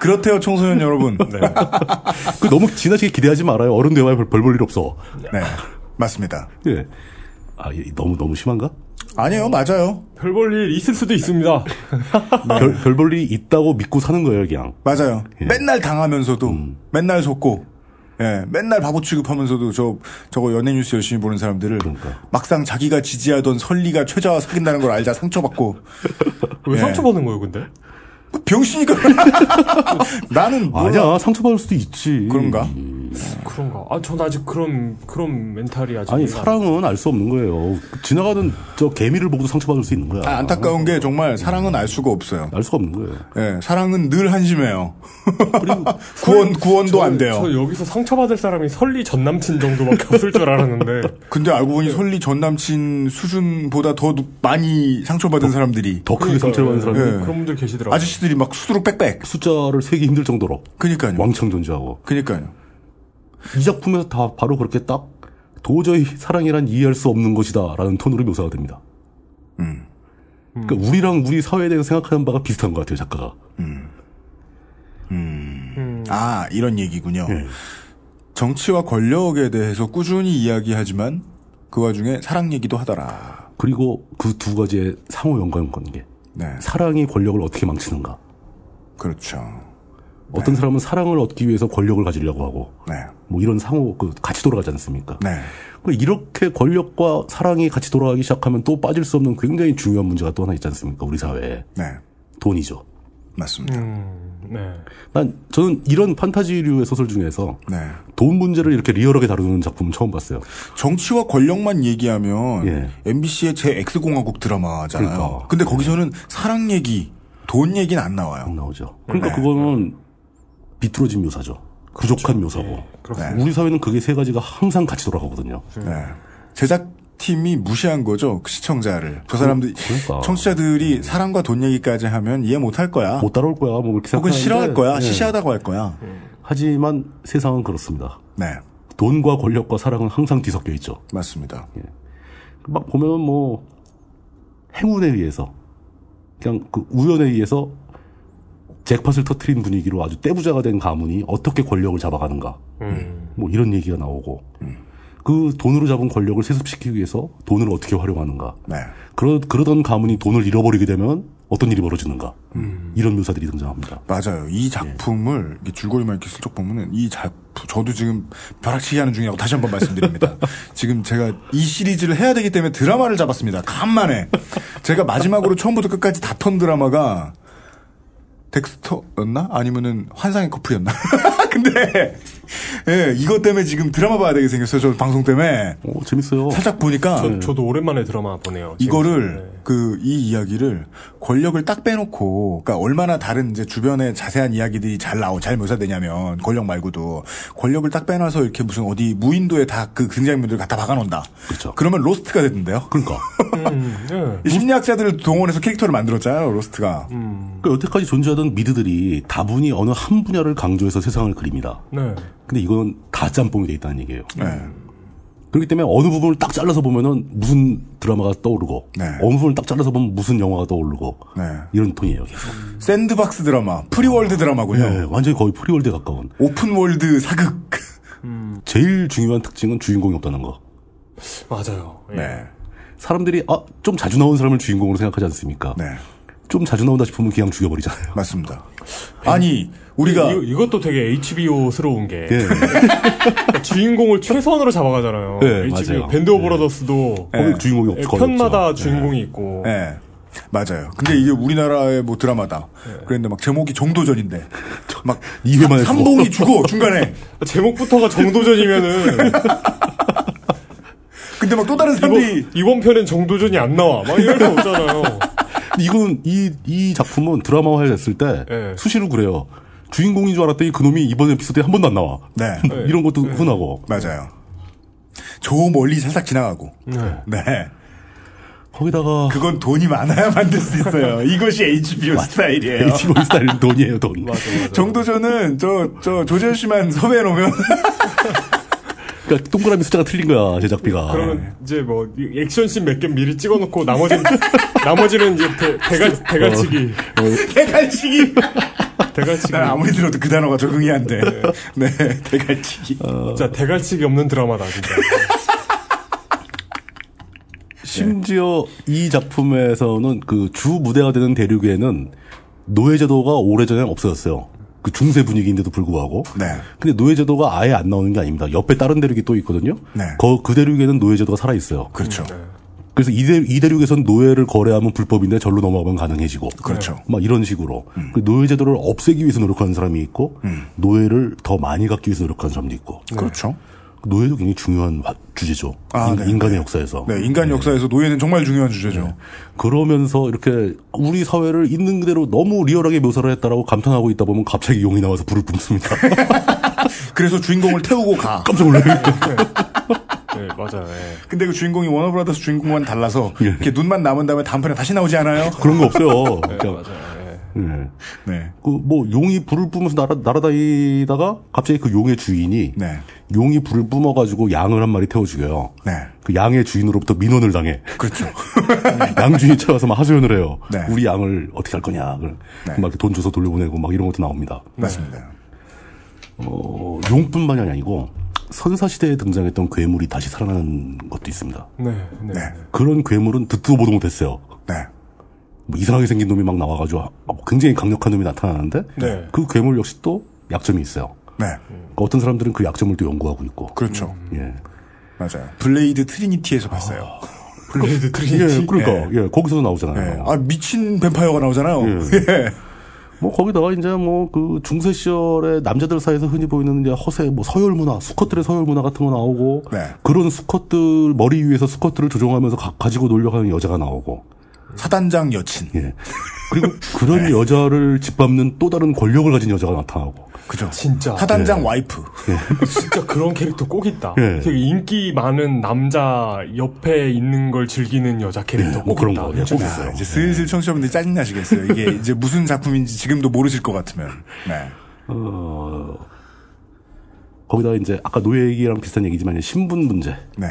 Speaker 4: 그렇대요, 청소년 여러분. 네.
Speaker 2: 그 너무 지나치게 기대하지 말아요. 어른 대화에 별볼일 없어.
Speaker 4: 네, 맞습니다.
Speaker 2: 예. 아, 예, 너무 너무 심한가?
Speaker 4: 아니에요, 맞아요.
Speaker 3: 별볼 일 있을 수도 있습니다.
Speaker 2: 네. 별, 별 볼 일이 있다고 믿고 사는 거예요, 그냥.
Speaker 4: 맞아요. 맨날 당하면서도
Speaker 3: 음.
Speaker 4: 맨날 속고 예, 맨날 바보 취급하면서도 저 저거 연예 뉴스 열심히 보는 사람들을
Speaker 3: 그러니까.
Speaker 4: 막상 자기가 지지하던 설리가 최자와 사귄다는 걸 알자 상처받고 뭐
Speaker 3: 왜 상처받는 거예요, 근데?
Speaker 4: 병신이니까 나는 뭐 몰라.
Speaker 2: 아니야, 상처받을 수도 있지.
Speaker 4: 그런가?
Speaker 3: 그런가? 아, 전 아직 그런, 그런 멘탈이 아직. 네.
Speaker 2: 아니
Speaker 3: 이해가 안
Speaker 2: 사랑은 알 수 없는 거예요. 지나가는 저 개미를 보고도 상처받을 수 있는 거야.
Speaker 4: 아, 안타까운 게 정말 사랑은 알 수가 없어요.
Speaker 2: 알 수가 없는 거예요.
Speaker 4: 예, 사랑은 늘 한심해요. 구원 구원도 안 돼요.
Speaker 3: 저 여기서 상처받을 사람이 설리 전 남친 정도밖에 없을 줄 알았는데.
Speaker 4: 근데 알고
Speaker 2: 네.
Speaker 4: 보니 설리 전 남친 수준보다 더 누- 많이 상처받은 사람들이 네.
Speaker 2: 더 크게 상처받은 사람들이
Speaker 3: 네.
Speaker 2: 네.
Speaker 3: 그런 분들 계시더라고요.
Speaker 4: 아저씨들이 막 수두룩 빽빽
Speaker 2: 숫자를 세기 힘들 정도로.
Speaker 4: 그니까요.
Speaker 2: 왕창 존재하고.
Speaker 4: 그니까요.
Speaker 2: 이 작품에서 다 바로 그렇게 딱 도저히 사랑이란 이해할 수 없는 것이다라는 톤으로 묘사가 됩니다.
Speaker 4: 음.
Speaker 2: 그러니까 우리랑 우리 사회에 대해서 생각하는 바가 비슷한 것 같아요 작가가. 음.
Speaker 4: 아, 이런 얘기군요.
Speaker 2: 네.
Speaker 4: 정치와 권력에 대해서 꾸준히 이야기하지만 그 와중에 사랑 얘기도 하더라.
Speaker 2: 그리고 그 두 가지의 상호 연관 관계.
Speaker 4: 네.
Speaker 2: 사랑이 권력을 어떻게 망치는가.
Speaker 4: 그렇죠. 네.
Speaker 2: 어떤 사람은 사랑을 얻기 위해서 권력을 가지려고 하고. 뭐 이런 상호 그 같이 돌아가지 않습니까?
Speaker 4: 네.
Speaker 2: 그 이렇게 권력과 사랑이 같이 돌아가기 시작하면 또 빠질 수 없는 굉장히 중요한 문제가 또 하나 있지 않습니까? 우리 사회에.
Speaker 4: 네.
Speaker 2: 돈이죠.
Speaker 4: 맞습니다.
Speaker 3: 네.
Speaker 2: 난 저는 이런 판타지류의 소설 중에서
Speaker 4: 네.
Speaker 2: 돈 문제를 이렇게 리얼하게 다루는 작품은 처음 봤어요. 예.
Speaker 4: 정치와 권력만 얘기하면 MBC의 제 X공화국 드라마잖아요.
Speaker 2: 그러니까.
Speaker 4: 근데 거기서는 사랑 얘기, 돈 얘기는 안 나와요. 안
Speaker 2: 나오죠. 그러니까
Speaker 4: 네.
Speaker 2: 그거는 비뚤어진 묘사죠.
Speaker 4: 그렇죠.
Speaker 2: 부족한 묘사고.
Speaker 4: 네, 그렇습니다.
Speaker 2: 우리 사회는 그게 세 가지가 항상 같이 돌아가거든요.
Speaker 4: 네. 제작팀이 무시한 거죠. 그 시청자를. 저 사람들,
Speaker 2: 그러니까.
Speaker 4: 청취자들이 사랑과 돈 얘기까지 하면 이해 못 할 거야.
Speaker 2: 못 따라올 거야. 뭐 이렇게
Speaker 4: 혹은
Speaker 2: 생각하는데.
Speaker 4: 싫어할 거야.
Speaker 2: 예.
Speaker 4: 시시하다고 할 거야.
Speaker 2: 하지만 세상은 그렇습니다.
Speaker 4: 네.
Speaker 2: 돈과 권력과 사랑은 항상 뒤섞여 있죠.
Speaker 4: 맞습니다.
Speaker 2: 예. 막 보면 뭐 행운에 의해서 그냥 그 우연에 의해서 잭팟을 터트린 분위기로 아주 떼부자가 된 가문이 어떻게 권력을 잡아가는가
Speaker 3: 음.
Speaker 2: 뭐 이런 얘기가 나오고
Speaker 4: 음.
Speaker 2: 그 돈으로 잡은 권력을 세습시키기 위해서 돈을 어떻게 활용하는가
Speaker 4: 네.
Speaker 2: 그러, 그러던 가문이 돈을 잃어버리게 되면 어떤 일이 벌어지는가
Speaker 3: 음.
Speaker 2: 이런 묘사들이 등장합니다.
Speaker 4: 맞아요. 이 작품을 이렇게 줄거리만 이렇게 슬쩍 보면은 이 작품 저도 지금 벼락치기 하는 중이라고 다시 한번 말씀드립니다. 지금 제가 이 시리즈를 해야 되기 때문에 드라마를 잡았습니다. 간만에 제가 마지막으로 처음부터 끝까지 다 턴 드라마가 덱스터였나 아니면은 환상의 커플이었나? 근데 예 이것 때문에 지금 드라마 봐야 되게 생겼어요. 저 방송 때문에
Speaker 2: 오, 재밌어요.
Speaker 4: 살짝 보니까
Speaker 3: 저, 저도 오랜만에 드라마 어, 보네요. 지금.
Speaker 4: 이거를 그 이 이야기를 권력을 딱 빼놓고 그러니까 얼마나 다른 이제 주변에 자세한 이야기들이 잘 나오 잘 묘사되냐면 권력 말고도 권력을 딱 빼놔서 이렇게 무슨 어디 무인도에 다 그 등장인물들 갖다 박아놓는다.
Speaker 2: 그렇죠.
Speaker 4: 그러면 로스트가 됐는데요.
Speaker 2: 그러니까
Speaker 3: 네. 음,
Speaker 4: 이 심리학자들을 동원해서 캐릭터를 만들었잖아요. 로스트가.
Speaker 3: 음.
Speaker 2: 그 여태까지 존재하던 미드들이 다분히 어느 한 분야를 강조해서 세상을 그립니다.
Speaker 3: 네.
Speaker 2: 근데 이건 다 짬뽕이 돼 있다는 얘기예요.
Speaker 4: 네.
Speaker 2: 그렇기 때문에 어느 부분을 딱 잘라서 보면은 무슨 드라마가 떠오르고
Speaker 4: 네.
Speaker 2: 어느 부분을 딱 잘라서 보면 무슨 영화가 떠오르고 이런 톤이에요. 계속. 네,
Speaker 4: 샌드박스 드라마, 프리월드 드라마군요.
Speaker 2: 예, 완전히 거의 프리월드에 가까운
Speaker 4: 오픈월드 사극.
Speaker 2: 제일 중요한 특징은 주인공이 없다는 거.
Speaker 3: 맞아요.
Speaker 2: 네. 사람들이 아, 좀 자주 나온 사람을 주인공으로 생각하지 않습니까? 네. 좀 자주 나온다 싶으면 그냥 죽여버리잖아요.
Speaker 4: 맞습니다. 아니 우리가
Speaker 3: 이, 것도 되게 HBO스러운 게 그러니까
Speaker 2: 예.
Speaker 3: 주인공을 최소한으로 잡아가잖아요.
Speaker 4: 예,
Speaker 2: 네,
Speaker 3: HBO
Speaker 2: 맞아요.
Speaker 3: 밴드 오브 브라더스도 예,
Speaker 4: 거기 주인공이 없- 거의
Speaker 3: 편마다
Speaker 4: 없죠.
Speaker 3: 주인공이 있고
Speaker 4: 예. 맞아요. 근데 이게 우리나라의 뭐 드라마다.
Speaker 3: 네.
Speaker 4: 그랬는데 막 제목이 정도전인데. 막
Speaker 2: 이회만 해서.
Speaker 4: 삼봉이 죽어 중간에.
Speaker 3: 제목부터가 정도전이면은
Speaker 4: 근데 막 또 다른
Speaker 3: 사람들이 이번, 이번 편엔 정도전이 안 나와. 막 이럴 수 없잖아요.
Speaker 2: 이건 이, 이 작품은 드라마화 됐을 때
Speaker 3: 예.
Speaker 2: 수시로 그래요. 주인공인 줄 알았더니 그놈이 이번 에피소드에 한 번도 안 나와.
Speaker 4: 네.
Speaker 2: 이런 것도 흔하고.
Speaker 4: 맞아요. 저 멀리 살짝 지나가고. 네.
Speaker 2: 거기다가
Speaker 4: 그건 돈이 많아야 만들 수 있어요. 이것이 HBO 스타일이에요.
Speaker 2: HBO 스타일 돈이에요, 돈.
Speaker 4: 정도전은 저 저 조재현 씨만 섭외해 놓으면
Speaker 2: 그러니까 동그라미 숫자가 틀린 거야, 제작비가.
Speaker 3: 그러면 이제 뭐 액션씬 몇 개 미리 찍어놓고 나머지는 나머지는 이제 대, 대가 대가치기
Speaker 2: 어,
Speaker 4: 대갈치기.
Speaker 3: 대갈치기.
Speaker 4: 난 아무리 들어도 그 단어가 적응이 안 돼. 네, 대갈치기.
Speaker 2: 어.
Speaker 3: 진짜 대갈치기 없는 드라마다 진짜.
Speaker 2: 심지어 이 작품에서는 그 주 무대가 되는 대륙에는 노예제도가 오래전에 없어졌어요. 그 중세 분위기인데도 불구하고.
Speaker 4: 네.
Speaker 2: 근데 노예제도가 아예 안 나오는 게 아닙니다. 옆에 다른 대륙이 또 있거든요.
Speaker 4: 네.
Speaker 2: 거, 그 대륙에는 노예제도가 살아있어요.
Speaker 4: 그렇죠.
Speaker 2: 그래서 이, 대, 이 대륙에선 노예를 거래하면 불법인데 절로 넘어가면 가능해지고.
Speaker 4: 그렇죠. 음.
Speaker 2: 막 이런 식으로. 그 노예제도를 없애기 위해서 노력하는 사람이 있고, 노예를 더 많이 갖기 위해서 노력하는 사람도 있고. 네.
Speaker 4: 그렇죠.
Speaker 2: 노예도 굉장히 중요한 화- 주제죠.
Speaker 4: 아,
Speaker 2: 인,
Speaker 4: 네.
Speaker 2: 간의 역사에서. 네.
Speaker 4: 네, 인간 역사에서 노예는 정말 중요한 주제죠.
Speaker 2: 그러면서 이렇게 우리 사회를 있는 그대로 너무 리얼하게 묘사를 했다라고 감탄하고 있다 보면 갑자기 용이 나와서 불을 뿜습니다.
Speaker 4: 그래서 주인공을 태우고 가.
Speaker 2: 깜짝 놀라요.
Speaker 3: 네 맞아요. 예.
Speaker 4: 근데 그 주인공이 워너브라더스 주인공과는 달라서 이렇게 눈만 남은 다음에 단편에 다시 나오지 않아요?
Speaker 2: 예. 그런 거 없어요. 그러니까
Speaker 3: 맞아요. 예.
Speaker 2: 네.
Speaker 4: 네.
Speaker 2: 그 뭐 용이 불을 뿜으면서 날아, 날아다니다가 갑자기 그 용의 주인이
Speaker 4: 네.
Speaker 2: 용이 불을 뿜어가지고 양을 한 마리 태워 죽여요.
Speaker 4: 네.
Speaker 2: 그 양의 주인으로부터 민원을 당해.
Speaker 4: 그렇죠.
Speaker 2: 양 주인이 찾아와서 막 하소연을 해요.
Speaker 4: 네.
Speaker 2: 우리 양을 어떻게 할 거냐. 그럼
Speaker 4: 네.
Speaker 2: 막 이렇게 돈 줘서 돌려보내고 막 이런 것도 나옵니다.
Speaker 4: 맞습니다.
Speaker 2: 어, 용뿐만이 아니고 선사시대에 등장했던 괴물이 다시 살아나는 것도 있습니다.
Speaker 3: 네, 네.
Speaker 4: 네.
Speaker 2: 그런 괴물은 듣도 보도 못했어요.
Speaker 4: 네.
Speaker 2: 뭐 이상하게 생긴 놈이 막 나와가지고 굉장히 강력한 놈이 나타나는데
Speaker 3: 네.
Speaker 2: 그 괴물 역시 또 약점이 있어요.
Speaker 4: 네.
Speaker 2: 그러니까 어떤 사람들은 그 약점을 또 연구하고 있고.
Speaker 4: 그렇죠.
Speaker 2: 예. 아.
Speaker 4: 맞아요. 블레이드 트리니티에서 봤어요.
Speaker 3: 블레이드
Speaker 2: 예,
Speaker 3: 트리니티.
Speaker 2: 그러니까 예, 거기서도 나오잖아요.
Speaker 4: 네. 아, 미친 뱀파이어가 나오잖아요. 예.
Speaker 2: 뭐 거기다가 이제 뭐 그 중세 시절의 남자들 사이에서 흔히 보이는 이제 허세 뭐 서열 문화, 수컷들의 서열 문화 같은 거 나오고
Speaker 4: 네.
Speaker 2: 그런 수컷들 머리 위에서 수컷들을 조종하면서 가, 가지고 놀려가는 여자가 나오고
Speaker 4: 사단장 여친. 네.
Speaker 2: 예. 그리고 그런 여자를 짓밟는 또 다른 권력을 가진 여자가 나타나고.
Speaker 4: 그죠.
Speaker 3: 진짜
Speaker 4: 사단장
Speaker 2: 네.
Speaker 4: 와이프.
Speaker 3: 진짜 그런 캐릭터 꼭 있다.
Speaker 2: 예.
Speaker 3: 되게 인기 많은 남자 옆에 있는 걸 즐기는 여자 캐릭터
Speaker 2: 네,
Speaker 3: 꼭
Speaker 2: 뭐 그런
Speaker 3: 있다.
Speaker 2: 거, 예, 꼭
Speaker 3: 진짜.
Speaker 2: 있어요.
Speaker 4: 이제 네. 슬슬 청취자분들이 짜증나시겠어요. 이게 이제 무슨 작품인지 지금도 모르실 것 같으면. 네.
Speaker 2: 어, 거기다 이제 아까 노예 얘기랑 비슷한 얘기지만 이제 신분 문제.
Speaker 4: 네.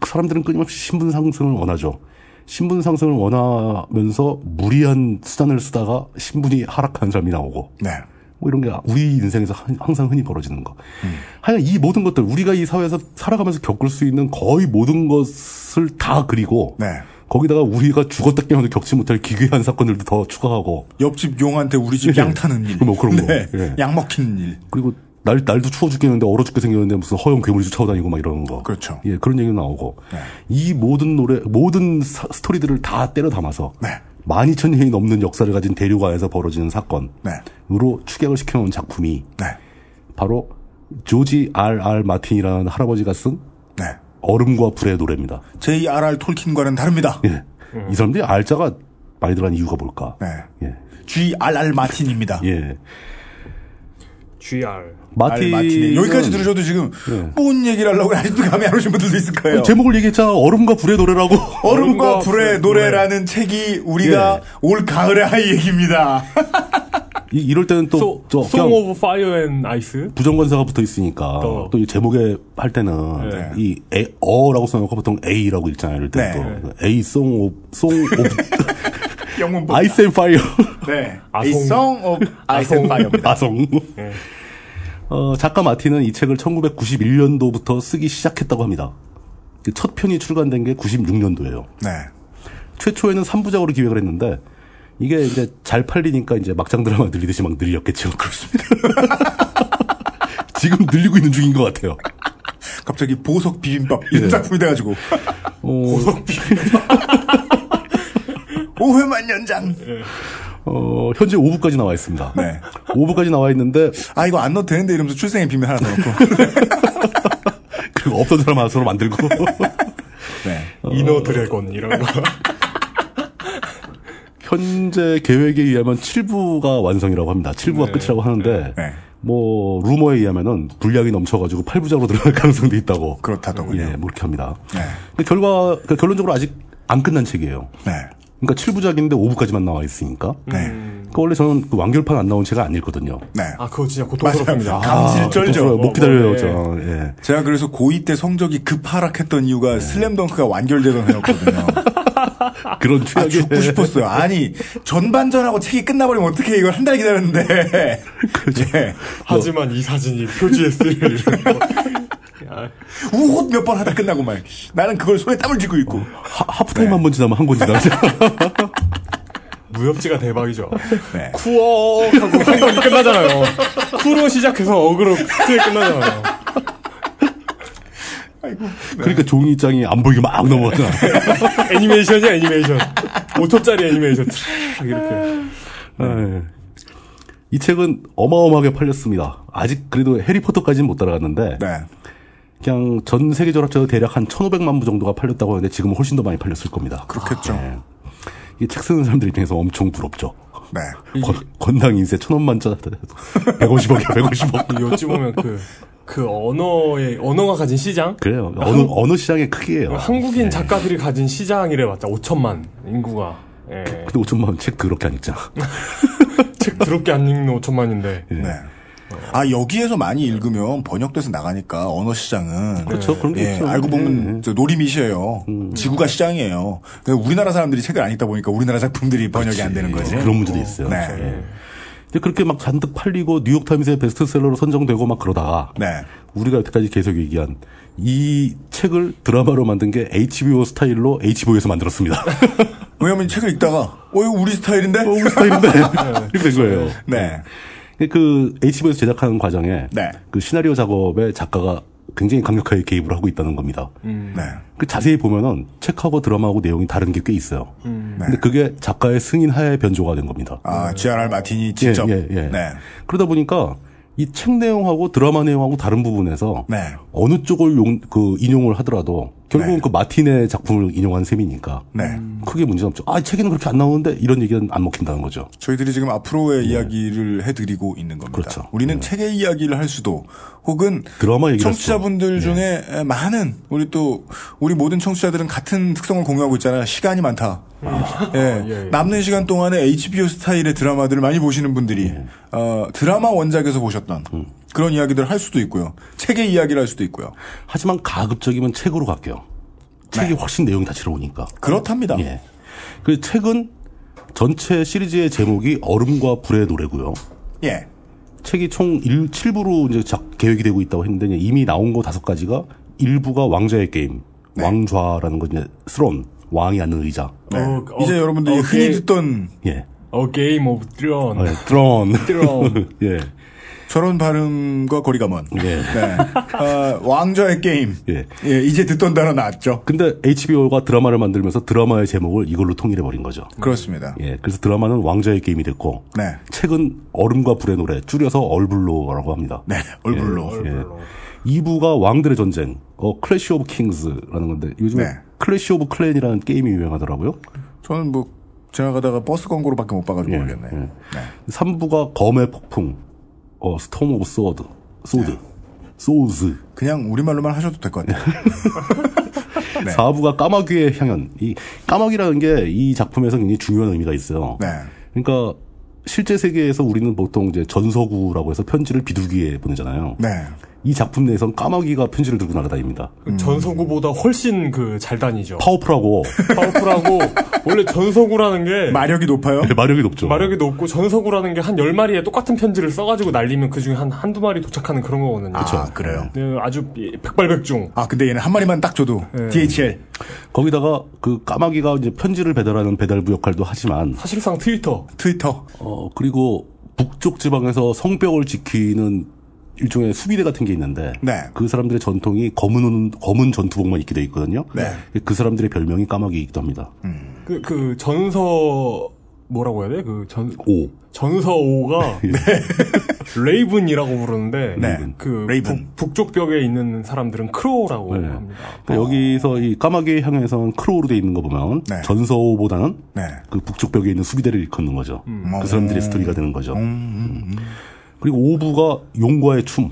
Speaker 2: 그 사람들은 끊임없이 신분 상승을 원하죠. 신분 상승을 원하면서 무리한 수단을 쓰다가 신분이 하락하는 사람이 나오고
Speaker 4: 네.
Speaker 2: 뭐 이런 게 우리 인생에서 한- 항상 흔히 벌어지는 거. 하여간 이 모든 것들 우리가 이 사회에서 살아가면서 겪을 수 있는 거의 모든 것을 다 그리고
Speaker 4: 네.
Speaker 2: 거기다가 우리가 죽었다 깨어도 겪지 못할 기괴한 사건들도 더 추가하고
Speaker 4: 옆집 용한테 우리 집
Speaker 2: 예.
Speaker 4: 양 타는 일.
Speaker 2: 뭐 그런 거.
Speaker 4: 네.
Speaker 2: 예.
Speaker 4: 양 먹히는 일.
Speaker 2: 그리고 날 날도 추워 죽겠는데 얼어 죽게 생겼는데 무슨 허용 괴물이 쫓아다니고 막 이러는 거.
Speaker 4: 그렇죠. 네.
Speaker 2: 예, 그런 얘기도 나오고. 이 모든 노래 모든 사- 스토리들을 다 때려 담아서
Speaker 4: 네.
Speaker 2: 12,000년이 넘는 역사를 가진 대륙 안에서 벌어지는 사건으로
Speaker 4: 네.
Speaker 2: 추격을 시켜 놓은 작품이
Speaker 4: 네.
Speaker 2: 바로 조지 R.R. 마틴이라는 할아버지가 쓴
Speaker 4: 네.
Speaker 2: 얼음과 불의 노래입니다.
Speaker 4: J.R.R. 톨킨과는 다릅니다.
Speaker 2: 예. 이 사람들이 R자가 많이 들어간 이유가 뭘까?
Speaker 4: 네.
Speaker 2: 예.
Speaker 4: G.R.R. 마틴입니다.
Speaker 2: 예.
Speaker 3: GR.
Speaker 4: R. 마틴. 여기까지 들으셔도 지금 뭔 얘기를 하려고 아직도 감이 안 오신 분들도 있을 거예요.
Speaker 2: 예. 제목을 얘기했잖아. 얼음과 불의 노래라고.
Speaker 4: 얼음과
Speaker 3: 어, 얼음과
Speaker 4: 불의
Speaker 3: 불의 예.
Speaker 4: 노래라는 책이 우리가 올 가을에 할 얘기입니다.
Speaker 2: 이, 이럴 때는 또
Speaker 3: 소,
Speaker 2: 저
Speaker 3: Song of Fire and Ice.
Speaker 2: 부정관사가 붙어 있으니까
Speaker 3: 또.
Speaker 2: 또 이 제목에 할 때는
Speaker 3: 네.
Speaker 2: 이 에, 어라고 써놓고 보통 A라고 읽잖아요. 이럴 때
Speaker 4: 네.
Speaker 2: 또 A song of song of
Speaker 4: 영문 보
Speaker 2: Ice and Fire
Speaker 4: 네.
Speaker 3: 아송.
Speaker 4: A Song of Ice and Fire입니다.
Speaker 2: 아성. 어, 작가 마틴은 이 책을 1991년도부터 쓰기 시작했다고 합니다. 그첫 편이 출간된 게 96년도예요.
Speaker 4: 네.
Speaker 2: 최초에는 3부작으로 기획을 했는데 이게 이제 잘 팔리니까 이제 막장 드라마 늘리듯이 막 늘렸겠죠. 그렇습니다. 지금 늘리고 있는 중인 것 같아요. 예.
Speaker 4: 갑자기 보석 비빔밥 이런 작품이 돼가지고
Speaker 2: 어,
Speaker 4: 보석 비빔밥 5회만 연장
Speaker 3: 예.
Speaker 2: 어, 현재 5부까지 나와 있습니다. 5부까지 나와 있는데
Speaker 4: 네. 아 이거 안 넣어도 되는데 이러면서 출생의 비밀 하나 더 넣고
Speaker 2: 그리고 없던 사람 하나 서로 만들고
Speaker 4: 네.
Speaker 2: 어.
Speaker 3: 이너 드래곤 이런 거.
Speaker 2: 현재 계획에 의하면 7부가 완성이라고 합니다. 7부가
Speaker 3: 네.
Speaker 2: 끝이라고 하는데 뭐 루머에 의하면은 분량이 넘쳐가지고 8부작으로 들어갈 가능성도 있다고.
Speaker 4: 그렇다더군요.
Speaker 2: 예, 뭐 이렇게 합니다.
Speaker 4: 네.
Speaker 2: 근데 결과 그러니까 결론적으로 아직 안 끝난 책이에요.
Speaker 4: 네.
Speaker 2: 그러니까 7부작인데 5부까지만 나와 있으니까.
Speaker 3: 네.
Speaker 2: 그 원래 저는 그 완결판 안 나온 책을 안 읽거든요. 아,
Speaker 4: 네.
Speaker 3: 아 그거 진짜 고통스럽습니다. 아,
Speaker 4: 감질쩔죠.
Speaker 2: 못
Speaker 3: 네.
Speaker 2: 기다려요, 저. 예.
Speaker 4: 제가 그래서 고2 때 성적이 급하락했던
Speaker 2: 네.
Speaker 4: 이유가 슬램덩크가 완결되던 해였거든요.
Speaker 2: 그런
Speaker 4: 아, 죽고 싶었어요. 아니 전반전하고 책이 끝나버리면 어떻게 이걸 한 달 기다렸는데. 예.
Speaker 3: 하지만 이 사진이 표지에 뭐. 쓰일
Speaker 4: 우호 몇번 하다 끝나고 말. 나는 그걸 손에 땀을 쥐고 있고.
Speaker 2: 하, 프타임
Speaker 3: 네.
Speaker 2: 한 번 지나면 한 권 지나죠.
Speaker 3: 무협지가 대박이죠.
Speaker 4: 네.
Speaker 3: 쿠어 하고 한 번이 끝나잖아요. 쿠로 시작해서 어그로 쿠에 끝나잖아요.
Speaker 2: 그러니까 종이장이 안 보이게 막 넘어가잖아.
Speaker 3: 애니메이션이야 애니메이션. 5초짜리 애니메이션. 촥 이렇게.
Speaker 4: 네.
Speaker 2: 예. 이 책은 어마어마하게 팔렸습니다. 아직 그래도 해리포터까지는 못 따라갔는데
Speaker 4: 네.
Speaker 2: 그냥 전 세계적으로 합쳐서 대략 한 1,500만 부 정도가 팔렸다고 하는데 지금은 훨씬 더 많이 팔렸을 겁니다. 네.
Speaker 4: 그렇겠죠.
Speaker 2: 이책 쓰는 사람들 입장에서 엄청 부럽죠.
Speaker 4: 네.
Speaker 2: 권- 권당 인세 천 원만 짜도 150억이야, 150억.
Speaker 3: 이 어찌 보면 그, 그 언어의, 언어가 가진 시장?
Speaker 2: 그래요. 어느 어느 시장의 크기예요. 네.
Speaker 3: 한국인 작가들이 가진 시장이래 봤자 5천만 인구가. 예.
Speaker 2: 근데 5천만 원 책 그렇게 안 읽잖아.
Speaker 3: 책 더럽게 안 읽는 5천만인데.
Speaker 4: 네. 아 여기에서 많이 읽으면 번역돼서 나가니까 언어 시장은
Speaker 2: 그렇죠. 그런 게
Speaker 4: 예,
Speaker 2: 있죠. 네. 음.
Speaker 4: 알고 보면 저 놀이미시예요. 지구가 시장이에요. 그러니까 우리나라 사람들이 책을 안 읽다 보니까 우리나라 작품들이 번역이 안 되는 거지.
Speaker 2: 그런 문제도 있어요.
Speaker 4: 네.
Speaker 2: 예. 근데 그렇게 막 잔뜩 팔리고 뉴욕타임스의 베스트셀러로 선정되고 막 그러다가
Speaker 4: 네.
Speaker 2: 우리가 여태까지 계속 얘기한 이 책을 드라마로 만든 게 HBO 스타일로 HBO에서 만들었습니다.
Speaker 4: 왜냐면 책을 읽다가 어 이거 우리 스타일인데?
Speaker 2: 우리 스타일인데 이렇게 된 거예요.
Speaker 4: 네.
Speaker 2: 그 HBO에서 제작하는 과정에 그 시나리오 작업에 작가가 굉장히 강력하게 개입을 하고 있다는 겁니다.
Speaker 4: 네.
Speaker 2: 그 자세히 보면은 책하고 드라마하고 내용이 다른 게 꽤 있어요.
Speaker 4: 네.
Speaker 2: 근데 그게 작가의 승인 하에 변조가 된 겁니다.
Speaker 4: 아, GRR 마틴이 직접.
Speaker 2: 예, 예, 예.
Speaker 4: 네.
Speaker 2: 그러다 보니까 이 책 내용하고 드라마 내용하고 다른 부분에서
Speaker 4: 네.
Speaker 2: 어느 쪽을 용, 그 인용을 하더라도 결국은 그 마틴의 작품을 인용한 셈이니까
Speaker 4: 네.
Speaker 2: 크게 문제는 없죠. 아, 책에는 그렇게 안 나오는데 이런 얘기는 안 먹힌다는 거죠.
Speaker 4: 저희들이 지금 앞으로의 이야기를 해드리고 있는 겁니다.
Speaker 2: 네. 그렇죠.
Speaker 4: 우리는 책의 이야기를 할 수도 혹은
Speaker 2: 드라마 얘기를 할 수도. 네.
Speaker 4: 청취자분들 중에 많은 우리 또 우리 모든 청취자들은 같은 특성을 공유하고 있잖아요. 시간이 많다.
Speaker 2: 음. 아,
Speaker 4: 예.
Speaker 2: 네.
Speaker 3: 예, 예.
Speaker 4: 남는 시간 동안에 HBO 스타일의 드라마들을 많이 보시는 분들이
Speaker 2: 음.
Speaker 4: 어, 드라마 원작에서 보셨던 그런 이야기들을 할 수도 있고요. 책의 이야기를 할 수도 있고요.
Speaker 2: 하지만 가급적이면 책으로 갈게요. 책이 훨씬 내용이 다채로우니까.
Speaker 4: 네. 그렇답니다.
Speaker 2: 예. 그 책은 전체 시리즈의 제목이 얼음과 불의 노래고요.
Speaker 4: 예.
Speaker 2: 책이 총 1, 7부로 이제 작, 계획이 되고 있다고 했는데 이제 이미 나온 거 다섯 가지가 1부가 왕좌의 게임, 왕좌라는 건 이제 스론, 왕이 앉는 의자.
Speaker 4: 네.
Speaker 3: 어, 어,
Speaker 4: 이제 여러분들이
Speaker 3: 어,
Speaker 4: 흔히
Speaker 3: 게-
Speaker 4: 듣던
Speaker 2: 예.
Speaker 3: 어, 게임 오브
Speaker 2: 어,
Speaker 3: 드론.
Speaker 2: 예. 드론.
Speaker 3: 드론.
Speaker 2: 예.
Speaker 4: 저런 발음과 거리가 먼.
Speaker 2: 예.
Speaker 4: 네. 아, 왕좌의 게임.
Speaker 2: 예.
Speaker 4: 예, 이제 듣던 단어 나왔죠.
Speaker 2: 근데 HBO가 드라마를 만들면서 드라마의 제목을 이걸로 통일해 버린 거죠.
Speaker 4: 그렇습니다.
Speaker 2: 예. 그래서 드라마는 왕좌의 게임이 됐고
Speaker 4: 네.
Speaker 2: 책은 얼음과 불의 노래 줄여서 얼블로라고 합니다.
Speaker 4: 네. 얼굴로.
Speaker 2: 예. 2부가 왕들의 전쟁, 어, 클래시 오브 킹스라는 건데 요즘에
Speaker 4: 네.
Speaker 2: 클래시 오브 클랜이라는 게임이 유명하더라고요.
Speaker 4: 저는 뭐 지나가다가 버스 광고로밖에 못 봐가지고 모르겠네.
Speaker 2: 예.
Speaker 4: 네.
Speaker 2: 3부가 검의 폭풍, 어, 스톰 오브 소드, 소드,
Speaker 4: 네.
Speaker 2: 소즈.
Speaker 4: 그냥 우리말로만 하셔도 될 것 같아요. 네.
Speaker 2: 4부가 까마귀의 향연. 이 까마귀라는 게 이 작품에서 굉장히 중요한 의미가 있어요.
Speaker 4: 네.
Speaker 2: 그러니까 실제 세계에서 우리는 보통 이제 전서구라고 해서 편지를 비둘기에 보내잖아요.
Speaker 4: 네.
Speaker 2: 이 작품 내에선 까마귀가 편지를 들고 날아다닙니다.
Speaker 3: 그
Speaker 4: 음.
Speaker 3: 전서구보다 훨씬 그 잘 다니죠.
Speaker 2: 파워풀하고
Speaker 3: 파워풀하고 원래 전서구라는 게
Speaker 4: 마력이 높아요?
Speaker 2: 마력이 네, 높죠.
Speaker 3: 마력이 높고 전서구라는 게 한 열마리에 똑같은 편지를 써가지고 날리면 그 중에 한 한두 마리 도착하는 그런 거거든요.
Speaker 4: 아, 그래요.
Speaker 3: 네, 아주 이- 백발백중.
Speaker 4: 아, 근데 얘는 한 마리만 딱 줘도
Speaker 3: 네.
Speaker 4: DHL.
Speaker 2: 거기다가 그 까마귀가 이제 편지를 배달하는 배달부 역할도 하지만
Speaker 3: 사실상 트위터.
Speaker 4: 트위터.
Speaker 2: 어 그리고 북쪽 지방에서 성벽을 지키는 일종의 수비대 같은 게 있는데
Speaker 4: 네.
Speaker 2: 그 사람들의 전통이 검은 옷, 검은 전투복만 입게 돼 있거든요.
Speaker 4: 네.
Speaker 2: 그 사람들의 별명이 까마귀이기도 합니다.
Speaker 4: 음.
Speaker 3: 그, 그 전서 뭐라고 해야 돼? 그 전,
Speaker 2: 오
Speaker 3: 전서 5가 레이븐이라고 부르는데
Speaker 4: 네.
Speaker 3: 그
Speaker 4: 레이븐.
Speaker 3: 북, 쪽 벽에 있는 사람들은 크로우라고
Speaker 2: 네.
Speaker 3: 합니다.
Speaker 2: 그러니까 여기서 이 까마귀의 향해선 크로우로 돼 있는 거 보면
Speaker 4: 네.
Speaker 2: 전서보다는
Speaker 4: 네. 음.
Speaker 2: 그 북쪽 벽에 있는 수비대를 일컫는 거죠.
Speaker 3: 음.
Speaker 2: 그 사람들의 스토리가 되는 거죠. 그리고 오부가 용과의 춤.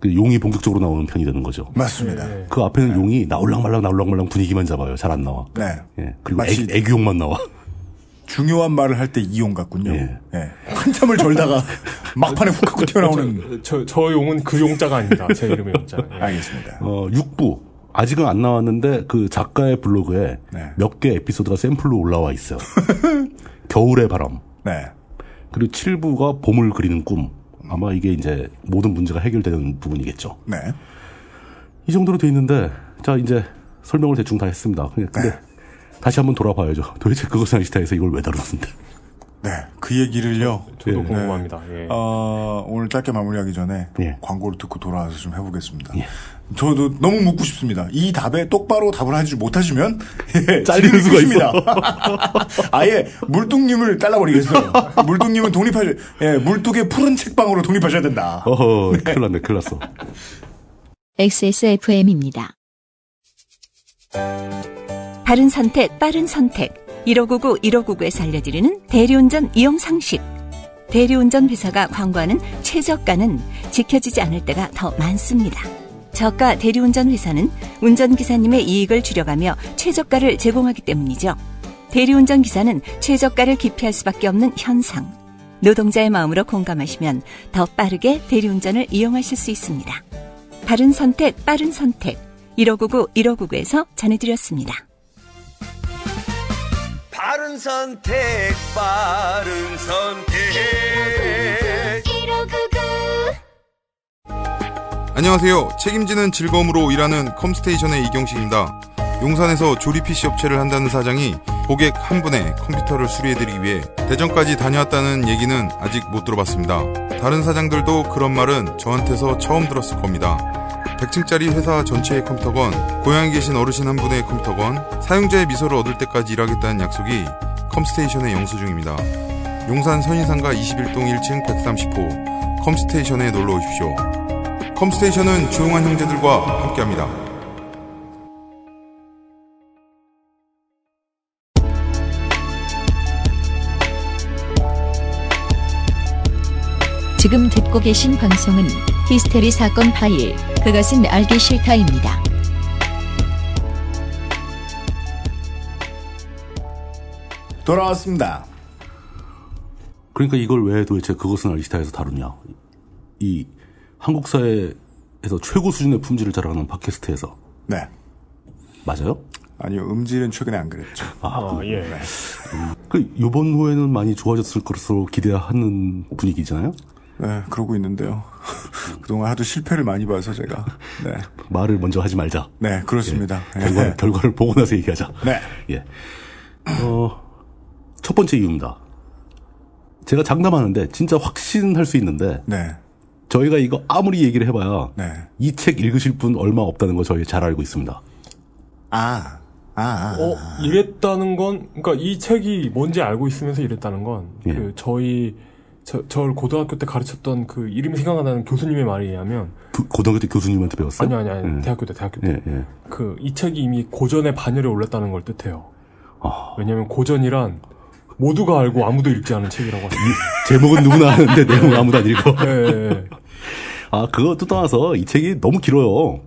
Speaker 2: 그 용이 본격적으로 나오는 편이 되는 거죠.
Speaker 4: 맞습니다.
Speaker 2: 그 앞에는 용이 나올랑말랑 나올랑말랑 분위기만 잡아요. 잘 안 나와.
Speaker 4: 네.
Speaker 2: 예. 그리고
Speaker 4: 마치-
Speaker 2: 애, 교용만 나와.
Speaker 4: 중요한 말을 할 때 이용 같군요.
Speaker 2: 예.
Speaker 4: 예. 한참을 졸다가 막판에 훅 하고
Speaker 2: 그렇죠.
Speaker 4: 튀어나오는.
Speaker 3: 저, 저 용은 그 용자가 아닙니다. 제 이름의 용자. 예.
Speaker 4: 알겠습니다.
Speaker 2: 어, 6부. 아직은 안 나왔는데 그 작가의 블로그에
Speaker 4: 네.
Speaker 2: 몇 개 에피소드가 샘플로 올라와 있어요. 겨울의 바람.
Speaker 4: 네.
Speaker 2: 그리고 7부가 봄을 그리는 꿈. 아마 이게 이제 모든 문제가 해결되는 부분이겠죠.
Speaker 4: 네.
Speaker 2: 이 정도로 돼 있는데 자 이제 설명을 대충 다 했습니다. 근데
Speaker 4: 네.
Speaker 2: 다시 한번 돌아봐야죠. 도대체 그것은 아시다에서 이걸 왜 다뤘는데?
Speaker 4: 네. 그 얘기를요.
Speaker 3: 저도
Speaker 2: 예.
Speaker 3: 궁금합니다. 예.
Speaker 4: 어, 오늘 짧게 마무리하기 전에
Speaker 2: 예.
Speaker 4: 광고를 듣고 돌아와서 좀 해보겠습니다. 저도 너무 묻고 싶습니다. 이 답에 똑바로 답을 하지 못하시면 예,
Speaker 2: 잘리는 수가
Speaker 4: 있습니다. 아예 물뚱님을 잘라버리겠어요. 물뚱님은 독립하셔. 예, 물뚝의 푸른 책방으로 독립하셔야 된다.
Speaker 2: 어허 큰일 났네 큰일 났어.
Speaker 1: XSFM입니다.
Speaker 7: 바른 선택, 빠른 선택. 1599, 1599에서 알려드리는 대리운전 이용 상식. 대리운전 회사가 광고하는 최저가는 지켜지지 않을 때가 더 많습니다. 저가 대리운전 회사는 운전기사님의 이익을 줄여가며 최저가를 제공하기 때문이죠. 대리운전 기사는 최저가를 기피할 수밖에 없는 현상. 노동자의 마음으로 공감하시면 더 빠르게 대리운전을 이용하실 수 있습니다. 바른 선택, 빠른 선택. 1599, 1599에서 전해드렸습니다.
Speaker 8: 바른 선택, 바른 선택.
Speaker 11: 안녕하세요. 책임지는 즐거움으로 일하는 컴스테이션의 이경식입니다. 용산에서 조립 PC 업체를 한다는 사장이 고객 한 분의 컴퓨터를 수리해드리기 위해 대전까지 다녀왔다는 얘기는 아직 못 들어봤습니다. 다른 사장들도 그런 말은 저한테서 처음 들었을 겁니다. 100층짜리 회사 전체의 컴퓨터건, 고향에 계신 어르신 한 분의 컴퓨터건, 사용자의 미소를 얻을 때까지 일하겠다는 약속이 컴스테이션의 영수증입니다. 용산 선인상가 21동 1층 130호 컴스테이션에 놀러 오십시오. 컴스테이션은 조용한 형제들과 함께합니다.
Speaker 1: 지금 듣고 계신 방송은 히스테리 사건 파일 그것은 알기 싫다입니다.
Speaker 4: 돌아왔습니다.
Speaker 2: 그러니까 이걸 왜 도대체 그것은 아시다에서 다루냐? 이 한국 사회에서 최고 수준의 품질을 자랑하는 팟캐스트에서
Speaker 4: 네.
Speaker 2: 맞아요?
Speaker 4: 아니요, 음질은 최근에 안 그랬죠. 네.
Speaker 3: 아, 예.
Speaker 2: 그 요번 후에는 많이 좋아졌을 것으로 기대하는 분위기잖아요.
Speaker 4: 네, 그러고 있는데요. 그동안 하도 실패를 많이 봐서 제가. 네.
Speaker 2: 말을 먼저 하지 말자.
Speaker 4: 네, 그렇습니다.
Speaker 2: 결과,
Speaker 4: 네.
Speaker 2: 결과를 보고 나서 얘기하자.
Speaker 4: 네.
Speaker 2: 예. 어, 첫 번째 이유입니다. 제가 장담하는데 진짜 확신할 수 있는데
Speaker 4: 네.
Speaker 2: 저희가 이거 아무리 얘기를 해봐야
Speaker 4: 네.
Speaker 2: 이 책 읽으실 분 얼마 없다는 거 저희 잘 알고 있습니다.
Speaker 4: 아, 아, 아.
Speaker 3: 어, 이랬다는 건, 그러니까 이 책이 뭔지 알고 있으면서 이랬다는 건,
Speaker 2: 예.
Speaker 3: 그 저희 저, 절 고등학교 때 가르쳤던 그 이름이 생각나는 교수님의 말에 의하면,
Speaker 2: 교- 고등학교 때 교수님한테 배웠어요?
Speaker 3: 아니 아니 아니
Speaker 2: 예.
Speaker 3: 대학교 때 대학교
Speaker 2: 예, 예.
Speaker 3: 때 그 이 책이 이미 고전의 반열에 올랐다는 걸 뜻해요.
Speaker 2: 아.
Speaker 3: 왜냐하면 고전이란 모두가 알고 아무도 읽지 않은 책이라고 하죠.
Speaker 2: 제목은 누구나 아는데 내용은 아무도 안 읽고.
Speaker 3: 예,
Speaker 4: 네,
Speaker 3: 예,
Speaker 2: 아, 그것도 떠나서 이 책이 너무 길어요.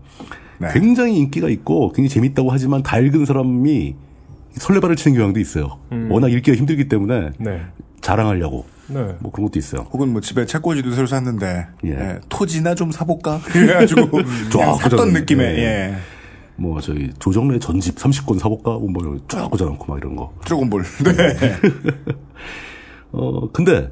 Speaker 4: 네.
Speaker 2: 굉장히 인기가 있고 굉장히 재밌다고 하지만 다 읽은
Speaker 4: 음.
Speaker 2: 사람이 설레발을 치는 경향도 있어요. 워낙 읽기가 힘들기 때문에
Speaker 3: 네.
Speaker 2: 자랑하려고.
Speaker 4: 뭐
Speaker 2: 그런 것도 있어요.
Speaker 4: 혹은 뭐 집에 책꽂이도 새로 샀는데 예, 토지나 좀 사볼까? 그래가지고 음. 그냥 샀던 느낌에 예.
Speaker 2: 뭐 저기 조정래 전집 30권 사볼까? 뭐 이런 거 쫙 꽂아놓고 막 이런 거.
Speaker 4: 드래곤볼. 네.
Speaker 2: 어 근데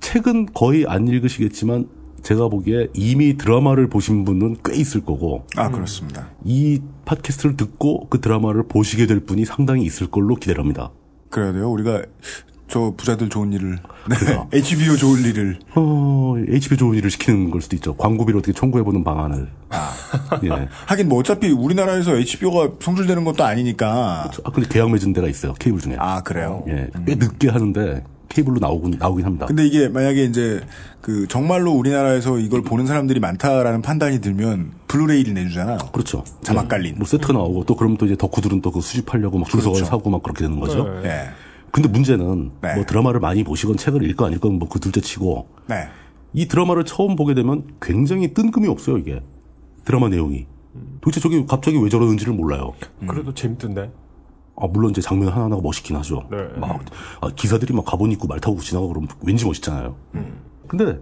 Speaker 2: 책은 거의 안 읽으시겠지만 제가 보기에 이미 드라마를 보신 분은 꽤 있을 거고.
Speaker 4: 아 그렇습니다.
Speaker 2: 이 팟캐스트를 듣고 그 드라마를 보시게 될 분이 상당히 있을 걸로 기대를 합니다.
Speaker 4: 그래야 돼요. 우리가 저 부자들 좋은 일을 네. HBO 좋은 일을
Speaker 2: 어, HBO 좋은 일을 시키는 걸 수도 있죠. 광고비를 어떻게 청구해보는 방안을. 예.
Speaker 4: 하긴 뭐 어차피 우리나라에서 HBO가 송출되는 것도 아니니까.
Speaker 2: 아 근데 계약 맺은 데가 있어요 케이블 중에.
Speaker 4: 아 그래요.
Speaker 2: 예, 꽤 늦게 하는데 케이블로 나오긴 나오긴 합니다.
Speaker 4: 근데 이게 만약에 이제 그 정말로 우리나라에서 이걸 보는 사람들이 많다라는 판단이 들면 블루레이를 내주잖아요.
Speaker 2: 그렇죠.
Speaker 4: 자막 깔린.
Speaker 2: 뭐 세트 나오고 또 그럼 또 이제 덕후들은 또 그 수집하려고 막 주소가
Speaker 4: 그렇죠.
Speaker 2: 사고 막 그렇게 되는 거죠.
Speaker 4: 네.
Speaker 2: 근데 문제는 뭐 드라마를 많이 보시건 책을 읽건 안 읽건 뭐 그 둘째치고
Speaker 4: 네.
Speaker 2: 이 드라마를 처음 보게 되면 굉장히 뜬금이 없어요 이게 드라마 내용이 도대체 저게 갑자기 왜 저러는지를 몰라요.
Speaker 3: 음. 그래도 재밌던데. 네.
Speaker 2: 아 물론 이제 장면 하나하나가 멋있긴 하죠. 막 아, 기사들이 막 가본 입고 말 타고 지나가 고 그러면 왠지 멋있잖아요.
Speaker 3: 음.
Speaker 2: 근데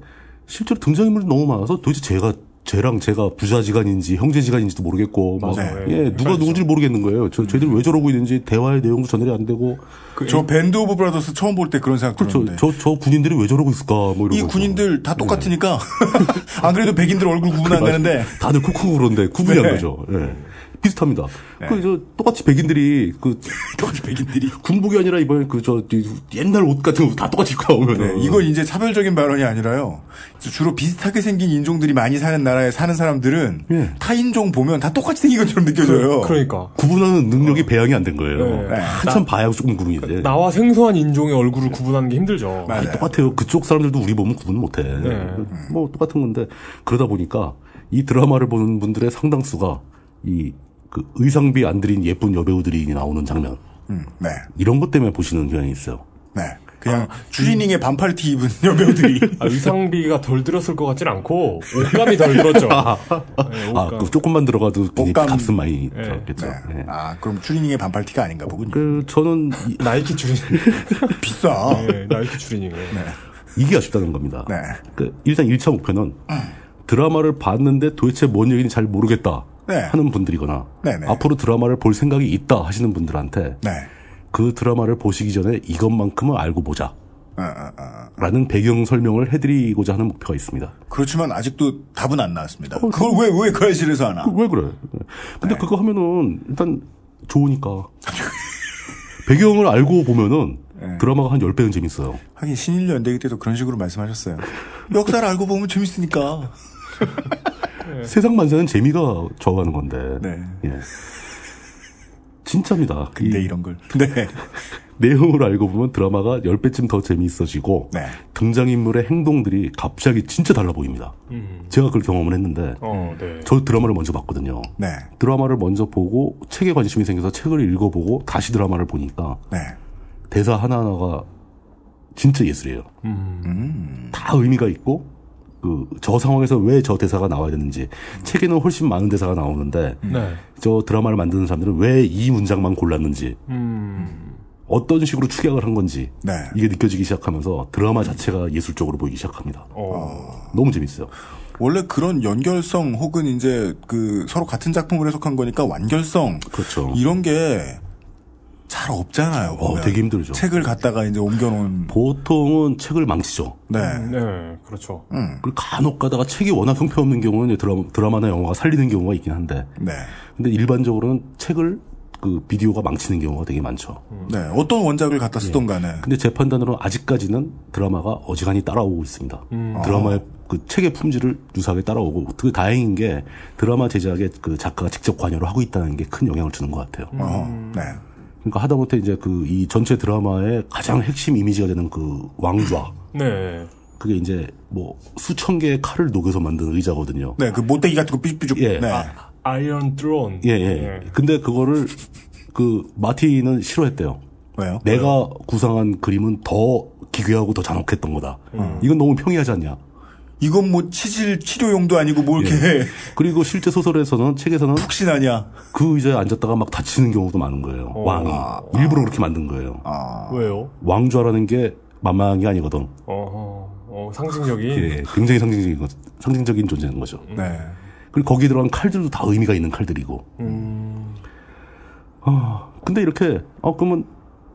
Speaker 2: 실제로 등장인물이 너무 많아서 도대체 제가 쟤랑 제가 부자지간인지 형제지간인지도 모르겠고 막,
Speaker 4: 맞아요.
Speaker 2: 예, 누가 누군지를 모르겠는 거예요. 저, 쟤들 왜 저러고 있는지 대화의 내용도 전달이 안 되고
Speaker 4: 저 밴드 그 오브 브라더스 처음 볼 때 그런 생각
Speaker 2: 그렇죠.
Speaker 4: 들었는데.
Speaker 2: 저, 저 군인들이 왜 저러고 있을까 뭐 이런
Speaker 4: 이
Speaker 2: 거죠.
Speaker 4: 군인들 다 똑같으니까 안 그래도 백인들 얼굴 구분 안
Speaker 2: 맞-
Speaker 4: 되는데
Speaker 2: 다들 쿡쿡 그런데 구분이
Speaker 4: 네.
Speaker 2: 안 가죠. 예. 비슷합니다. 그, 저, 똑같이 백인들이, 그,
Speaker 4: 똑같이 백인들이.
Speaker 2: 군복이 아니라 이번에 그, 저, 이 옛날 옷 같은 거 다 똑같이 입고 나오면.
Speaker 4: 네, 이건 이제 차별적인 발언이 아니라요. 주로 비슷하게 생긴 인종들이 많이 사는 나라에 사는 사람들은
Speaker 2: 예.
Speaker 4: 타인종 보면 다 똑같이 생긴 것처럼 느껴져요. 어.
Speaker 3: 그- 그러니까.
Speaker 2: 구분하는 능력이 배양이 안 된 거예요.
Speaker 3: 네.
Speaker 2: 한참 봐야 조금 구분인데.
Speaker 3: 그 나와 생소한 인종의 얼굴을 구분하는 게 힘들죠.
Speaker 2: 아니, 똑같아요. 그쪽 사람들도 우리 보면 구분 못해.
Speaker 3: 네.
Speaker 2: 뭐 똑같은 건데 그러다 보니까 이 드라마를 보는 분들의 상당수가 이 그 의상비 안 들인 예쁜 여배우들이 나오는 장면
Speaker 4: 음, 네.
Speaker 2: 이런 것 때문에 보시는 경향이 있어요.
Speaker 4: 네. 그냥 추리닝에 반팔 티 입은 여배우들이
Speaker 3: 아, 의상비가 덜 들었을 것 같진 않고 옷감이 덜 들었죠.
Speaker 2: 아,
Speaker 3: 네,
Speaker 2: 아,
Speaker 3: 옷감.
Speaker 2: 그 조금만 들어가도 굉장히
Speaker 4: 옷감.
Speaker 2: 값은 많이
Speaker 4: 네.
Speaker 2: 들었겠죠. 예.
Speaker 4: 아 그럼 추리닝에 반팔 티가 아닌가 보군요.
Speaker 2: 그 저는 이-
Speaker 3: 나이키 추리닝
Speaker 4: 비싸.
Speaker 3: 네, 나이키 추리닝. 네.
Speaker 2: 이게 아쉽다는 겁니다.
Speaker 4: 네.
Speaker 2: 그 일단 1차 목표는 드라마를 봤는데 도대체 뭔 얘기인지 잘 모르겠다
Speaker 4: 네.
Speaker 2: 하는 분들이거나
Speaker 4: 네, 네.
Speaker 2: 앞으로 드라마를 볼 생각이 있다 하시는 분들한테
Speaker 4: 네.
Speaker 2: 그 드라마를 보시기 전에 이것만큼은 알고 보자
Speaker 4: 어, 어, 어.
Speaker 2: 라는 배경 설명을 해드리고자 하는 목표가 있습니다.
Speaker 4: 그렇지만 아직도 답은 안 나왔습니다. 그걸 왜 왜 그 현실에서 네. 하나?
Speaker 2: 왜 그래? 근데 그거 하면은 일단 좋으니까 배경을 알고 보면은 드라마가 한 10배는 재밌어요.
Speaker 4: 네. 하긴 신인류 연대기 때도 그런 식으로 말씀하셨어요. 역사를 알고 보면 재밌으니까. 네.
Speaker 2: 세상 만사는 재미가 저어가는 건데. 예. 진짜입니다. 근데
Speaker 4: 이런 걸. 네.
Speaker 2: 내용을 알고 보면 드라마가 10배쯤 더 재미있어지고
Speaker 4: 네.
Speaker 2: 등장인물의 행동들이 갑자기 진짜 달라 보입니다. 제가 그걸 경험을 했는데
Speaker 3: 어, 네.
Speaker 2: 저 드라마를 먼저 봤거든요.
Speaker 4: 네.
Speaker 2: 드라마를 먼저 보고 책에 관심이 생겨서 책을 읽어보고 다시 드라마를 보니까
Speaker 4: 네.
Speaker 2: 대사 하나하나가 진짜 예술이에요.
Speaker 4: 음.
Speaker 2: 다 의미가 있고 그 저 상황에서 왜 저 대사가 나와야 되는지 책에는 훨씬 많은 대사가 나오는데
Speaker 3: 네.
Speaker 2: 저 드라마를 만드는 사람들은 왜 이 문장만 골랐는지
Speaker 3: 음.
Speaker 2: 어떤 식으로 축약을 한 건지
Speaker 4: 네.
Speaker 2: 이게 느껴지기 시작하면서 드라마 자체가 예술적으로 보이기 시작합니다.
Speaker 4: 어.
Speaker 2: 너무 재밌어요.
Speaker 4: 원래 그런 연결성 혹은 이제 그 서로 같은 작품을 해석한 거니까 완결성
Speaker 2: 그렇죠.
Speaker 4: 이런 게 잘 없잖아요.
Speaker 2: 어,
Speaker 4: 보면.
Speaker 2: 되게 힘들죠.
Speaker 4: 책을 갖다가 이제 옮겨놓은
Speaker 2: 보통은 책을 망치죠.
Speaker 4: 네. 음,
Speaker 3: 네, 그렇죠.
Speaker 2: 그리고 간혹 가다가 책이 워낙 형편없는 경우는 이제 드라마, 드라마나 영화가 살리는 경우가 있긴 한데
Speaker 4: 네.
Speaker 2: 근데 일반적으로는 책을 그 비디오가 망치는 경우가 되게 많죠. 예.
Speaker 4: 네. 어떤 원작을 갖다 쓰던 간에
Speaker 2: 근데 제 판단으로는 아직까지는 드라마가 어지간히 따라오고 있습니다.
Speaker 4: 음.
Speaker 2: 드라마의 그 책의 품질을 유사하게 따라오고 그 다행인 게 드라마 제작에 그 작가가 직접 관여를 하고 있다는 게 큰 영향을 주는 것 같아요.
Speaker 4: 어, 네.
Speaker 2: 그러니까 하다못해 이제 그 이 전체 드라마의 가장 핵심 이미지가 되는 그 왕좌
Speaker 3: 네.
Speaker 2: 그게 이제 뭐 수천 개의 칼을 녹여서 만든 의자거든요.
Speaker 4: 네, 그 못대기 같은 거 삐죽삐죽. 네.
Speaker 2: 예.
Speaker 3: 아, 아이언 드론.
Speaker 2: 예, 예.
Speaker 3: 네.
Speaker 2: 근데 그거를 그 마티는 싫어했대요.
Speaker 4: 왜요?
Speaker 2: 내가 구상한 그림은 더 기괴하고 더 잔혹했던 거다. 이건 너무 평이하지 않냐. 예.
Speaker 4: 이건 뭐 치질 치료용도 아니고 뭐 이렇게
Speaker 2: 그리고 실제 소설에서는 책에서는
Speaker 4: 푹신하냐.
Speaker 2: 그 의자에 앉았다가 막
Speaker 4: 아.
Speaker 2: 다치는 경우도 많은 거예요. 왕이 일부러 그렇게 만든 거예요.
Speaker 3: 왜요?
Speaker 2: 왕좌라는 게 만만한 게 아니거든.
Speaker 3: 어허, 어, 상징적인.
Speaker 2: 예, 굉장히 상징적인 것, 상징적인 존재인 거죠.
Speaker 4: 음. 네.
Speaker 2: 그리고 거기에 들어간 칼들도 다 의미가 있는 칼들이고.
Speaker 4: 음.
Speaker 2: 아, 근데 이렇게, 아, 그러면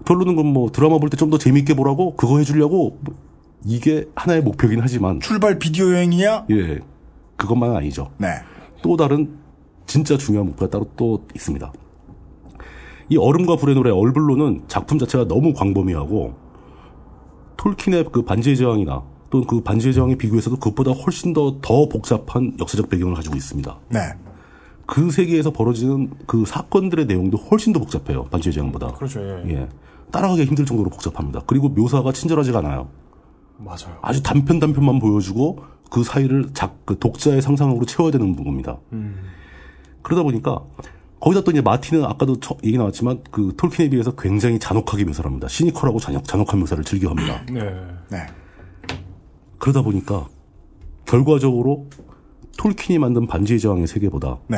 Speaker 2: 결론은 건 뭐 드라마 볼 때 좀 더 재밌게 보라고 그거 해주려고 뭐 이게 하나의 목표긴 하지만.
Speaker 4: 출발 비디오 여행이냐?
Speaker 2: 예. 그것만은 아니죠.
Speaker 4: 네.
Speaker 2: 또 다른 진짜 중요한 목표가 따로 또 있습니다. 이 얼음과 불의 노래 얼블로는 작품 자체가 너무 광범위하고 톨킨의 그 반지의 제왕이나 또는 그 반지의 제왕에 비교해서도 그것보다 훨씬 더 더 복잡한 역사적 배경을 가지고 있습니다.
Speaker 4: 네.
Speaker 2: 그 세계에서 벌어지는 그 사건들의 내용도 훨씬 더 복잡해요. 반지의 제왕보다.
Speaker 3: 그렇죠. 예.
Speaker 2: 예. 따라가기 힘들 정도로 복잡합니다. 그리고 묘사가 친절하지가 않아요.
Speaker 3: 맞아요.
Speaker 2: 아주 단편 단편만 보여주고 그 사이를 작, 그 독자의 상상으로 채워야 되는 부분입니다.
Speaker 3: 음,
Speaker 2: 그러다 보니까 거기다 또 이제 마틴은 아까도 처- 얘기 나왔지만 그 톨킨에 비해서 굉장히 잔혹하게 묘사를 합니다. 시니컬하고 잔혹, 잔혹한 묘사를 즐겨합니다.
Speaker 3: 네.
Speaker 4: 네.
Speaker 2: 그러다 보니까 결과적으로 톨킨이 만든 반지의 제왕의 세계보다
Speaker 4: 네.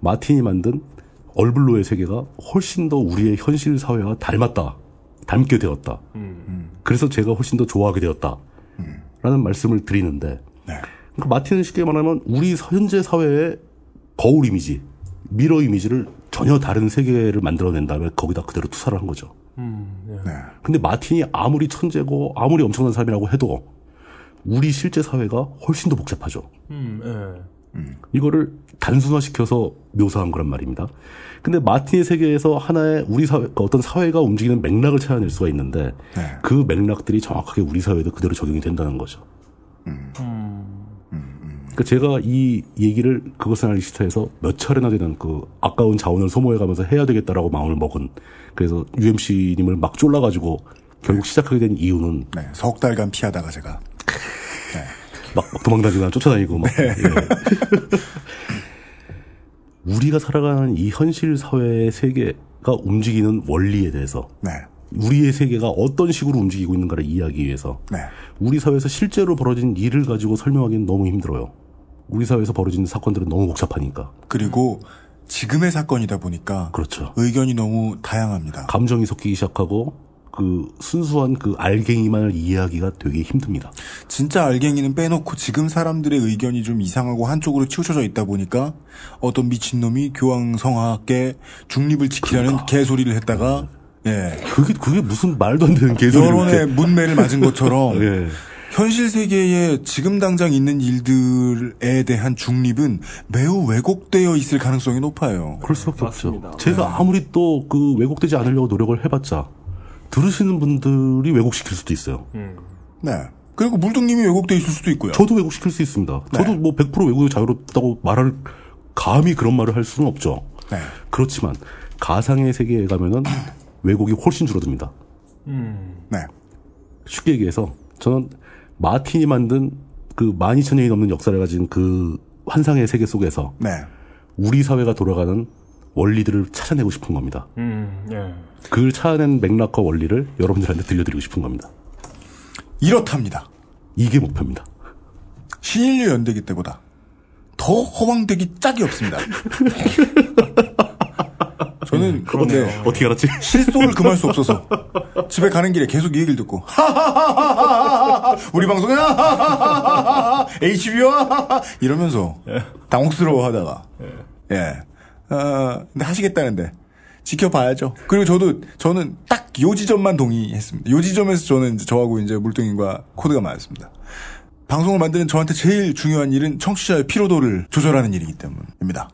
Speaker 2: 마틴이 만든 얼블로의 세계가 훨씬 더 우리의 현실 사회와 닮았다. 닮게 되었다.
Speaker 3: 음.
Speaker 2: 음. 그래서 제가 훨씬 더 좋아하게 되었다. 라는 말씀을 드리는데 그러니까 마틴은 쉽게 말하면 우리 현재 사회의 거울 이미지, 미러 이미지를 전혀 다른 세계를 만들어낸 다음에 거기다 그대로 투사를 한 거죠.
Speaker 4: 네.
Speaker 2: 근데 마틴이 아무리 천재고 아무리 엄청난 사람이라고 해도 우리 실제 사회가 훨씬 더 복잡하죠.
Speaker 3: 음, 예.
Speaker 2: 이거를 단순화시켜서 묘사한 거란 말입니다. 근데 마틴의 세계에서 하나의 우리 사회, 그러니까 어떤 사회가 움직이는 맥락을 찾아낼 수가 있는데
Speaker 4: 네.
Speaker 2: 그 맥락들이 정확하게 우리 사회에도 그대로 적용이 된다는 거죠. 그러니까 제가 이 얘기를 그것은 알기 싫다에서 몇 차례나 되는 그 아까운 자원을 소모해가면서 해야 되겠다라고 마음을 먹은 그래서 UMC님을 막 쫄라가지고 결국 시작하게 된 이유는
Speaker 4: 네. 석 달간 피하다가 제가
Speaker 2: 막, 막 도망다니거나 쫓아다니고 막
Speaker 4: 네.
Speaker 2: 예. 우리가 살아가는 이 현실 사회의 세계가 움직이는 원리에 대해서
Speaker 4: 네.
Speaker 2: 우리의 세계가 어떤 식으로 움직이고 있는가를 이해하기 위해서
Speaker 4: 네.
Speaker 2: 우리 사회에서 실제로 벌어진 일을 가지고 설명하기는 너무 힘들어요. 우리 사회에서 벌어지는 사건들은 너무 복잡하니까.
Speaker 4: 그리고 지금의 사건이다 보니까
Speaker 2: 그렇죠.
Speaker 4: 의견이 너무 다양합니다.
Speaker 2: 감정이 섞이기 시작하고 그 순수한 그 알갱이만을 이해하기가 되게 힘듭니다.
Speaker 4: 진짜 알갱이는 빼놓고 지금 사람들의 의견이 좀 이상하고 한쪽으로 치우쳐져 있다 보니까 어떤 미친놈이 교황성화학계 중립을 지키라는 개소리를 했다가 예.
Speaker 2: 그러니까. 그게 그게 무슨 말도 안 되는 개소리를
Speaker 4: 여론의
Speaker 2: 이렇게.
Speaker 4: 문매를 맞은 것처럼
Speaker 2: 예.
Speaker 4: 현실 세계에 지금 당장 있는 일들에 대한 중립은 매우 왜곡되어 있을 가능성이 높아요.
Speaker 2: 그럴 수밖에 없죠. 제가
Speaker 4: 네.
Speaker 2: 아무리 또 그 왜곡되지 않으려고 노력을 해봤자 들으시는 분들이 왜곡시킬 수도 있어요.
Speaker 4: 네. 그리고 물동님이 왜곡되어 있을 수도 있고요. 네.
Speaker 2: 저도 왜곡시킬 수 있습니다. 저도 뭐 100% 왜곡의 자유롭다고 말할 감히 그런 말을 할 수는 없죠.
Speaker 4: 네.
Speaker 2: 그렇지만 가상의 세계에 가면은 왜곡이 훨씬 줄어듭니다.
Speaker 4: 네.
Speaker 2: 쉽게 얘기해서 저는 마틴이 만든 그 12,000년이 넘는 역사를 가진 그 환상의 세계 속에서
Speaker 4: 네.
Speaker 2: 우리 사회가 돌아가는 원리들을 찾아내고 싶은 겁니다.
Speaker 3: 음, 예.
Speaker 2: 그걸 찾아낸 맥락과 원리를 여러분들한테 들려드리고 싶은 겁니다.
Speaker 4: 이렇답니다.
Speaker 2: 이게 목표입니다.
Speaker 4: 신인류 연대기 때보다 더 허황되기 짝이 없습니다. 저는
Speaker 2: 그러네요.
Speaker 4: 네.
Speaker 2: 어떻게 알았지?
Speaker 4: 실속을 금할 수 없어서 집에 가는 길에 계속 이 얘기를 듣고 우리 방송에 HBO 이러면서 당혹스러워하다가 예 아, 근데 하시겠다는데 지켜봐야죠. 그리고 저도 저는 딱 요 지점만 동의했습니다. 요 지점에서 저는 이제 저하고 이제 물동인과 코드가 맞았습니다. 방송을 만드는 저한테 제일 중요한 일은 청취자의 피로도를 조절하는 일이기 때문입니다.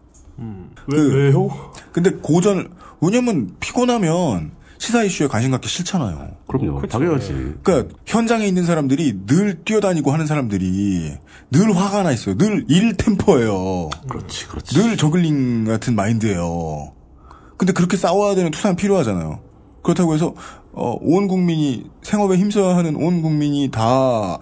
Speaker 3: 왜,
Speaker 4: 그-
Speaker 3: 왜요?
Speaker 4: 근데 고전을 왜냐면 피곤하면 시사 이슈에 관심 갖기 싫잖아요.
Speaker 2: 그럼요.
Speaker 3: 그렇죠.
Speaker 2: 당연하지.
Speaker 4: 그러니까 현장에 있는 사람들이 늘 뛰어다니고 하는 사람들이 늘 화가 나 있어요. 늘 일 템포예요.
Speaker 2: 그렇지, 그렇지.
Speaker 4: 늘 저글링 같은 마인드예요. 근데 그렇게 싸워야 되는 투산 필요하잖아요. 그렇다고 해서 어, 온 국민이 생업에 힘써야 하는 온 국민이 다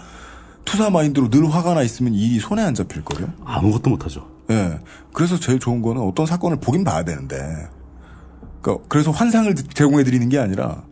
Speaker 4: 투사 마인드로 늘 화가 나 있으면 일이 손에 안 잡힐 거예요.
Speaker 2: 아무것도 못하죠.
Speaker 4: 예. 그래서 제일 좋은 거는 어떤 사건을 보긴 봐야 되는데. 그러니까 그래서 환상을 제공해 드리는 게 아니라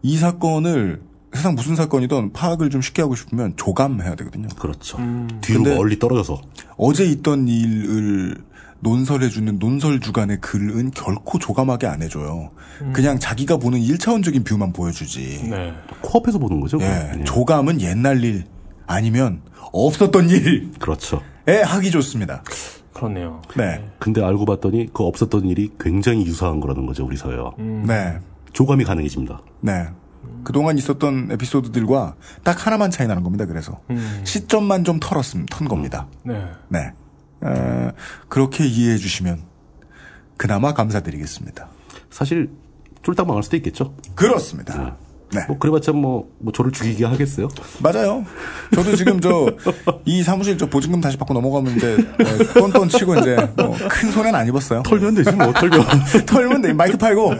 Speaker 4: 이 사건을 세상 무슨 사건이든 파악을 좀 쉽게 하고 싶으면 조감해야 되거든요.
Speaker 2: 그렇죠.
Speaker 3: 음.
Speaker 2: 뒤로 멀리 떨어져서.
Speaker 4: 어제 있던 일을 논설해주는 논설 주간의 글은 결코 조감하게 안 해줘요.
Speaker 2: 음.
Speaker 4: 그냥 자기가 보는 1차원적인 뷰만
Speaker 3: 음.
Speaker 4: 보여주지.
Speaker 3: 네.
Speaker 2: 코앞에서 보는 거죠.
Speaker 4: 예. 조감은 옛날 일 아니면 없었던 일.
Speaker 2: 그렇죠.
Speaker 4: 예, 하기 좋습니다.
Speaker 3: 그렇네요.
Speaker 4: 네.
Speaker 2: 근데 알고 봤더니 그 없었던 일이 굉장히 유사한 거라는 거죠, 우리 사회와.
Speaker 4: 네.
Speaker 2: 조감이 가능해집니다.
Speaker 4: 네. 그동안 있었던 에피소드들과 딱 하나만 차이 나는 겁니다. 그래서
Speaker 3: 음.
Speaker 4: 시점만 좀 털었음 턴 겁니다.
Speaker 3: 네.
Speaker 4: 네. 어, 그렇게 이해해 주시면 그나마 감사드리겠습니다.
Speaker 2: 사실 쫄딱 망할 수도 있겠죠.
Speaker 4: 그렇습니다. 네.
Speaker 2: 뭐 그래봤자 뭐, 뭐 저를 죽이게 하겠어요?
Speaker 4: 맞아요. 저도 지금 저 이 사무실 저 보증금 다시 받고 넘어가면 이제 어, 똔똔 치고 이제 뭐 큰 손해는 안 입었어요.
Speaker 2: 털면 되지 뭐 털면.
Speaker 4: 털면 돼. 마이크 팔고.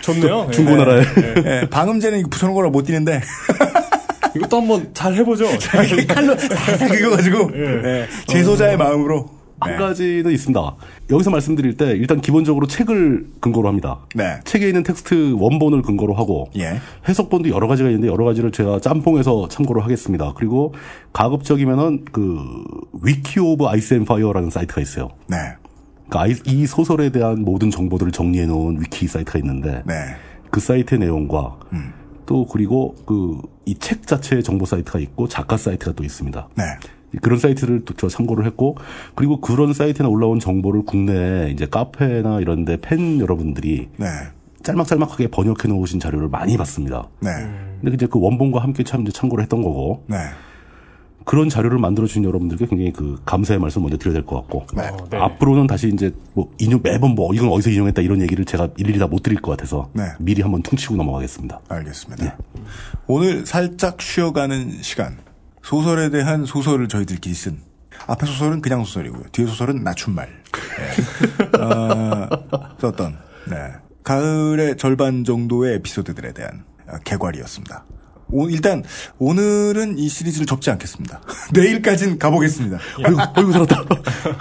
Speaker 3: 좋네요.
Speaker 2: 중고나라에.
Speaker 4: 예. 예. 방음제는 붙여놓은 거라 못 뛰는데
Speaker 3: 이것도 한번 잘 해보죠.
Speaker 4: 칼로 살살 긁어가지고 예. 제소자의 마음으로 네.
Speaker 2: 한 가지는 있습니다. 여기서 말씀드릴 때 일단 기본적으로 책을 근거로 합니다.
Speaker 4: 네.
Speaker 2: 책에 있는 텍스트 원본을 근거로 하고
Speaker 4: 예.
Speaker 2: 해석본도 여러 가지가 있는데 여러 가지를 제가 짬뽕해서 참고를 하겠습니다. 그리고 가급적이면은 그 위키 오브 아이스 앤 파이어라는 사이트가 있어요.
Speaker 4: 네.
Speaker 2: 그러니까 아이- 이 소설에 대한 모든 정보들을 정리해 놓은 위키 사이트가 있는데
Speaker 4: 네.
Speaker 2: 그 사이트의 내용과
Speaker 4: 음,
Speaker 2: 또 그리고 그 이 책 자체의 정보 사이트가 있고 작가 사이트가 또 있습니다.
Speaker 4: 네.
Speaker 2: 그런 사이트를 또저 참고를 했고 그리고 그런 사이트나 올라온 정보를 국내 이제 카페나 이런데 팬 여러분들이
Speaker 4: 네.
Speaker 2: 짤막짤막하게 번역해 놓으신 자료를 많이 봤습니다.
Speaker 4: 네.
Speaker 2: 근데 이제 그 원본과 함께 참 이제 참고를 했던 거고
Speaker 4: 네.
Speaker 2: 그런 자료를 만들어 주신 여러분들께 굉장히 그 감사의 말씀 먼저 드려야 될 것 같고
Speaker 4: 네.
Speaker 2: 앞으로는 다시 이제 뭐 인용 매번 뭐 이건 어디서 인용했다 이런 얘기를 제가 일일이 다 못 드릴 것 같아서
Speaker 4: 네.
Speaker 2: 미리 한번 퉁치고 넘어가겠습니다. 네.
Speaker 4: 알겠습니다. 오늘 살짝 쉬어가는 시간. 소설에 대한 소설을 저희들끼리 쓴. 앞에 소설은 그냥 소설이고요. 뒤에 소설은 낮춤말. 예. 아, 썼던. 네. 가을의 절반 정도의 에피소드들에 대한 아, 개괄이었습니다. 오- 일단 오늘은 이 시리즈를 접지 않겠습니다. 내일까진 가보겠습니다.
Speaker 2: 어이구, 어이구 살았다.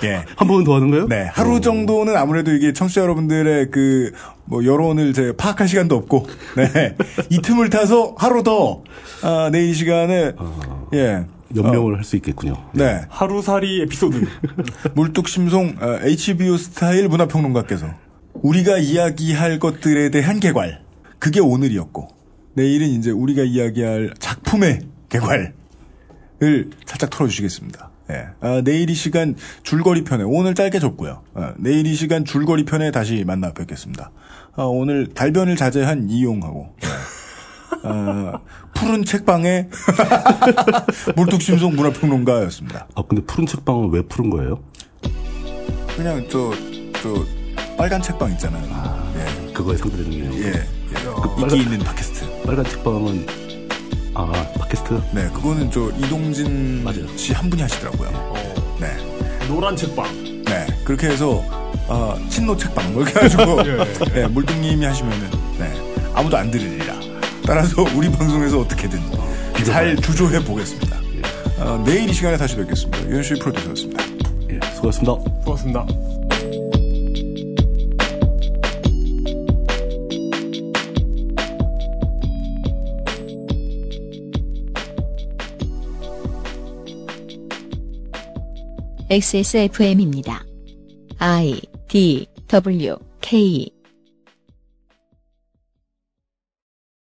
Speaker 4: 예.
Speaker 2: 한 번은 더 하는 거예요?
Speaker 4: 네, 하루 정도는 아무래도 이게 청취자 여러분들의 그 뭐 여론을 제 파악할 시간도 없고, 네, 이 틈을 타서 하루 더 아, 내일 이 시간에
Speaker 2: 어.
Speaker 4: 예
Speaker 2: 연명을 할 수 있겠군요.
Speaker 4: 네
Speaker 3: 하루살이 에피소드
Speaker 4: 물뚝심송 어, HBO 스타일 문화평론가께서 우리가 이야기할 것들에 대한 개괄 그게 오늘이었고 내일은 이제 우리가 이야기할 작품의 개괄을 살짝 털어주시겠습니다. 예. 아, 내일 이 시간 줄거리 편에 오늘 짧게 접고요. 아, 내일 이 시간 줄거리 편에 다시 만나 뵙겠습니다. 아, 오늘 달변을 자제한 이용하고 예. 아, 푸른 책방의 물뚝심송 문화평론가였습니다.
Speaker 2: 아 근데 푸른 책방은 왜 푸른 거예요?
Speaker 4: 그냥 저, 저 빨간 책방 있잖아요. 예.
Speaker 2: 그거에 상대되는 게
Speaker 4: 예. 예. 인기 있는 팟캐스트.
Speaker 2: 어. 빨간 책방은 아 팟캐스트
Speaker 4: 네, 그거는 저 이동진 씨 한 분이 하시더라고요.
Speaker 2: 어.
Speaker 4: 네.
Speaker 3: 노란 책방.
Speaker 4: 네. 그렇게 해서 어, 친노 책방 뭐 이렇게 해가지고
Speaker 3: 예,
Speaker 4: 네, 물뚱님이 하시면은 네, 아무도 안 들으리라. 따라서 우리 방송에서 어떻게든 잘 주조해 보겠습니다. 어, 내일 이 시간에 다시 뵙겠습니다. 윤씨 프로듀서였습니다.
Speaker 2: 예, 수고하셨습니다.
Speaker 3: 수고하셨습니다.
Speaker 1: XSFM입니다. I D W K